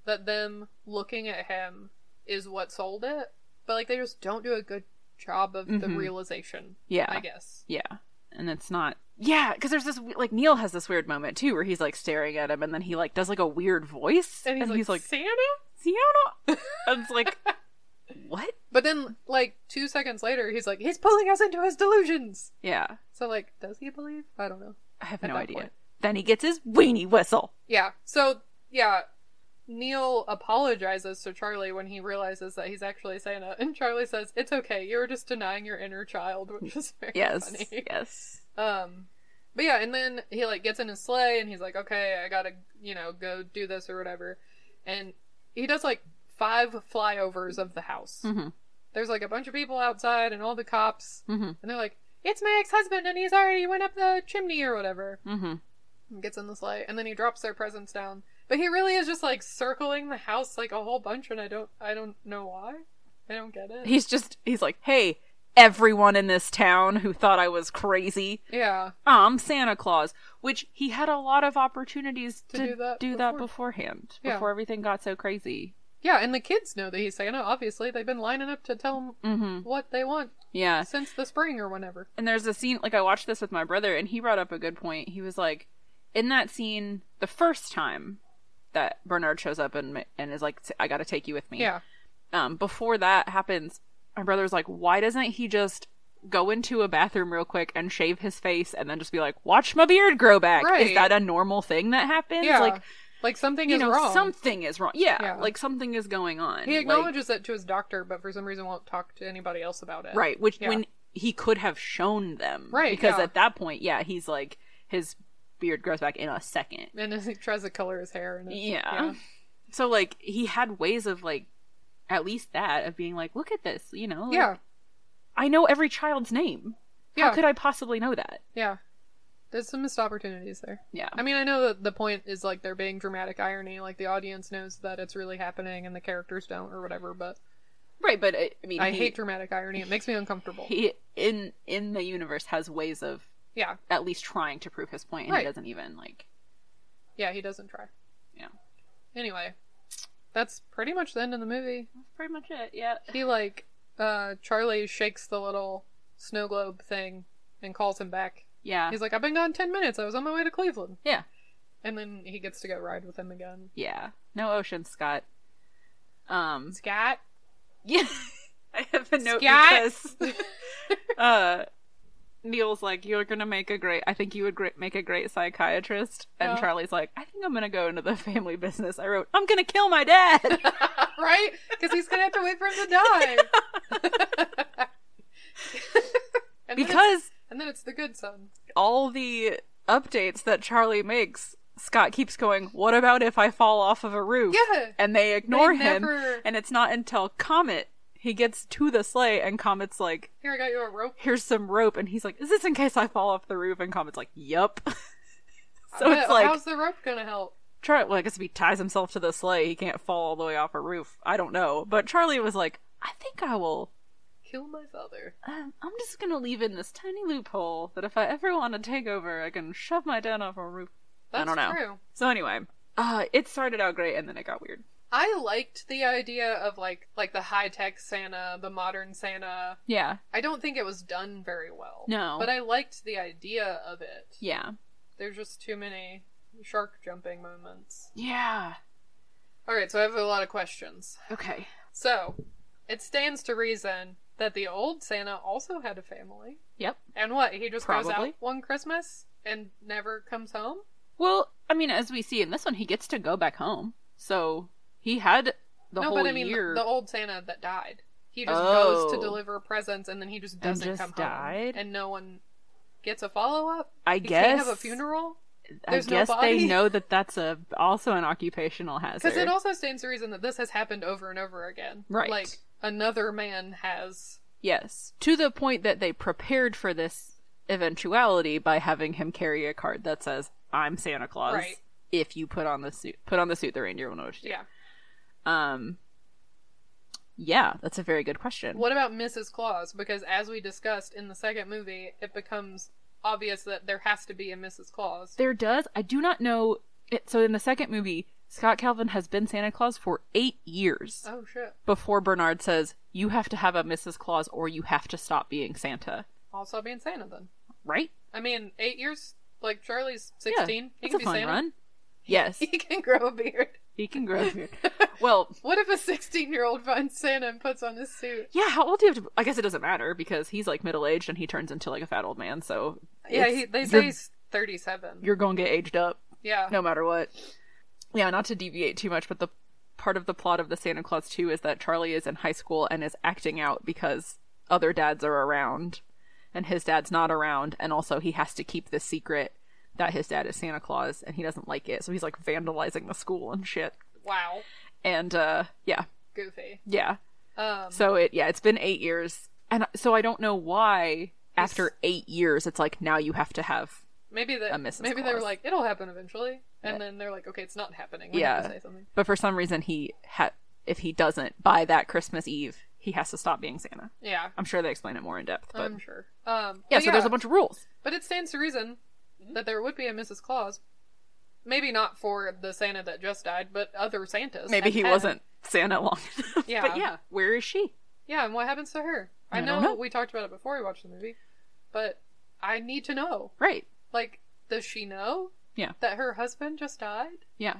[SPEAKER 1] that them looking at him is what sold it. But like they just don't do a good job of the
[SPEAKER 2] Mhm.
[SPEAKER 1] realization.
[SPEAKER 2] Yeah.
[SPEAKER 1] I guess.
[SPEAKER 2] Yeah. And it's not. Yeah, because there's this we- like Neil has this weird moment too where he's like staring at him and then he like does like a weird voice
[SPEAKER 1] And he's, like, Santa? *laughs*
[SPEAKER 2] Santa. and it's like what?
[SPEAKER 1] But then like two seconds later he's like, He's pulling us into his delusions.
[SPEAKER 2] Yeah,
[SPEAKER 1] So like, does he believe? I don't know.
[SPEAKER 2] I have
[SPEAKER 1] At
[SPEAKER 2] no
[SPEAKER 1] that
[SPEAKER 2] idea.
[SPEAKER 1] point.
[SPEAKER 2] Then he gets his weenie whistle.
[SPEAKER 1] Yeah. So yeah, Neil apologizes to Charlie when he realizes that he's actually Santa, and Charlie says, "It's okay. You were just denying your inner child," which is very
[SPEAKER 2] Yes,
[SPEAKER 1] funny.
[SPEAKER 2] yes.
[SPEAKER 1] Um, but yeah, and then he like gets in his sleigh and he's like, "Okay, I gotta you know go do this or whatever," and he does like five flyovers of the house.
[SPEAKER 2] Mhm.
[SPEAKER 1] There's like a bunch of people outside and all the cops,
[SPEAKER 2] Mhm.
[SPEAKER 1] and they're like, "It's my ex-husband, and he's already went up the chimney or whatever."
[SPEAKER 2] Mm-hmm.
[SPEAKER 1] and gets in the sleigh, and then he drops their presents down. But he really is just like circling the house like a whole bunch, and I don't, I don't know why. I don't get it.
[SPEAKER 2] He's just he's like, hey, everyone in this town who thought I was crazy,
[SPEAKER 1] yeah,
[SPEAKER 2] I'm um, Santa Claus. Which he had a lot of opportunities to, do, that,
[SPEAKER 1] before.
[SPEAKER 2] beforehand,
[SPEAKER 1] Yeah.
[SPEAKER 2] before everything got so crazy.
[SPEAKER 1] yeah, and the kids know that he's Santa. Obviously, they've been lining up to tell him
[SPEAKER 2] Mm-hmm.
[SPEAKER 1] what they want
[SPEAKER 2] Yeah.
[SPEAKER 1] since the spring or whenever.
[SPEAKER 2] And there's a scene like I watched this with my brother and he brought up a good point. He was like in that scene the first time that Bernard shows up and and is like I got to take you with me.
[SPEAKER 1] Yeah,
[SPEAKER 2] Um before that happens, my brother's like why doesn't he just go into a bathroom real quick and shave his face and then just be like watch my beard grow back.
[SPEAKER 1] Right.
[SPEAKER 2] Is that a normal thing that happens?
[SPEAKER 1] yeah,
[SPEAKER 2] Like
[SPEAKER 1] like, something
[SPEAKER 2] you
[SPEAKER 1] is
[SPEAKER 2] know
[SPEAKER 1] wrong.
[SPEAKER 2] something is wrong. Yeah,
[SPEAKER 1] Yeah.
[SPEAKER 2] like something is going on.
[SPEAKER 1] He
[SPEAKER 2] Like-
[SPEAKER 1] acknowledges that to his doctor, but for some reason won't talk to anybody else about it.
[SPEAKER 2] Right, which
[SPEAKER 1] Yeah.
[SPEAKER 2] when he could have shown them.
[SPEAKER 1] Right,
[SPEAKER 2] Because
[SPEAKER 1] yeah.
[SPEAKER 2] at that point, yeah, he's like his beard grows back in a second.
[SPEAKER 1] and *laughs* he tries to color his hair. And it-
[SPEAKER 2] Yeah. So like he had ways of like at least that of being like, look at this, you know.
[SPEAKER 1] yeah, yeah,
[SPEAKER 2] like, I know every child's name.
[SPEAKER 1] yeah.
[SPEAKER 2] How could I possibly know that?
[SPEAKER 1] yeah. There's some missed opportunities there.
[SPEAKER 2] Yeah.
[SPEAKER 1] I mean, I know that the point is like there being dramatic irony, like the audience knows that it's really happening and the characters don't, or whatever. But
[SPEAKER 2] right, but I, I mean
[SPEAKER 1] I
[SPEAKER 2] he-
[SPEAKER 1] hate dramatic irony; it makes me uncomfortable.
[SPEAKER 2] he in in the universe has ways of
[SPEAKER 1] yeah,
[SPEAKER 2] at least trying to prove his point and
[SPEAKER 1] Right.
[SPEAKER 2] he doesn't even like
[SPEAKER 1] yeah, he doesn't try.
[SPEAKER 2] Yeah.
[SPEAKER 1] Anyway, that's pretty much the end of the movie.
[SPEAKER 2] That's pretty much it, yeah.
[SPEAKER 1] He like uh Charlie shakes the little snow globe thing and calls him back.
[SPEAKER 2] Yeah.
[SPEAKER 1] He's like, "I've been gone ten minutes. I was on my way to Cleveland."
[SPEAKER 2] yeah.
[SPEAKER 1] And then he gets to go ride with him again.
[SPEAKER 2] Yeah. No ocean, Scott. Um *laughs*
[SPEAKER 1] Scott.
[SPEAKER 2] Yeah. I have a note
[SPEAKER 1] Scat.
[SPEAKER 2] because *laughs* uh, Neil's like, "You're gonna make a great. I think you would great, make a great psychiatrist." And
[SPEAKER 1] Yeah.
[SPEAKER 2] Charlie's like, "I think I'm gonna go into the *laughs* family business." I wrote, "I'm gonna kill
[SPEAKER 1] *laughs*
[SPEAKER 2] my dad."
[SPEAKER 1] right? Because he's gonna have to wait for him to die.
[SPEAKER 2] *laughs*
[SPEAKER 1] *laughs* and then it's-
[SPEAKER 2] because
[SPEAKER 1] and then it's the good son.
[SPEAKER 2] all the updates that Charlie makes, Scott keeps going, "What about if I fall off of a roof?"
[SPEAKER 1] Yeah.
[SPEAKER 2] and they ignore him.
[SPEAKER 1] never-
[SPEAKER 2] And it's not until Comet he gets to the sleigh, and Comet's like,
[SPEAKER 1] Here, I got you a rope.
[SPEAKER 2] here's some rope and he's like is this in case i fall off the roof and comet's like yep *laughs* so
[SPEAKER 1] But
[SPEAKER 2] it's like
[SPEAKER 1] how's the rope gonna help?
[SPEAKER 2] Char- well, i guess if he ties himself to the sleigh he can't fall all the way off a roof i don't know but charlie was like i think i will
[SPEAKER 1] Kill my father.
[SPEAKER 2] uh, i'm just gonna leave in this tiny loophole that if i ever want to take over i can shove my dad off a roof
[SPEAKER 1] That's
[SPEAKER 2] i don't know
[SPEAKER 1] true.
[SPEAKER 2] so anyway uh it started out great and then it got weird
[SPEAKER 1] I liked the idea of like like the high tech Santa, the modern Santa.
[SPEAKER 2] yeah
[SPEAKER 1] I don't think it was done very well.
[SPEAKER 2] No.
[SPEAKER 1] But I liked the idea of it.
[SPEAKER 2] yeah
[SPEAKER 1] There's just too many shark jumping moments.
[SPEAKER 2] yeah
[SPEAKER 1] Alright, so I have a lot of questions.
[SPEAKER 2] okay
[SPEAKER 1] So, it stands to reason that the old Santa also had a family.
[SPEAKER 2] yep
[SPEAKER 1] And what? He just goes out
[SPEAKER 2] Probably.
[SPEAKER 1] one Christmas and never comes home?
[SPEAKER 2] Well, I mean, as we see in this one, he gets to go back home. So he had the
[SPEAKER 1] no,
[SPEAKER 2] whole
[SPEAKER 1] but I mean
[SPEAKER 2] year
[SPEAKER 1] the old Santa that died. He just goes to
[SPEAKER 2] Oh.
[SPEAKER 1] deliver presents and then he just doesn't
[SPEAKER 2] just
[SPEAKER 1] come home.
[SPEAKER 2] died?
[SPEAKER 1] And no one gets a follow up.
[SPEAKER 2] I
[SPEAKER 1] he can't have a
[SPEAKER 2] guess-
[SPEAKER 1] funeral.
[SPEAKER 2] I
[SPEAKER 1] There's no
[SPEAKER 2] guess
[SPEAKER 1] body. *laughs*
[SPEAKER 2] they know that that's a also an occupational hazard.
[SPEAKER 1] Because it also stands to reason that this has happened over and over again.
[SPEAKER 2] Right.
[SPEAKER 1] Like another man has
[SPEAKER 2] yes, to the point that they prepared for this eventuality by having him carry a card that says, "I'm Santa Claus."
[SPEAKER 1] Right.
[SPEAKER 2] If you put on the suit, put on the suit, the reindeer will know what you do.
[SPEAKER 1] Yeah.
[SPEAKER 2] Um. Yeah, that's a very good question.
[SPEAKER 1] What about Mrs. Claus? Because as we discussed in the second movie, it becomes obvious that there has to be a Mrs. Claus.
[SPEAKER 2] There does. I do not know. It, so in the second movie, Scott Calvin has been Santa Claus for eight years
[SPEAKER 1] Oh shit.
[SPEAKER 2] before Bernard says, "You have to have a Mrs. Claus, or you have to stop being Santa."
[SPEAKER 1] Also being Santa then.
[SPEAKER 2] Right?
[SPEAKER 1] I mean, eight years. Like Charlie's
[SPEAKER 2] Yeah,
[SPEAKER 1] sixteen. he
[SPEAKER 2] that's
[SPEAKER 1] can
[SPEAKER 2] a
[SPEAKER 1] be
[SPEAKER 2] fun
[SPEAKER 1] Santa. *laughs*
[SPEAKER 2] run. Yes,
[SPEAKER 1] He can grow a beard.
[SPEAKER 2] he can grow. a beard. well,
[SPEAKER 1] What if a sixteen-year-old finds Santa and puts on his suit?
[SPEAKER 2] yeah. How old do you have to? I guess it doesn't matter because he's like middle aged and he turns into like a fat old man. So
[SPEAKER 1] Yeah,
[SPEAKER 2] it's-
[SPEAKER 1] he, they say
[SPEAKER 2] you're-
[SPEAKER 1] he's thirty-seven.
[SPEAKER 2] you're gonna get aged up.
[SPEAKER 1] Yeah.
[SPEAKER 2] no matter what. Yeah, not to deviate too much, but the part of the plot of the Santa Claus 2 is that Charlie is in high school and is acting out because other dads are around and his dad's not around and also he has to keep the secret that his dad is Santa Claus and he doesn't like it. So he's like vandalizing the school and shit.
[SPEAKER 1] Wow.
[SPEAKER 2] And uh yeah,
[SPEAKER 1] Goofy.
[SPEAKER 2] yeah.
[SPEAKER 1] Um.
[SPEAKER 2] So it yeah, it's been 8 years and so I don't know why after 8 years it's like now you have to have
[SPEAKER 1] Maybe that.
[SPEAKER 2] a Mrs.
[SPEAKER 1] Maybe they were
[SPEAKER 2] Claus.
[SPEAKER 1] like, "It'll happen eventually," and then they're like, "Okay, it's not happening." We have
[SPEAKER 2] yeah
[SPEAKER 1] to say something.
[SPEAKER 2] but for some reason he ha- if he doesn't by that christmas eve he has to stop being santa
[SPEAKER 1] Yeah.
[SPEAKER 2] i'm sure they explain it more in depth but
[SPEAKER 1] I'm sure. Um.
[SPEAKER 2] yeah
[SPEAKER 1] but
[SPEAKER 2] so there's a bunch of rules
[SPEAKER 1] But it stands to reason that there would be a Mrs. Claus. Maybe not for the Santa that just died, but other Santas.
[SPEAKER 2] maybe
[SPEAKER 1] have
[SPEAKER 2] he
[SPEAKER 1] had-
[SPEAKER 2] wasn't santa long *laughs* enough
[SPEAKER 1] Yeah.
[SPEAKER 2] but yeah where is she
[SPEAKER 1] Yeah, and what happens to her? I,
[SPEAKER 2] I
[SPEAKER 1] know,
[SPEAKER 2] don't know.
[SPEAKER 1] we talked about it before we watched the movie, but I need to know.
[SPEAKER 2] right
[SPEAKER 1] Like, does she know
[SPEAKER 2] yeah
[SPEAKER 1] that her husband just died?
[SPEAKER 2] yeah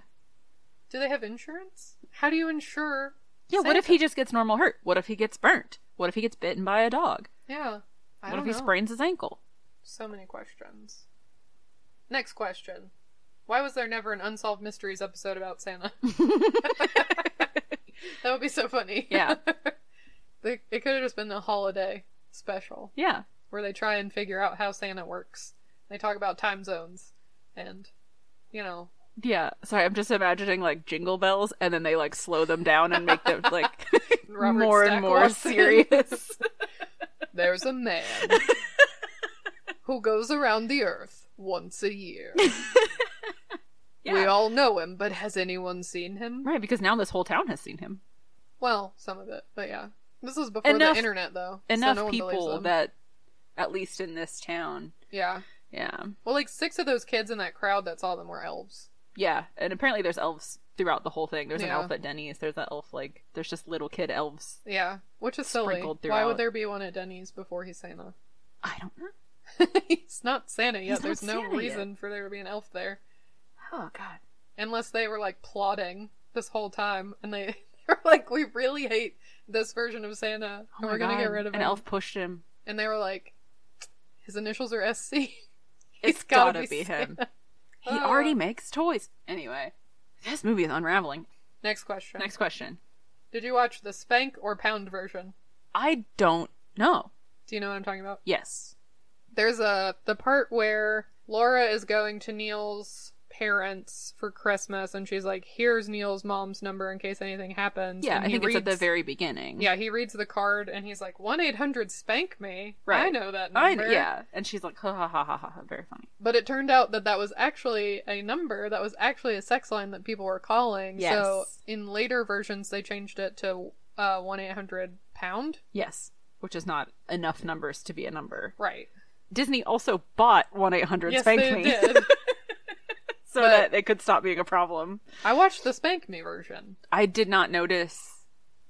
[SPEAKER 1] Do they have insurance? How do you insure?
[SPEAKER 2] yeah what if
[SPEAKER 1] Santa?
[SPEAKER 2] he just gets normal hurt what if he gets burnt what if he gets bitten by a dog
[SPEAKER 1] Yeah, I
[SPEAKER 2] what if
[SPEAKER 1] don't
[SPEAKER 2] he
[SPEAKER 1] know.
[SPEAKER 2] sprains his ankle
[SPEAKER 1] So many questions. Next question: Why was there never an unsolved mysteries episode about
[SPEAKER 2] *laughs*
[SPEAKER 1] Santa? that would be so funny.
[SPEAKER 2] Yeah.
[SPEAKER 1] *laughs* They- it could have just been a holiday special
[SPEAKER 2] yeah
[SPEAKER 1] where they try and figure out how Santa works. They talk about time zones and, you know,
[SPEAKER 2] yeah sorry i'm just imagining like jingle bells and then they like slow them down and make them like
[SPEAKER 1] *laughs* Robert
[SPEAKER 2] *laughs* more and
[SPEAKER 1] Stack
[SPEAKER 2] more
[SPEAKER 1] walks in. *laughs*
[SPEAKER 2] serious
[SPEAKER 1] there's a
[SPEAKER 2] *laughs*
[SPEAKER 1] man who goes around the earth once a
[SPEAKER 2] *laughs*
[SPEAKER 1] year. We all know him, but has anyone seen him?
[SPEAKER 2] Right, because now this whole town has seen him.
[SPEAKER 1] Well, some of it, but yeah. This was before
[SPEAKER 2] Enough-
[SPEAKER 1] the internet, though. so
[SPEAKER 2] Enough
[SPEAKER 1] no one believes
[SPEAKER 2] people
[SPEAKER 1] them.
[SPEAKER 2] that, at least in this town,
[SPEAKER 1] Yeah.
[SPEAKER 2] yeah,
[SPEAKER 1] Well, like six of those kids in that crowd that saw them were elves.
[SPEAKER 2] yeah, and apparently there's elves throughout the whole thing. There's an
[SPEAKER 1] Yeah.
[SPEAKER 2] elf at Denny's. There's an elf like there's just little kid elves.
[SPEAKER 1] Yeah, which is silly.
[SPEAKER 2] Sprinkled
[SPEAKER 1] Why
[SPEAKER 2] throughout.
[SPEAKER 1] would there be one at Denny's before he's Santa? *laughs*
[SPEAKER 2] I don't know.
[SPEAKER 1] he's not Santa yet.
[SPEAKER 2] He's not
[SPEAKER 1] There's no
[SPEAKER 2] Santa yet.
[SPEAKER 1] reason for there to be an elf there,
[SPEAKER 2] Oh God.
[SPEAKER 1] unless they were like plotting this whole time, and they *laughs* were like, "We really hate this version of Santa,
[SPEAKER 2] Oh
[SPEAKER 1] and
[SPEAKER 2] my
[SPEAKER 1] we're gonna get
[SPEAKER 2] God.
[SPEAKER 1] rid of
[SPEAKER 2] An
[SPEAKER 1] him."
[SPEAKER 2] elf pushed him.
[SPEAKER 1] And they were like, "His initials are SC."
[SPEAKER 2] It's
[SPEAKER 1] He's
[SPEAKER 2] gotta,
[SPEAKER 1] gotta
[SPEAKER 2] be,
[SPEAKER 1] be *laughs*
[SPEAKER 2] him. He
[SPEAKER 1] Oh.
[SPEAKER 2] already makes toys. Anyway, this movie is unraveling.
[SPEAKER 1] *laughs* Next question.
[SPEAKER 2] Next question.
[SPEAKER 1] Did you watch the spank or pound version?
[SPEAKER 2] I don't know.
[SPEAKER 1] Do you know what I'm talking about?
[SPEAKER 2] Yes.
[SPEAKER 1] There's a the part where Laura is going to Neil's parents for Christmas, and she's like, "Here's Neil's mom's number in case anything happens."
[SPEAKER 2] Yeah,
[SPEAKER 1] and
[SPEAKER 2] I
[SPEAKER 1] he
[SPEAKER 2] think it's at the
[SPEAKER 1] reads-
[SPEAKER 2] very beginning.
[SPEAKER 1] Yeah, he reads the card and he's like, "One eight hundred spank me."
[SPEAKER 2] Right.
[SPEAKER 1] I know that
[SPEAKER 2] I
[SPEAKER 1] number.
[SPEAKER 2] yeah, and she's like, ha ha ha ha ha, ha. very funny.
[SPEAKER 1] But it turned out that that was actually a number that was actually a sex line that people were calling. So
[SPEAKER 2] Yes.
[SPEAKER 1] in later versions, they changed it to uh, one eight hundred pound.
[SPEAKER 2] Yes, which is not enough numbers to be a number.
[SPEAKER 1] Right.
[SPEAKER 2] Disney also bought 1 800
[SPEAKER 1] Yes,
[SPEAKER 2] Spank
[SPEAKER 1] they
[SPEAKER 2] Me
[SPEAKER 1] did.
[SPEAKER 2] *laughs* so that it could stop being a problem.
[SPEAKER 1] I watched the spank me version.
[SPEAKER 2] I did not notice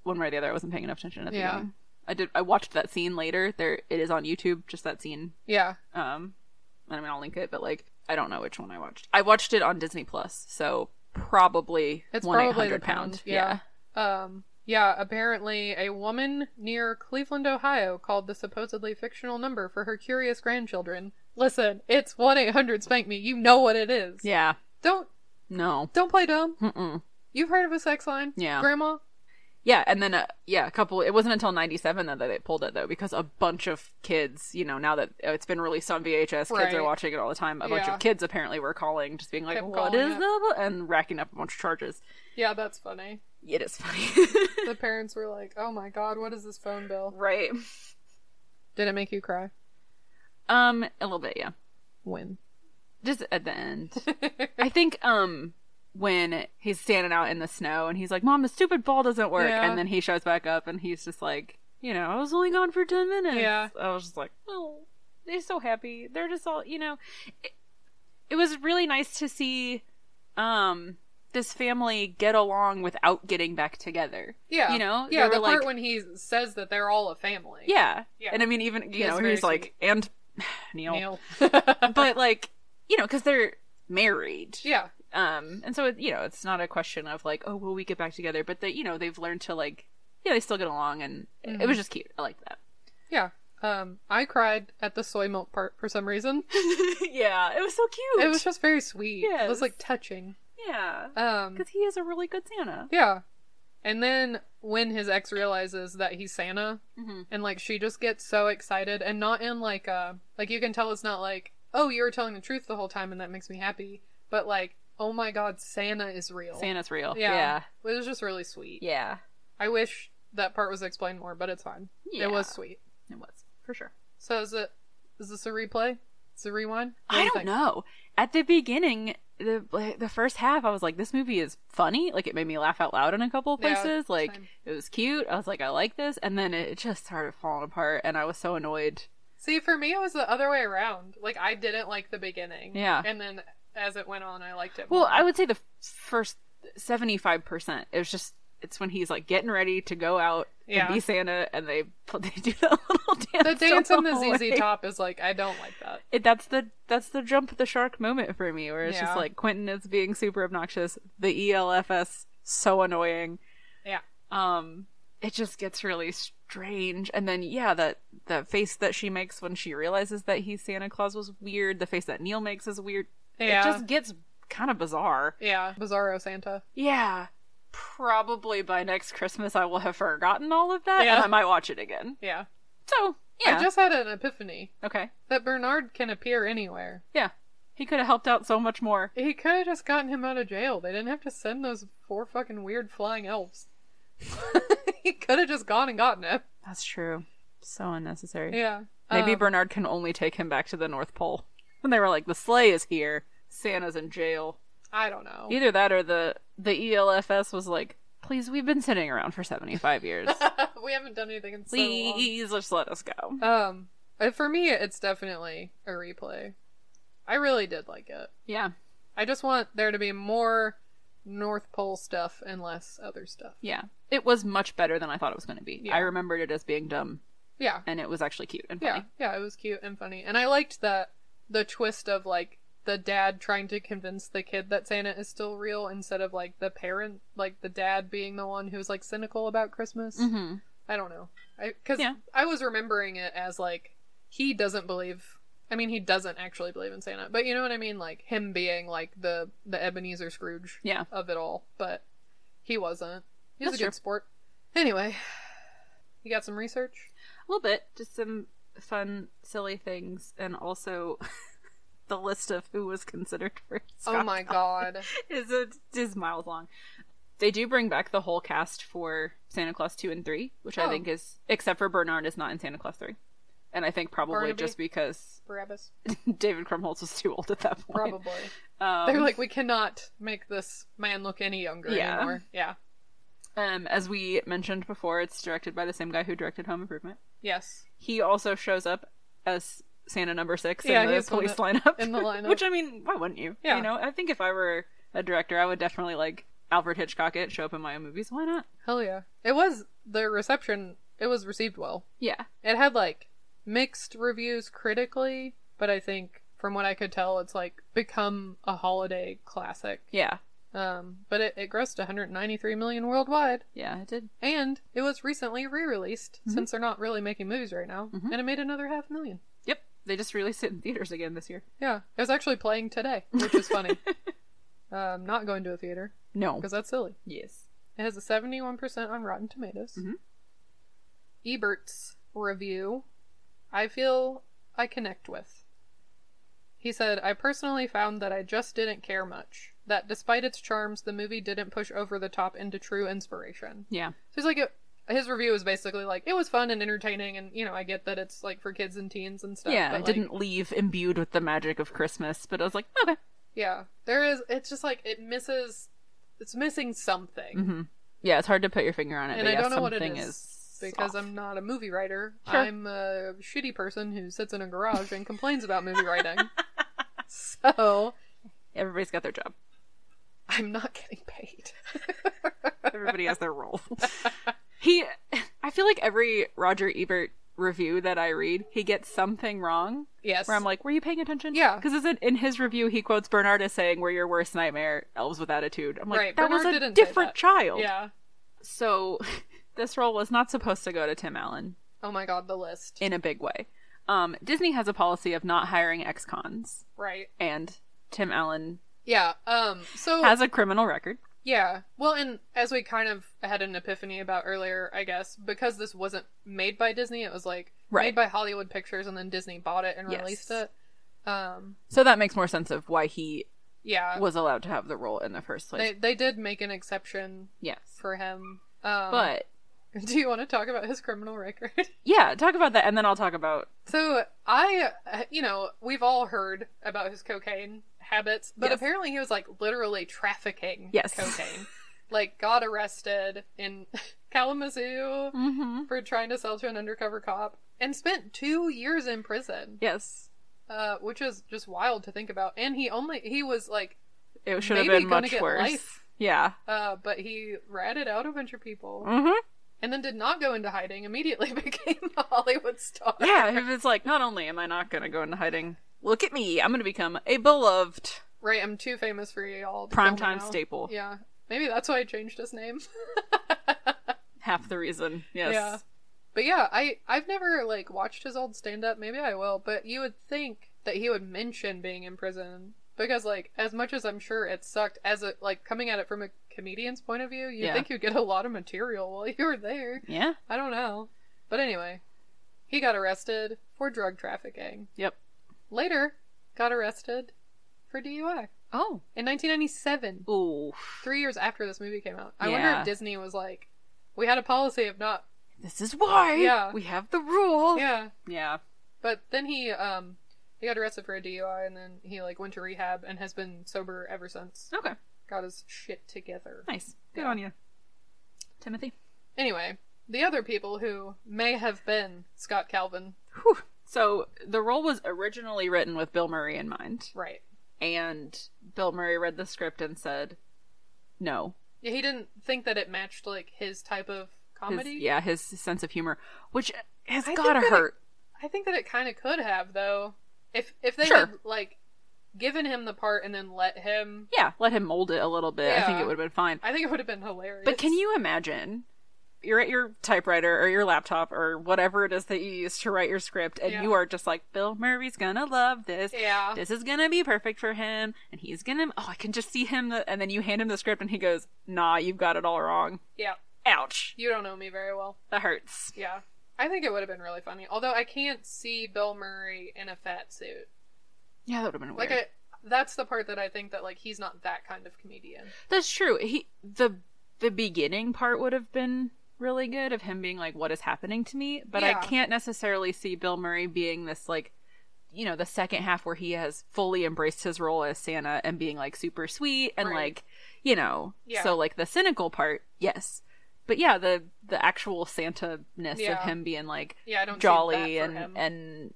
[SPEAKER 2] one way or the other. I wasn't paying enough attention at the
[SPEAKER 1] Yeah.
[SPEAKER 2] beginning. I did. I watched that scene later. There, it is on YouTube. Just that scene.
[SPEAKER 1] Yeah.
[SPEAKER 2] Um, and I mean, I'll link it, but like, I don't know which one I watched. I watched it on Disney Plus, so probably
[SPEAKER 1] It's
[SPEAKER 2] one eight
[SPEAKER 1] probably the
[SPEAKER 2] hundred
[SPEAKER 1] pound. Yeah. Um, yeah, apparently a woman near Cleveland, Ohio called the supposedly fictional number for her curious grandchildren. Listen, it's 1-800 spank me. You know what it is.
[SPEAKER 2] Yeah.
[SPEAKER 1] Don't
[SPEAKER 2] No.
[SPEAKER 1] don't play dumb.
[SPEAKER 2] Mm-mm.
[SPEAKER 1] You've heard of a sex line?
[SPEAKER 2] Yeah.
[SPEAKER 1] Grandma?
[SPEAKER 2] Yeah, and then uh, yeah, a couple. It wasn't until '97 that they pulled it though, because a bunch of kids, you know, now that uh, it's been released on VHS, kids are
[SPEAKER 1] Right.
[SPEAKER 2] watching it all the time. A bunch
[SPEAKER 1] Yeah.
[SPEAKER 2] of kids apparently were calling, just being like,
[SPEAKER 1] Kept
[SPEAKER 2] "What
[SPEAKER 1] calling
[SPEAKER 2] is
[SPEAKER 1] it.
[SPEAKER 2] the?" and racking up a bunch of charges.
[SPEAKER 1] Yeah, that's funny.
[SPEAKER 2] It is funny, *laughs*
[SPEAKER 1] The parents were like, "Oh my god, what is this phone bill?"
[SPEAKER 2] right?
[SPEAKER 1] Did it make you cry?
[SPEAKER 2] Um, a little bit, yeah. *laughs*
[SPEAKER 1] When?
[SPEAKER 2] Just at the end. I think um when he's standing out in the snow and he's like, "Mom, the stupid ball doesn't work,"
[SPEAKER 1] Yeah.
[SPEAKER 2] and then he shows back up and he's just like, "You know, I was only gone for ten minutes."
[SPEAKER 1] Yeah.
[SPEAKER 2] I was just like, "Oh, they're so happy. They're just all, you know." It, it was really nice to see um this family get along without getting back together.
[SPEAKER 1] Yeah.
[SPEAKER 2] you know,
[SPEAKER 1] Yeah,
[SPEAKER 2] They
[SPEAKER 1] the
[SPEAKER 2] were
[SPEAKER 1] part
[SPEAKER 2] like-
[SPEAKER 1] when he says that they're all a family.
[SPEAKER 2] yeah.
[SPEAKER 1] Yeah.
[SPEAKER 2] And I mean, even you
[SPEAKER 1] It's
[SPEAKER 2] know,
[SPEAKER 1] very
[SPEAKER 2] he's like, and *sighs*
[SPEAKER 1] Neil. *laughs*
[SPEAKER 2] but like you know because they're married
[SPEAKER 1] yeah.
[SPEAKER 2] um and so it, you know it's not a question of like oh will we get back together but they you know they've learned to like yeah they still get along and it
[SPEAKER 1] Mm-hmm.
[SPEAKER 2] was just cute i like that *laughs*
[SPEAKER 1] Yeah. Um, I cried at the soy milk part for some reason.
[SPEAKER 2] yeah it was so cute
[SPEAKER 1] It was just very sweet. It was
[SPEAKER 2] Yes.
[SPEAKER 1] like touching.
[SPEAKER 2] yeah
[SPEAKER 1] Um,
[SPEAKER 2] because he is a really good santa
[SPEAKER 1] yeah. And then when his ex realizes that he's Santa,
[SPEAKER 2] Mm-hmm.
[SPEAKER 1] and like she just gets so excited, and not in like a like you can tell it's not like oh you were telling the truth the whole time and that makes me happy, but like oh my god Santa is real.
[SPEAKER 2] santa's real
[SPEAKER 1] Yeah.
[SPEAKER 2] yeah
[SPEAKER 1] It was just really sweet.
[SPEAKER 2] yeah
[SPEAKER 1] I wish that part was explained more, but it's fine.
[SPEAKER 2] Yeah.
[SPEAKER 1] It was sweet.
[SPEAKER 2] it was for sure
[SPEAKER 1] So is it is this a replay? Is it a rewind? What do
[SPEAKER 2] I
[SPEAKER 1] you
[SPEAKER 2] don't
[SPEAKER 1] think?
[SPEAKER 2] know. At the beginning, the like, the first half, I was like, "This movie is funny." Like, it made me laugh out loud in a couple of
[SPEAKER 1] Yeah,
[SPEAKER 2] places. like,
[SPEAKER 1] same.
[SPEAKER 2] it was cute. I was like, "I like this," and then it just started falling apart, and I was so annoyed.
[SPEAKER 1] See, for me, it was the other way around. Like, I didn't like the beginning.
[SPEAKER 2] Yeah.
[SPEAKER 1] And then as it went on, I liked it
[SPEAKER 2] Well,
[SPEAKER 1] more.
[SPEAKER 2] I would say the first seventy five percent. It was just it's when he's like getting ready to go out
[SPEAKER 1] Yeah.
[SPEAKER 2] and be Santa, and they pl- *laughs* they do that little *laughs* dance.
[SPEAKER 1] the dance in the
[SPEAKER 2] hallway.
[SPEAKER 1] ZZ Top is like, I don't like that.
[SPEAKER 2] It, that's the that's the jump the shark moment for me, where it's
[SPEAKER 1] Yeah.
[SPEAKER 2] just like Quentin is being super obnoxious. The E ELFS so annoying.
[SPEAKER 1] Yeah.
[SPEAKER 2] um it just gets really strange and then yeah that the face that she makes when she realizes that he's santa claus was weird the face that neil makes is weird
[SPEAKER 1] Yeah.
[SPEAKER 2] it just gets kind of bizarre
[SPEAKER 1] Yeah. Bizarro Santa.
[SPEAKER 2] yeah probably by next christmas i will have forgotten all of that
[SPEAKER 1] Yeah.
[SPEAKER 2] and i might watch it again
[SPEAKER 1] Yeah.
[SPEAKER 2] so yeah
[SPEAKER 1] I just had an epiphany
[SPEAKER 2] okay
[SPEAKER 1] that Bernard can appear anywhere.
[SPEAKER 2] yeah he could have helped out so much more
[SPEAKER 1] He could have just gotten him out of jail. They didn't have to send those four fucking weird flying
[SPEAKER 2] *laughs*
[SPEAKER 1] elves. he could have just gone and gotten him.
[SPEAKER 2] that's true so unnecessary
[SPEAKER 1] Yeah.
[SPEAKER 2] maybe
[SPEAKER 1] Um,
[SPEAKER 2] bernard can only take him back to the north pole and they were like the sleigh is here santa's in jail
[SPEAKER 1] I don't know.
[SPEAKER 2] Either that or the the E ELFS was like, please, we've been sitting around for seventy five *laughs* years.
[SPEAKER 1] *laughs* we haven't done anything in so long.
[SPEAKER 2] please, just let us go.
[SPEAKER 1] Um, uh, for me, it's definitely a replay. I really did like it.
[SPEAKER 2] Yeah,
[SPEAKER 1] I just want there to be more North Pole stuff and less other stuff.
[SPEAKER 2] yeah. It was much better than I thought it was going to be.
[SPEAKER 1] Yeah.
[SPEAKER 2] I remembered it as being dumb,
[SPEAKER 1] Yeah,
[SPEAKER 2] and it was actually cute and
[SPEAKER 1] yeah,
[SPEAKER 2] funny.
[SPEAKER 1] yeah. It was cute and funny, and I liked that the twist of like the dad trying to convince the kid that Santa is still real instead of like the parent, like the dad being the one who's like cynical about Christmas.
[SPEAKER 2] hmm
[SPEAKER 1] I don't know. I cuz
[SPEAKER 2] Yeah.
[SPEAKER 1] I was remembering it as like he doesn't believe I mean he doesn't actually believe in Santa, but you know what I mean like him being like the the Ebenezer Scrooge
[SPEAKER 2] Yeah.
[SPEAKER 1] of it all, but he wasn't. He was
[SPEAKER 2] That's
[SPEAKER 1] a good
[SPEAKER 2] true.
[SPEAKER 1] sport. Anyway, you got some research?
[SPEAKER 2] A little bit, just some fun, silly things, and also *laughs* the list of who was considered for.
[SPEAKER 1] oh
[SPEAKER 2] Scott
[SPEAKER 1] my god.
[SPEAKER 2] *laughs* is a, is miles long. They do bring back the whole cast for Santa Claus two and three, which I
[SPEAKER 1] Oh.
[SPEAKER 2] think is except for Bernard is not in Santa Claus three, and I think probably
[SPEAKER 1] Barnaby?
[SPEAKER 2] just because *laughs*
[SPEAKER 1] Barabbas
[SPEAKER 2] David Krumholtz was too old at that point.
[SPEAKER 1] probably.
[SPEAKER 2] Um,
[SPEAKER 1] They're like we cannot make this man look any younger
[SPEAKER 2] Yeah.
[SPEAKER 1] anymore. Yeah.
[SPEAKER 2] um, as we mentioned before, it's directed by the same guy who directed Home Improvement.
[SPEAKER 1] Yes.
[SPEAKER 2] He also shows up as Santa number six
[SPEAKER 1] Yeah,
[SPEAKER 2] in the
[SPEAKER 1] he's the one
[SPEAKER 2] police
[SPEAKER 1] that-
[SPEAKER 2] lineup. *laughs*
[SPEAKER 1] in the lineup.
[SPEAKER 2] which I mean, why wouldn't you?
[SPEAKER 1] Yeah.
[SPEAKER 2] You know, I think if I were a director, I would definitely like Alfred Hitchcock it, show up in my own movies. Why not?
[SPEAKER 1] Hell yeah. It was the reception it was received well.
[SPEAKER 2] Yeah.
[SPEAKER 1] It had like mixed reviews critically, but I think from what I could tell, it's like become a holiday classic.
[SPEAKER 2] Yeah.
[SPEAKER 1] Um, but it, it grossed 193 million worldwide,
[SPEAKER 2] Yeah, it did.
[SPEAKER 1] and it was recently re-released
[SPEAKER 2] Mm-hmm.
[SPEAKER 1] since they're not really making movies right now, and it made another half million.
[SPEAKER 2] Yep, they just released it in theaters again this year.
[SPEAKER 1] Yeah, it was actually playing today, which is
[SPEAKER 2] *laughs*
[SPEAKER 1] funny. um, not going to a theater
[SPEAKER 2] No.
[SPEAKER 1] because that's silly.
[SPEAKER 2] Yes.
[SPEAKER 1] It has a 71% on Rotten Tomatoes.
[SPEAKER 2] Mm-hmm.
[SPEAKER 1] Ebert's review, I feel I connect with. He said, I personally found that I just didn't care much. That despite its charms, the movie didn't push over the top into true inspiration.
[SPEAKER 2] Yeah.
[SPEAKER 1] So he's like, his review was basically like it was fun and entertaining, and you know I get that it's like for kids and teens and stuff.
[SPEAKER 2] yeah,
[SPEAKER 1] but,
[SPEAKER 2] I
[SPEAKER 1] like,
[SPEAKER 2] didn't leave imbued with the magic of Christmas, but I was like, okay.
[SPEAKER 1] Yeah, there is. It's just like it misses. It's missing something,
[SPEAKER 2] Yeah, it's hard to put your finger on it,
[SPEAKER 1] and
[SPEAKER 2] but
[SPEAKER 1] I
[SPEAKER 2] yeah,
[SPEAKER 1] don't know what it
[SPEAKER 2] Mm-hmm. something
[SPEAKER 1] is,
[SPEAKER 2] is
[SPEAKER 1] because
[SPEAKER 2] off.
[SPEAKER 1] I'm not a movie writer.
[SPEAKER 2] Sure.
[SPEAKER 1] I'm a shitty person who sits in a garage and complains about
[SPEAKER 2] *laughs*
[SPEAKER 1] movie writing. So
[SPEAKER 2] Everybody's got their job.
[SPEAKER 1] I'm not getting paid. *laughs*
[SPEAKER 2] Everybody has their role. he, I feel like every Roger Ebert review that I read, he gets something wrong.
[SPEAKER 1] yes,
[SPEAKER 2] Where I'm like, were you paying attention?
[SPEAKER 1] Yeah.
[SPEAKER 2] Because in his review, he quotes Bernard as saying, "We're your worst nightmare, elves with attitude." I'm like,
[SPEAKER 1] right.
[SPEAKER 2] that
[SPEAKER 1] Bernard
[SPEAKER 2] was a
[SPEAKER 1] didn't say
[SPEAKER 2] different
[SPEAKER 1] that.
[SPEAKER 2] child.
[SPEAKER 1] Yeah.
[SPEAKER 2] So, *laughs* this role was not supposed to go to Tim Allen
[SPEAKER 1] Oh my god, the list.
[SPEAKER 2] in a big way. Um, Disney has a policy of not hiring ex-cons,
[SPEAKER 1] right.
[SPEAKER 2] and Tim Allen
[SPEAKER 1] Yeah. Um. So
[SPEAKER 2] has a criminal record.
[SPEAKER 1] Yeah. Well, and as we kind of had an epiphany about earlier, I guess, because this wasn't made by Disney, it was like
[SPEAKER 2] Right.
[SPEAKER 1] made by Hollywood Pictures and then Disney bought it and
[SPEAKER 2] Yes.
[SPEAKER 1] released it. Um
[SPEAKER 2] So that makes more sense of why he
[SPEAKER 1] yeah.
[SPEAKER 2] was allowed to have the role in the first place.
[SPEAKER 1] they they did make an exception
[SPEAKER 2] yes.
[SPEAKER 1] for him. Um
[SPEAKER 2] But
[SPEAKER 1] *laughs* do you want to talk about his criminal record? *laughs*
[SPEAKER 2] yeah, talk about that and then I'll talk about
[SPEAKER 1] so, I uh, you know, we've all heard about his cocaine habits, but
[SPEAKER 2] Yes.
[SPEAKER 1] apparently he was like literally trafficking
[SPEAKER 2] Yes.
[SPEAKER 1] cocaine. like got arrested in *laughs* Kalamazoo.
[SPEAKER 2] mm-hmm.
[SPEAKER 1] for trying to sell to an undercover cop and spent two years in prison
[SPEAKER 2] Yes.
[SPEAKER 1] uh, which is just wild to think about and he only he was like
[SPEAKER 2] It should have
[SPEAKER 1] Maybe
[SPEAKER 2] been
[SPEAKER 1] gonna
[SPEAKER 2] much
[SPEAKER 1] get
[SPEAKER 2] worse.
[SPEAKER 1] life.
[SPEAKER 2] Yeah.
[SPEAKER 1] uh, but he ratted out a bunch of people
[SPEAKER 2] Mm-hmm.
[SPEAKER 1] and then did not go into hiding immediately *laughs* became a hollywood star
[SPEAKER 2] Yeah, if it's like, not only am I not going to go into hiding, look at me, I'm going to become a beloved
[SPEAKER 1] right i'm too famous for y'all to
[SPEAKER 2] Primetime
[SPEAKER 1] kill me now.
[SPEAKER 2] staple.
[SPEAKER 1] yeah maybe that's why i changed his name *laughs*
[SPEAKER 2] half the reason. Yes.
[SPEAKER 1] Yeah. But yeah, I I've never like watched his old stand up. Maybe I will, but you would think that he would mention being in prison because like as much as I'm sure it sucked as a like coming at it from a comedian's point of view, you would
[SPEAKER 2] Yeah.
[SPEAKER 1] think you'd get a lot of material while you were there.
[SPEAKER 2] Yeah.
[SPEAKER 1] I don't know. But anyway, he got arrested for drug trafficking.
[SPEAKER 2] Yep.
[SPEAKER 1] Later, got arrested for DUI
[SPEAKER 2] Oh.
[SPEAKER 1] in 1997
[SPEAKER 2] Ooh.
[SPEAKER 1] 3 years after this movie came out. I wonder
[SPEAKER 2] Yeah.
[SPEAKER 1] if Disney was like we had a policy of not
[SPEAKER 2] This is why
[SPEAKER 1] Yeah.
[SPEAKER 2] we have the rule.
[SPEAKER 1] yeah
[SPEAKER 2] Yeah.
[SPEAKER 1] But then he um he got arrested for a DUI and then he like went to rehab and has been sober ever since.
[SPEAKER 2] Okay.
[SPEAKER 1] Got his shit together.
[SPEAKER 2] Oh. Nice. Good
[SPEAKER 1] Yeah.
[SPEAKER 2] on you. Timothy.
[SPEAKER 1] Anyway, the other people who may have been Scott Calvin,
[SPEAKER 2] Whew. So the role was originally written with Bill Murray in mind.
[SPEAKER 1] right?
[SPEAKER 2] And Bill Murray read the script and said, no.
[SPEAKER 1] Yeah, He didn't think that it matched like his type of
[SPEAKER 2] His-
[SPEAKER 1] comedy.
[SPEAKER 2] yeah, his sense of humor, which has
[SPEAKER 1] I
[SPEAKER 2] got to
[SPEAKER 1] think that it-
[SPEAKER 2] hurt.
[SPEAKER 1] I think that it kind of could have though, if if they
[SPEAKER 2] Sure.
[SPEAKER 1] had like given him the part and then let him.
[SPEAKER 2] yeah, let him mold it a little bit. I think
[SPEAKER 1] Yeah.
[SPEAKER 2] it would have been fine.
[SPEAKER 1] I think it would have been hilarious.
[SPEAKER 2] But can you imagine? You're at your typewriter or your laptop or whatever it is that you use to write your script, and
[SPEAKER 1] Yeah.
[SPEAKER 2] you are just like, Bill Murray's gonna love this.
[SPEAKER 1] Yeah.
[SPEAKER 2] This is gonna be perfect for him, and he's gonna. Oh, I can just see him. The, and then you hand him the script, and he goes, Nah, you've got it all wrong.
[SPEAKER 1] Yeah,
[SPEAKER 2] Ouch.
[SPEAKER 1] you don't know me very well.
[SPEAKER 2] That hurts.
[SPEAKER 1] Yeah. I think it would have been really funny. Although I can't see Bill Murray in a fat suit.
[SPEAKER 2] Yeah, that would have been weird.
[SPEAKER 1] Like I that's the part that I think that like he's not that kind of comedian.
[SPEAKER 2] That's true. He the the beginning part would have been really good of him being like, "What is happening to me?" But
[SPEAKER 1] Yeah.
[SPEAKER 2] I can't necessarily see Bill Murray being this like, you know, the second half where he has fully embraced his role as Santa and being like super sweet and
[SPEAKER 1] Right.
[SPEAKER 2] like, you know,
[SPEAKER 1] Yeah.
[SPEAKER 2] so like the cynical part, yes. But yeah, the the actual Santa ness
[SPEAKER 1] Yeah.
[SPEAKER 2] of him being like
[SPEAKER 1] Yeah, I don't see that
[SPEAKER 2] jolly
[SPEAKER 1] for
[SPEAKER 2] and
[SPEAKER 1] him.
[SPEAKER 2] and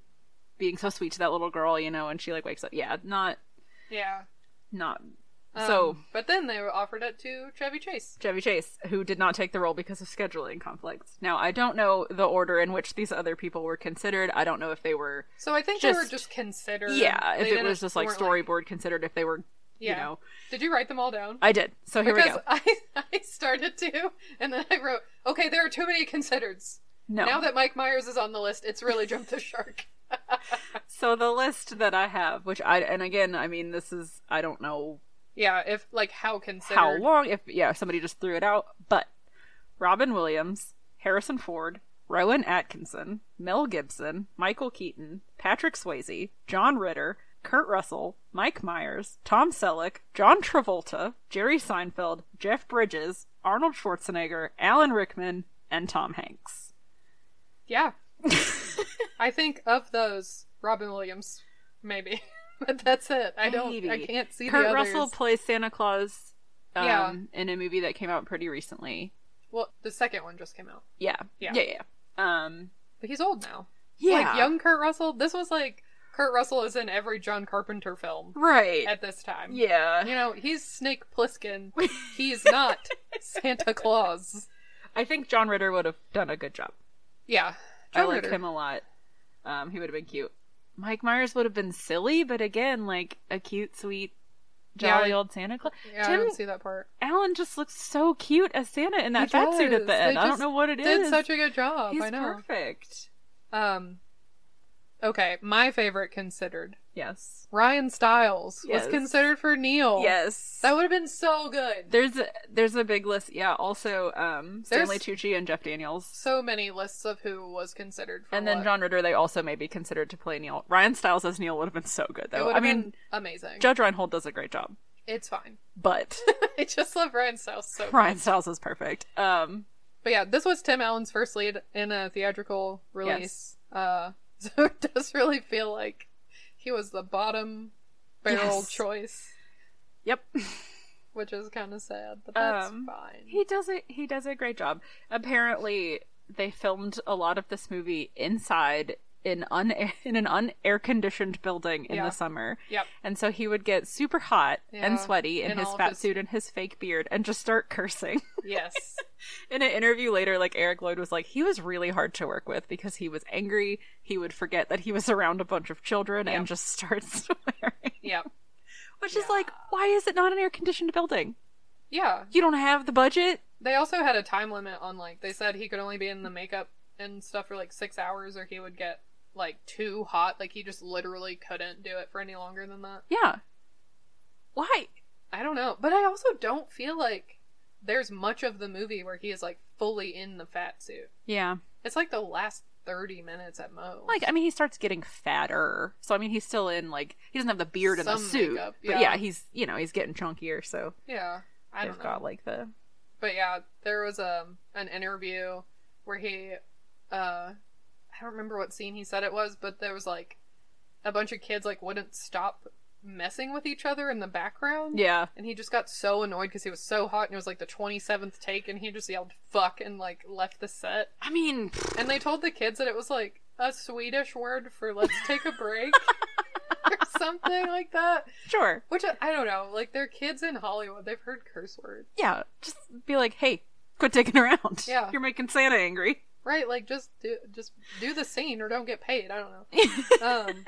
[SPEAKER 2] being so sweet to that little girl, you know, and she like wakes up. Yeah, not
[SPEAKER 1] Yeah.
[SPEAKER 2] not
[SPEAKER 1] Um,
[SPEAKER 2] so
[SPEAKER 1] but then they were offered it to Chevy Chase.
[SPEAKER 2] Chevy Chase, who did not take the role because of scheduling conflicts. Now, I don't know the order in which these other people were considered. I don't know if they were,
[SPEAKER 1] So I think they were
[SPEAKER 2] Just-
[SPEAKER 1] just considered.
[SPEAKER 2] yeah,
[SPEAKER 1] They
[SPEAKER 2] if it
[SPEAKER 1] didn't-
[SPEAKER 2] was just
[SPEAKER 1] they
[SPEAKER 2] like
[SPEAKER 1] weren't,
[SPEAKER 2] storyboard considered, if they were,
[SPEAKER 1] Yeah.
[SPEAKER 2] you know.
[SPEAKER 1] Did you write them all down?
[SPEAKER 2] I did. So here
[SPEAKER 1] because
[SPEAKER 2] we go.
[SPEAKER 1] I *laughs* I started to and then I wrote, "Okay, there are too many considereds."
[SPEAKER 2] No.
[SPEAKER 1] Now that Mike Myers is on the list, it's really jumped the shark. *laughs*
[SPEAKER 2] so the list that I have, which I, and again, I mean, this is, I don't know
[SPEAKER 1] Yeah, if like how considered
[SPEAKER 2] how long, if, yeah, if somebody just threw it out, but Robin Williams, Harrison Ford, Rowan Atkinson, Mel Gibson, Michael Keaton, Patrick Swayze, John Ritter, Kurt Russell, Mike Myers, Tom Selleck, John Travolta, Jerry Seinfeld, Jeff Bridges, Arnold Schwarzenegger, Alan Rickman, and Tom Hanks. *laughs*
[SPEAKER 1] Yeah. I think of those, Robin Williams, maybe. *laughs* but that's it. I don't. I
[SPEAKER 2] Maybe.
[SPEAKER 1] can't see
[SPEAKER 2] Kurt
[SPEAKER 1] the others.
[SPEAKER 2] Russell plays Santa Claus um,
[SPEAKER 1] Yeah.
[SPEAKER 2] in a movie that came out pretty recently.
[SPEAKER 1] well, the second one just came out,
[SPEAKER 2] Yeah.
[SPEAKER 1] Yeah.
[SPEAKER 2] Yeah. Yeah. yeah. Um,
[SPEAKER 1] but he's old now.
[SPEAKER 2] yeah.
[SPEAKER 1] Like young Kurt Russell. This was like Kurt Russell is in every John Carpenter film
[SPEAKER 2] Right.
[SPEAKER 1] at this time.
[SPEAKER 2] yeah.
[SPEAKER 1] You know, he's Snake
[SPEAKER 2] *laughs*
[SPEAKER 1] Plissken. He's not Santa Claus.
[SPEAKER 2] I think John Ritter would have done a good job.
[SPEAKER 1] Yeah.
[SPEAKER 2] I like
[SPEAKER 1] Ritter.
[SPEAKER 2] him a lot. Um, he would have been cute. Mike Myers would have been silly, but again, like a cute, sweet,
[SPEAKER 1] Yeah,
[SPEAKER 2] jolly
[SPEAKER 1] I-
[SPEAKER 2] old Santa Claus.
[SPEAKER 1] Yeah, I
[SPEAKER 2] Tim
[SPEAKER 1] don't see that part.
[SPEAKER 2] Allen just looks so cute as Santa in that
[SPEAKER 1] He
[SPEAKER 2] fat suit
[SPEAKER 1] does.
[SPEAKER 2] at
[SPEAKER 1] They
[SPEAKER 2] the end. I don't
[SPEAKER 1] just
[SPEAKER 2] know what it is.
[SPEAKER 1] did such a good job.
[SPEAKER 2] He's
[SPEAKER 1] I know.
[SPEAKER 2] perfect.
[SPEAKER 1] Um. Okay, my favorite considered
[SPEAKER 2] Yes.
[SPEAKER 1] Ryan Stiles
[SPEAKER 2] Yes.
[SPEAKER 1] was considered for Neil.
[SPEAKER 2] Yes.
[SPEAKER 1] Oh. that would have been so good.
[SPEAKER 2] there's a, there's a big list. Yeah. Also, um, Stanley Tucci and Jeff Daniels.
[SPEAKER 1] so many lists of who was considered for
[SPEAKER 2] And then
[SPEAKER 1] what.
[SPEAKER 2] John Ritter, they also may be considered to play Neil. Ryan Stiles as Neil would have been so good,
[SPEAKER 1] It
[SPEAKER 2] though.
[SPEAKER 1] would
[SPEAKER 2] I
[SPEAKER 1] have
[SPEAKER 2] mean,
[SPEAKER 1] been amazing.
[SPEAKER 2] Judge Reinhold does a great job,
[SPEAKER 1] it's fine. *laughs*
[SPEAKER 2] but
[SPEAKER 1] I just love Ryan Stiles so. much.
[SPEAKER 2] Ryan Stiles is perfect. Um,
[SPEAKER 1] But yeah, this was Tim Allen's first lead in a theatrical release. Uh, *laughs* so it does really feel like he was the bottom barrel
[SPEAKER 2] Yes.
[SPEAKER 1] choice,
[SPEAKER 2] yep,
[SPEAKER 1] which is kind of sad, but that's
[SPEAKER 2] Um,
[SPEAKER 1] fine.
[SPEAKER 2] he does it. He does a great job. Apparently, they filmed a lot of this movie inside in un *laughs* in an unair conditioned building in
[SPEAKER 1] Yeah.
[SPEAKER 2] the summer. *laughs*
[SPEAKER 1] Yep.
[SPEAKER 2] And so he would get super hot
[SPEAKER 1] Yeah,
[SPEAKER 2] and sweaty in
[SPEAKER 1] in
[SPEAKER 2] his
[SPEAKER 1] all of
[SPEAKER 2] fat
[SPEAKER 1] his-
[SPEAKER 2] suit and his fake beard and just start cursing. *laughs*
[SPEAKER 1] Yes.
[SPEAKER 2] in an interview later, like Eric Lloyd was like, he was really hard to work with because he was angry. He would forget that he was around a bunch of children
[SPEAKER 1] Yeah.
[SPEAKER 2] and just *laughs* start swearing.
[SPEAKER 1] yep.
[SPEAKER 2] Which is like, why is it not an air conditioned building?
[SPEAKER 1] Yeah.
[SPEAKER 2] You don't have the budget.
[SPEAKER 1] They also had a time limit on like they said he could only be in the makeup and stuff for like six hours, or he would get like too hot. Like he just literally couldn't do it for any longer than that.
[SPEAKER 2] Yeah. Why?
[SPEAKER 1] I don't know, but I also don't feel like there's much of the movie where he is like fully in the fat suit.
[SPEAKER 2] Yeah.
[SPEAKER 1] It's like the last thirty minutes at most.
[SPEAKER 2] Like, I mean, he starts getting fatter. So, I mean, he's still in, like, he doesn't have the beard and the
[SPEAKER 1] Some
[SPEAKER 2] suit.
[SPEAKER 1] makeup,
[SPEAKER 2] But
[SPEAKER 1] yeah.
[SPEAKER 2] yeah, he's, you know, he's getting chunkier. So,
[SPEAKER 1] yeah, I
[SPEAKER 2] they've
[SPEAKER 1] don't know.
[SPEAKER 2] got, like, the.
[SPEAKER 1] But yeah, there was um an interview where he uh I don't remember what scene he said it was, but there was like a bunch of kids like wouldn't stop messing with each other in the background.
[SPEAKER 2] Yeah.
[SPEAKER 1] And he just got so annoyed because he was so hot and it was like the 27th take and he just yelled fuck and like left the set.
[SPEAKER 2] I mean,
[SPEAKER 1] And they told the kids that it was like a Swedish word for let's take a break or something like that.
[SPEAKER 2] sure.
[SPEAKER 1] Which I- I don't know, like they're kids in Hollywood, they've heard curse words.
[SPEAKER 2] Yeah. Just be like, hey, quit digging around.
[SPEAKER 1] Yeah.
[SPEAKER 2] *laughs* You're making Santa angry.
[SPEAKER 1] Right, like just do just do the scene or don't get paid. I don't
[SPEAKER 2] *laughs*
[SPEAKER 1] know. um,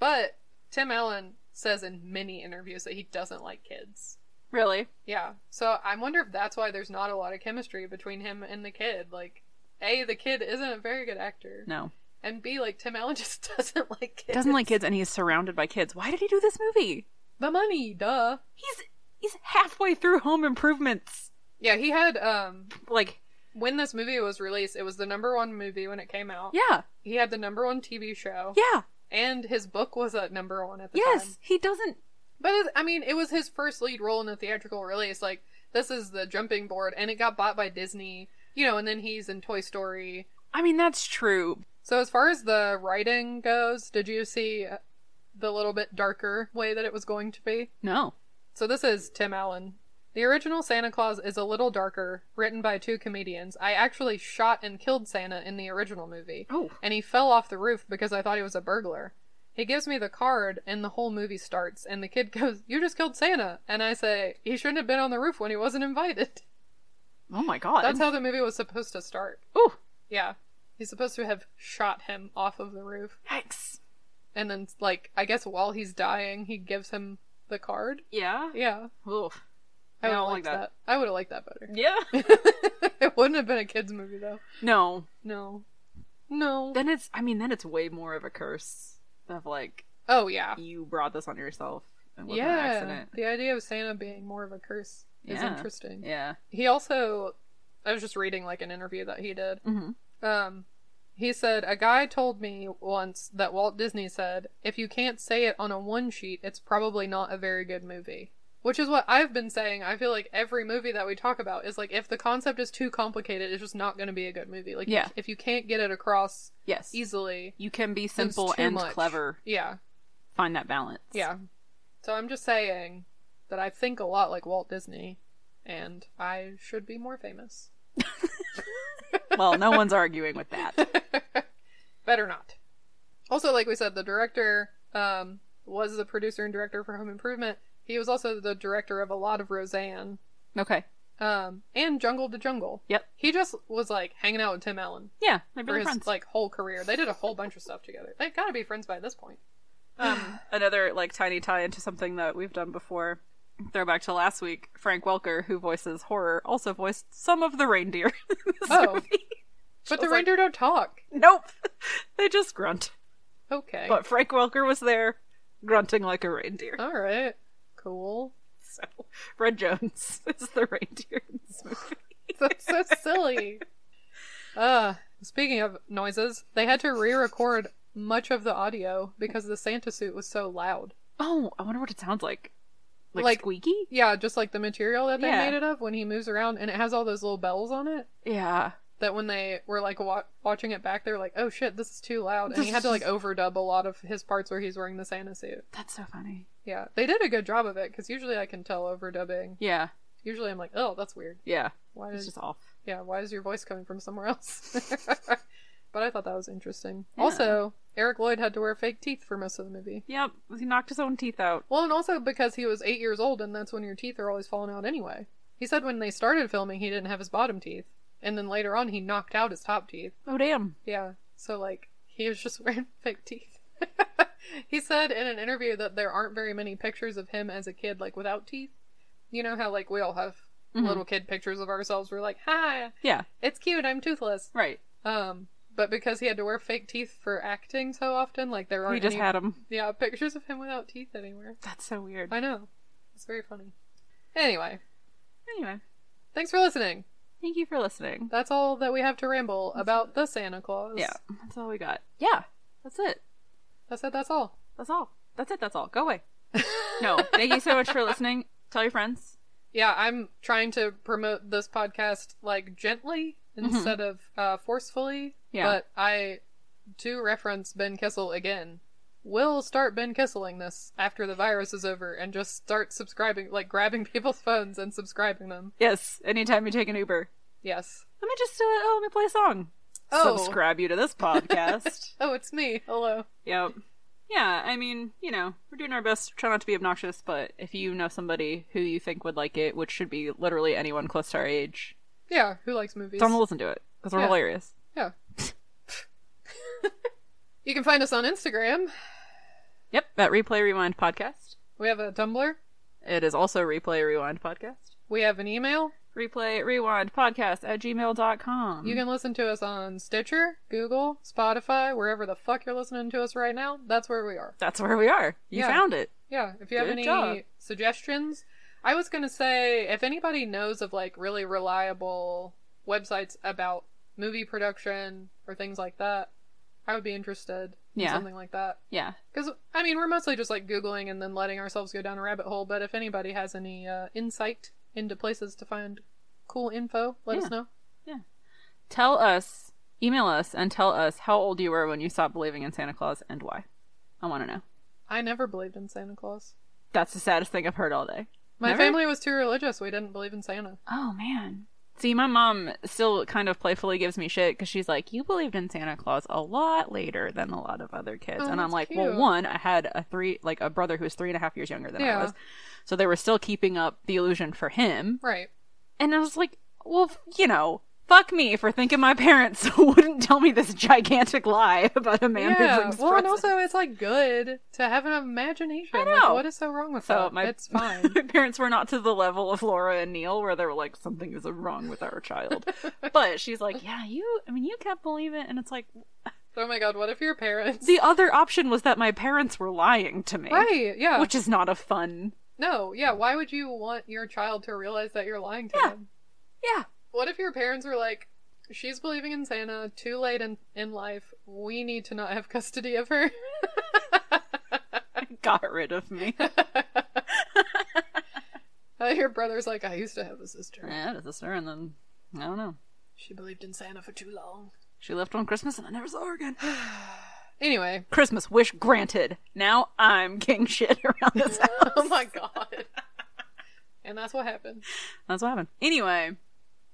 [SPEAKER 1] but Tim Allen says in many interviews that he doesn't like kids.
[SPEAKER 2] Really?
[SPEAKER 1] Yeah, so I wonder if that's why there's not a lot of chemistry between him and the kid. Like, a the kid isn't a very good actor,
[SPEAKER 2] No.
[SPEAKER 1] and b like Tim Allen *laughs* just doesn't like kids.
[SPEAKER 2] Doesn't like kids and he's surrounded by kids. Why did he do this movie?
[SPEAKER 1] the money, duh.
[SPEAKER 2] He's he's halfway through home improvements.
[SPEAKER 1] Yeah, he had um
[SPEAKER 2] Like,
[SPEAKER 1] when this movie was released, it was the number one movie when it came out.
[SPEAKER 2] yeah.
[SPEAKER 1] he had the number one TV show,
[SPEAKER 2] Yeah.
[SPEAKER 1] and his book was at number one at the
[SPEAKER 2] Yes.
[SPEAKER 1] time.
[SPEAKER 2] He doesn't
[SPEAKER 1] But it, I mean, it was his first lead role in a theatrical release. Like this is the jumping board, and it got bought by Disney, you know. And then he's in Toy Story.
[SPEAKER 2] I mean, that's true.
[SPEAKER 1] So as far as the writing goes, did you see uh, the little bit darker way that it was going to be?
[SPEAKER 2] No.
[SPEAKER 1] So this is Tim Allen. The original Santa Claus is a little darker, written by two comedians. I actually shot and killed Santa in the original movie.
[SPEAKER 2] Oh.
[SPEAKER 1] And he fell off the roof because I thought he was a burglar. He gives me the card, and the whole movie starts. And the kid *laughs* goes, You just killed Santa. And I say, He shouldn't have been on the roof when he wasn't invited.
[SPEAKER 2] Oh my god.
[SPEAKER 1] That's how the movie was supposed to start.
[SPEAKER 2] Ooh.
[SPEAKER 1] Yeah. He's supposed to have shot him off of the roof.
[SPEAKER 2] Yikes.
[SPEAKER 1] And then, like, I guess while he's dying, he gives him the card.
[SPEAKER 2] Yeah.
[SPEAKER 1] Yeah.
[SPEAKER 2] Oof.
[SPEAKER 1] I would
[SPEAKER 2] Yeah, I
[SPEAKER 1] have
[SPEAKER 2] don't
[SPEAKER 1] liked
[SPEAKER 2] like
[SPEAKER 1] that.
[SPEAKER 2] that.
[SPEAKER 1] I would have liked that better.
[SPEAKER 2] Yeah.
[SPEAKER 1] it wouldn't have been a kids movie though.
[SPEAKER 2] *laughs* no.
[SPEAKER 1] No. No.
[SPEAKER 2] Then it's I mean, then it's way more of a curse of like
[SPEAKER 1] oh yeah.
[SPEAKER 2] you brought this on yourself and was an
[SPEAKER 1] Yeah.
[SPEAKER 2] accident.
[SPEAKER 1] The idea of Santa being more of a curse is
[SPEAKER 2] Yeah.
[SPEAKER 1] interesting.
[SPEAKER 2] Yeah.
[SPEAKER 1] He also I was just reading like an interview that he did.
[SPEAKER 2] Mhm.
[SPEAKER 1] Um he said a guy told me once that Walt Disney said, "If you can't say it on a one sheet, it's probably not a very good movie." Which is what I've been saying. I feel like every movie that we talk about is like if the concept is too complicated, it's just not going to be a good movie. Like
[SPEAKER 2] Yeah.
[SPEAKER 1] if you can't get it across
[SPEAKER 2] Yes.
[SPEAKER 1] easily,
[SPEAKER 2] You can be
[SPEAKER 1] then it's
[SPEAKER 2] simple
[SPEAKER 1] too
[SPEAKER 2] and
[SPEAKER 1] much.
[SPEAKER 2] clever.
[SPEAKER 1] Yeah.
[SPEAKER 2] Find that balance.
[SPEAKER 1] Yeah. So I'm just saying that I think a lot like Walt Disney and I should be more famous. *laughs*
[SPEAKER 2] Well, *laughs* no one's arguing with that.
[SPEAKER 1] Better not. Also, like we said, the director um, was the producer and director for Home Improvement. He was also the director of a lot of Roseanne
[SPEAKER 2] Okay.
[SPEAKER 1] um, and Jungle to Jungle.
[SPEAKER 2] Yep.
[SPEAKER 1] He just was like hanging out with Tim Allen
[SPEAKER 2] Yeah, they're
[SPEAKER 1] for
[SPEAKER 2] really
[SPEAKER 1] his
[SPEAKER 2] friends.
[SPEAKER 1] like whole career. They did a whole bunch of stuff together. They gotta be friends by this
[SPEAKER 2] *sighs*
[SPEAKER 1] point. Um,
[SPEAKER 2] Another like tiny tie into something that we've done before. Throwback to last week. Frank Welker, who voices horror, also voiced some of the reindeer. *laughs*
[SPEAKER 1] oh, but the
[SPEAKER 2] was like-
[SPEAKER 1] reindeer don't talk.
[SPEAKER 2] nope, they just grunt.
[SPEAKER 1] Okay.
[SPEAKER 2] But Frank Welker was there, grunting like a reindeer.
[SPEAKER 1] All right.
[SPEAKER 2] *laughs*
[SPEAKER 1] Cool.
[SPEAKER 2] So Red Jones *laughs* is the reindeer in this movie.
[SPEAKER 1] That's so silly. Uh, speaking of noises, they had to re-record much of the audio because the Santa suit was so loud.
[SPEAKER 2] Oh, I wonder what it sounds like. Like,
[SPEAKER 1] Like-
[SPEAKER 2] squeaky?
[SPEAKER 1] Yeah, just like the material that they
[SPEAKER 2] Yeah.
[SPEAKER 1] made it of when he moves around, and it has all those little bells on it.
[SPEAKER 2] Yeah.
[SPEAKER 1] That when they were like wa- watching it back, they were like, "Oh shit, this is too loud," and he had to
[SPEAKER 2] *laughs*
[SPEAKER 1] like overdub a lot of his parts where he's wearing the Santa suit.
[SPEAKER 2] That's so funny.
[SPEAKER 1] Yeah, they did a good job of it because usually I can tell overdubbing.
[SPEAKER 2] Yeah.
[SPEAKER 1] Usually I'm like, "Oh, that's weird.
[SPEAKER 2] Yeah.
[SPEAKER 1] Why
[SPEAKER 2] It's
[SPEAKER 1] is
[SPEAKER 2] just off.
[SPEAKER 1] yeah, why is your voice coming from somewhere else? *laughs* but I thought that was interesting. Also, Eric Lloyd had to wear fake teeth for most of the movie.
[SPEAKER 2] Yep. He knocked his own teeth out.
[SPEAKER 1] Well, and also because he was eight years old, and that's when your teeth are always falling out anyway. He said when they started filming, he didn't have his bottom teeth, and then later on, he knocked out his top teeth.
[SPEAKER 2] Oh damn.
[SPEAKER 1] Yeah, so like he was just *laughs* wearing fake teeth. he said in an interview that there aren't very many pictures of him as a kid, like without teeth. You know how like we all have little kid pictures of ourselves. We're like, hi,
[SPEAKER 2] Yeah.
[SPEAKER 1] it's cute, I'm toothless.
[SPEAKER 2] Right.
[SPEAKER 1] Um, but because he had to wear fake teeth for acting so often, like there aren't
[SPEAKER 2] We just
[SPEAKER 1] any,
[SPEAKER 2] had him.
[SPEAKER 1] yeah pictures of him without teeth anywhere.
[SPEAKER 2] That's so weird.
[SPEAKER 1] I know, it's very funny. Anyway,
[SPEAKER 2] Anyway,
[SPEAKER 1] thanks for listening.
[SPEAKER 2] thank you for listening.
[SPEAKER 1] That's all that we have to ramble about the Santa Claus.
[SPEAKER 2] Yeah, that's all we got. Yeah, that's it.
[SPEAKER 1] I said that's all.
[SPEAKER 2] That's all. That's it. That's all. Go *laughs* away. no, thank you so much for listening. Tell your friends.
[SPEAKER 1] Yeah, I'm trying to promote this podcast like gently instead of uh, forcefully.
[SPEAKER 2] Yeah.
[SPEAKER 1] But I do reference Ben Kissel again. We'll start Ben Kisseling this after the virus is over and just start subscribing, like grabbing *laughs* people's phones and subscribing them.
[SPEAKER 2] Yes, anytime you take an Uber.
[SPEAKER 1] Yes.
[SPEAKER 2] Let me just do it. Oh, let me play a song.
[SPEAKER 1] Oh.
[SPEAKER 2] Subscribe you to this *laughs* podcast.
[SPEAKER 1] Oh, it's me. Hello.
[SPEAKER 2] yep. Yeah, I mean, you know, we're doing our best. Try not to be obnoxious, but if you know somebody who you think would like it, which should be literally anyone close to our age,
[SPEAKER 1] Yeah, who likes movies?
[SPEAKER 2] tell them to listen to it because we're
[SPEAKER 1] Yeah.
[SPEAKER 2] hilarious.
[SPEAKER 1] Yeah. *laughs* you can find us on Instagram.
[SPEAKER 2] Yep, at Replay Rewind Podcast.
[SPEAKER 1] We have a Tumblr.
[SPEAKER 2] It is also Replay Rewind Podcast.
[SPEAKER 1] We have an email.
[SPEAKER 2] Replay Rewind Podcast at gmail.com.
[SPEAKER 1] You can listen to us on Stitcher, Google, Spotify, wherever the fuck you're listening to us right now. That's where we are.
[SPEAKER 2] That's where we are. You
[SPEAKER 1] Yeah.
[SPEAKER 2] found it.
[SPEAKER 1] Yeah, if you have
[SPEAKER 2] Good
[SPEAKER 1] any
[SPEAKER 2] job.
[SPEAKER 1] suggestions, I was going to say if anybody knows of like really reliable websites about movie production or things like that, I would be interested in
[SPEAKER 2] Yeah.
[SPEAKER 1] something like that.
[SPEAKER 2] Yeah.
[SPEAKER 1] Because, I mean, we're mostly just like Googling and then letting ourselves go down a rabbit hole, but if anybody has any uh, insight into places to find cool info, let
[SPEAKER 2] Yeah.
[SPEAKER 1] us know.
[SPEAKER 2] Tell us, email us, and tell us how old you were when you stopped believing in Santa Claus and why. I want to know.
[SPEAKER 1] I never believed in Santa Claus.
[SPEAKER 2] That's the saddest thing I've heard all day.
[SPEAKER 1] My
[SPEAKER 2] Never?
[SPEAKER 1] family was too religious. We didn't believe in Santa.
[SPEAKER 2] Oh, man. See, my mom still kind of playfully gives me shit because she's like, You believed in Santa Claus a lot later than a lot of other kids.
[SPEAKER 1] Oh,
[SPEAKER 2] and I'm
[SPEAKER 1] that's
[SPEAKER 2] like,
[SPEAKER 1] cute.
[SPEAKER 2] Well, one, I had a three, like a brother who was three and a half years younger than
[SPEAKER 1] Yeah.
[SPEAKER 2] I was. So they were still keeping up the illusion for him.
[SPEAKER 1] Right.
[SPEAKER 2] And I was like, well, f- you know, fuck me for thinking my parents *laughs* wouldn't tell me this gigantic lie about a man who
[SPEAKER 1] yeah.
[SPEAKER 2] brings
[SPEAKER 1] Well, and
[SPEAKER 2] presents.
[SPEAKER 1] also it's like good to have an imagination.
[SPEAKER 2] I
[SPEAKER 1] Like,
[SPEAKER 2] know.
[SPEAKER 1] what is so wrong with
[SPEAKER 2] *laughs* so
[SPEAKER 1] that?
[SPEAKER 2] *laughs* my
[SPEAKER 1] It's fine.
[SPEAKER 2] my parents were not to the level of Laura and Neil, where they were like, something is wrong with our child. but she's *laughs* like, yeah, you. I mean, you can't believe it. And it's like,
[SPEAKER 1] oh my god, what if your parents?
[SPEAKER 2] the other option was that my parents were lying to me,
[SPEAKER 1] *laughs* Right. Yeah.
[SPEAKER 2] Which is not a fun.
[SPEAKER 1] no. Yeah. Why would you want your child to realize that you're lying to
[SPEAKER 2] Yeah.
[SPEAKER 1] them?
[SPEAKER 2] Yeah.
[SPEAKER 1] What if your parents were like, "She's believing in Santa. Too late in in life. We need to not have *laughs* custody of
[SPEAKER 2] *laughs*
[SPEAKER 1] her."
[SPEAKER 2] *laughs* Got rid of me.
[SPEAKER 1] Uh, your brother's like, I used to have a sister.
[SPEAKER 2] I had a sister, and then I don't know.
[SPEAKER 1] She believed in Santa for too long.
[SPEAKER 2] She left on Christmas, and I never saw her again.
[SPEAKER 1] Anyway. *laughs*
[SPEAKER 2] Christmas wish granted. Now I'm king *laughs* shit around this house.
[SPEAKER 1] Oh my god. and that's what happened.
[SPEAKER 2] That's what happened. Anyway,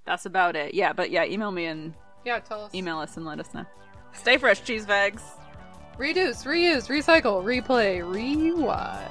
[SPEAKER 2] that's about it. Yeah, but yeah, email me and
[SPEAKER 1] Yeah, tell us.
[SPEAKER 2] email us and let us know. Stay fresh, cheese bags.
[SPEAKER 1] Reduce, reuse, recycle, replay, rewind.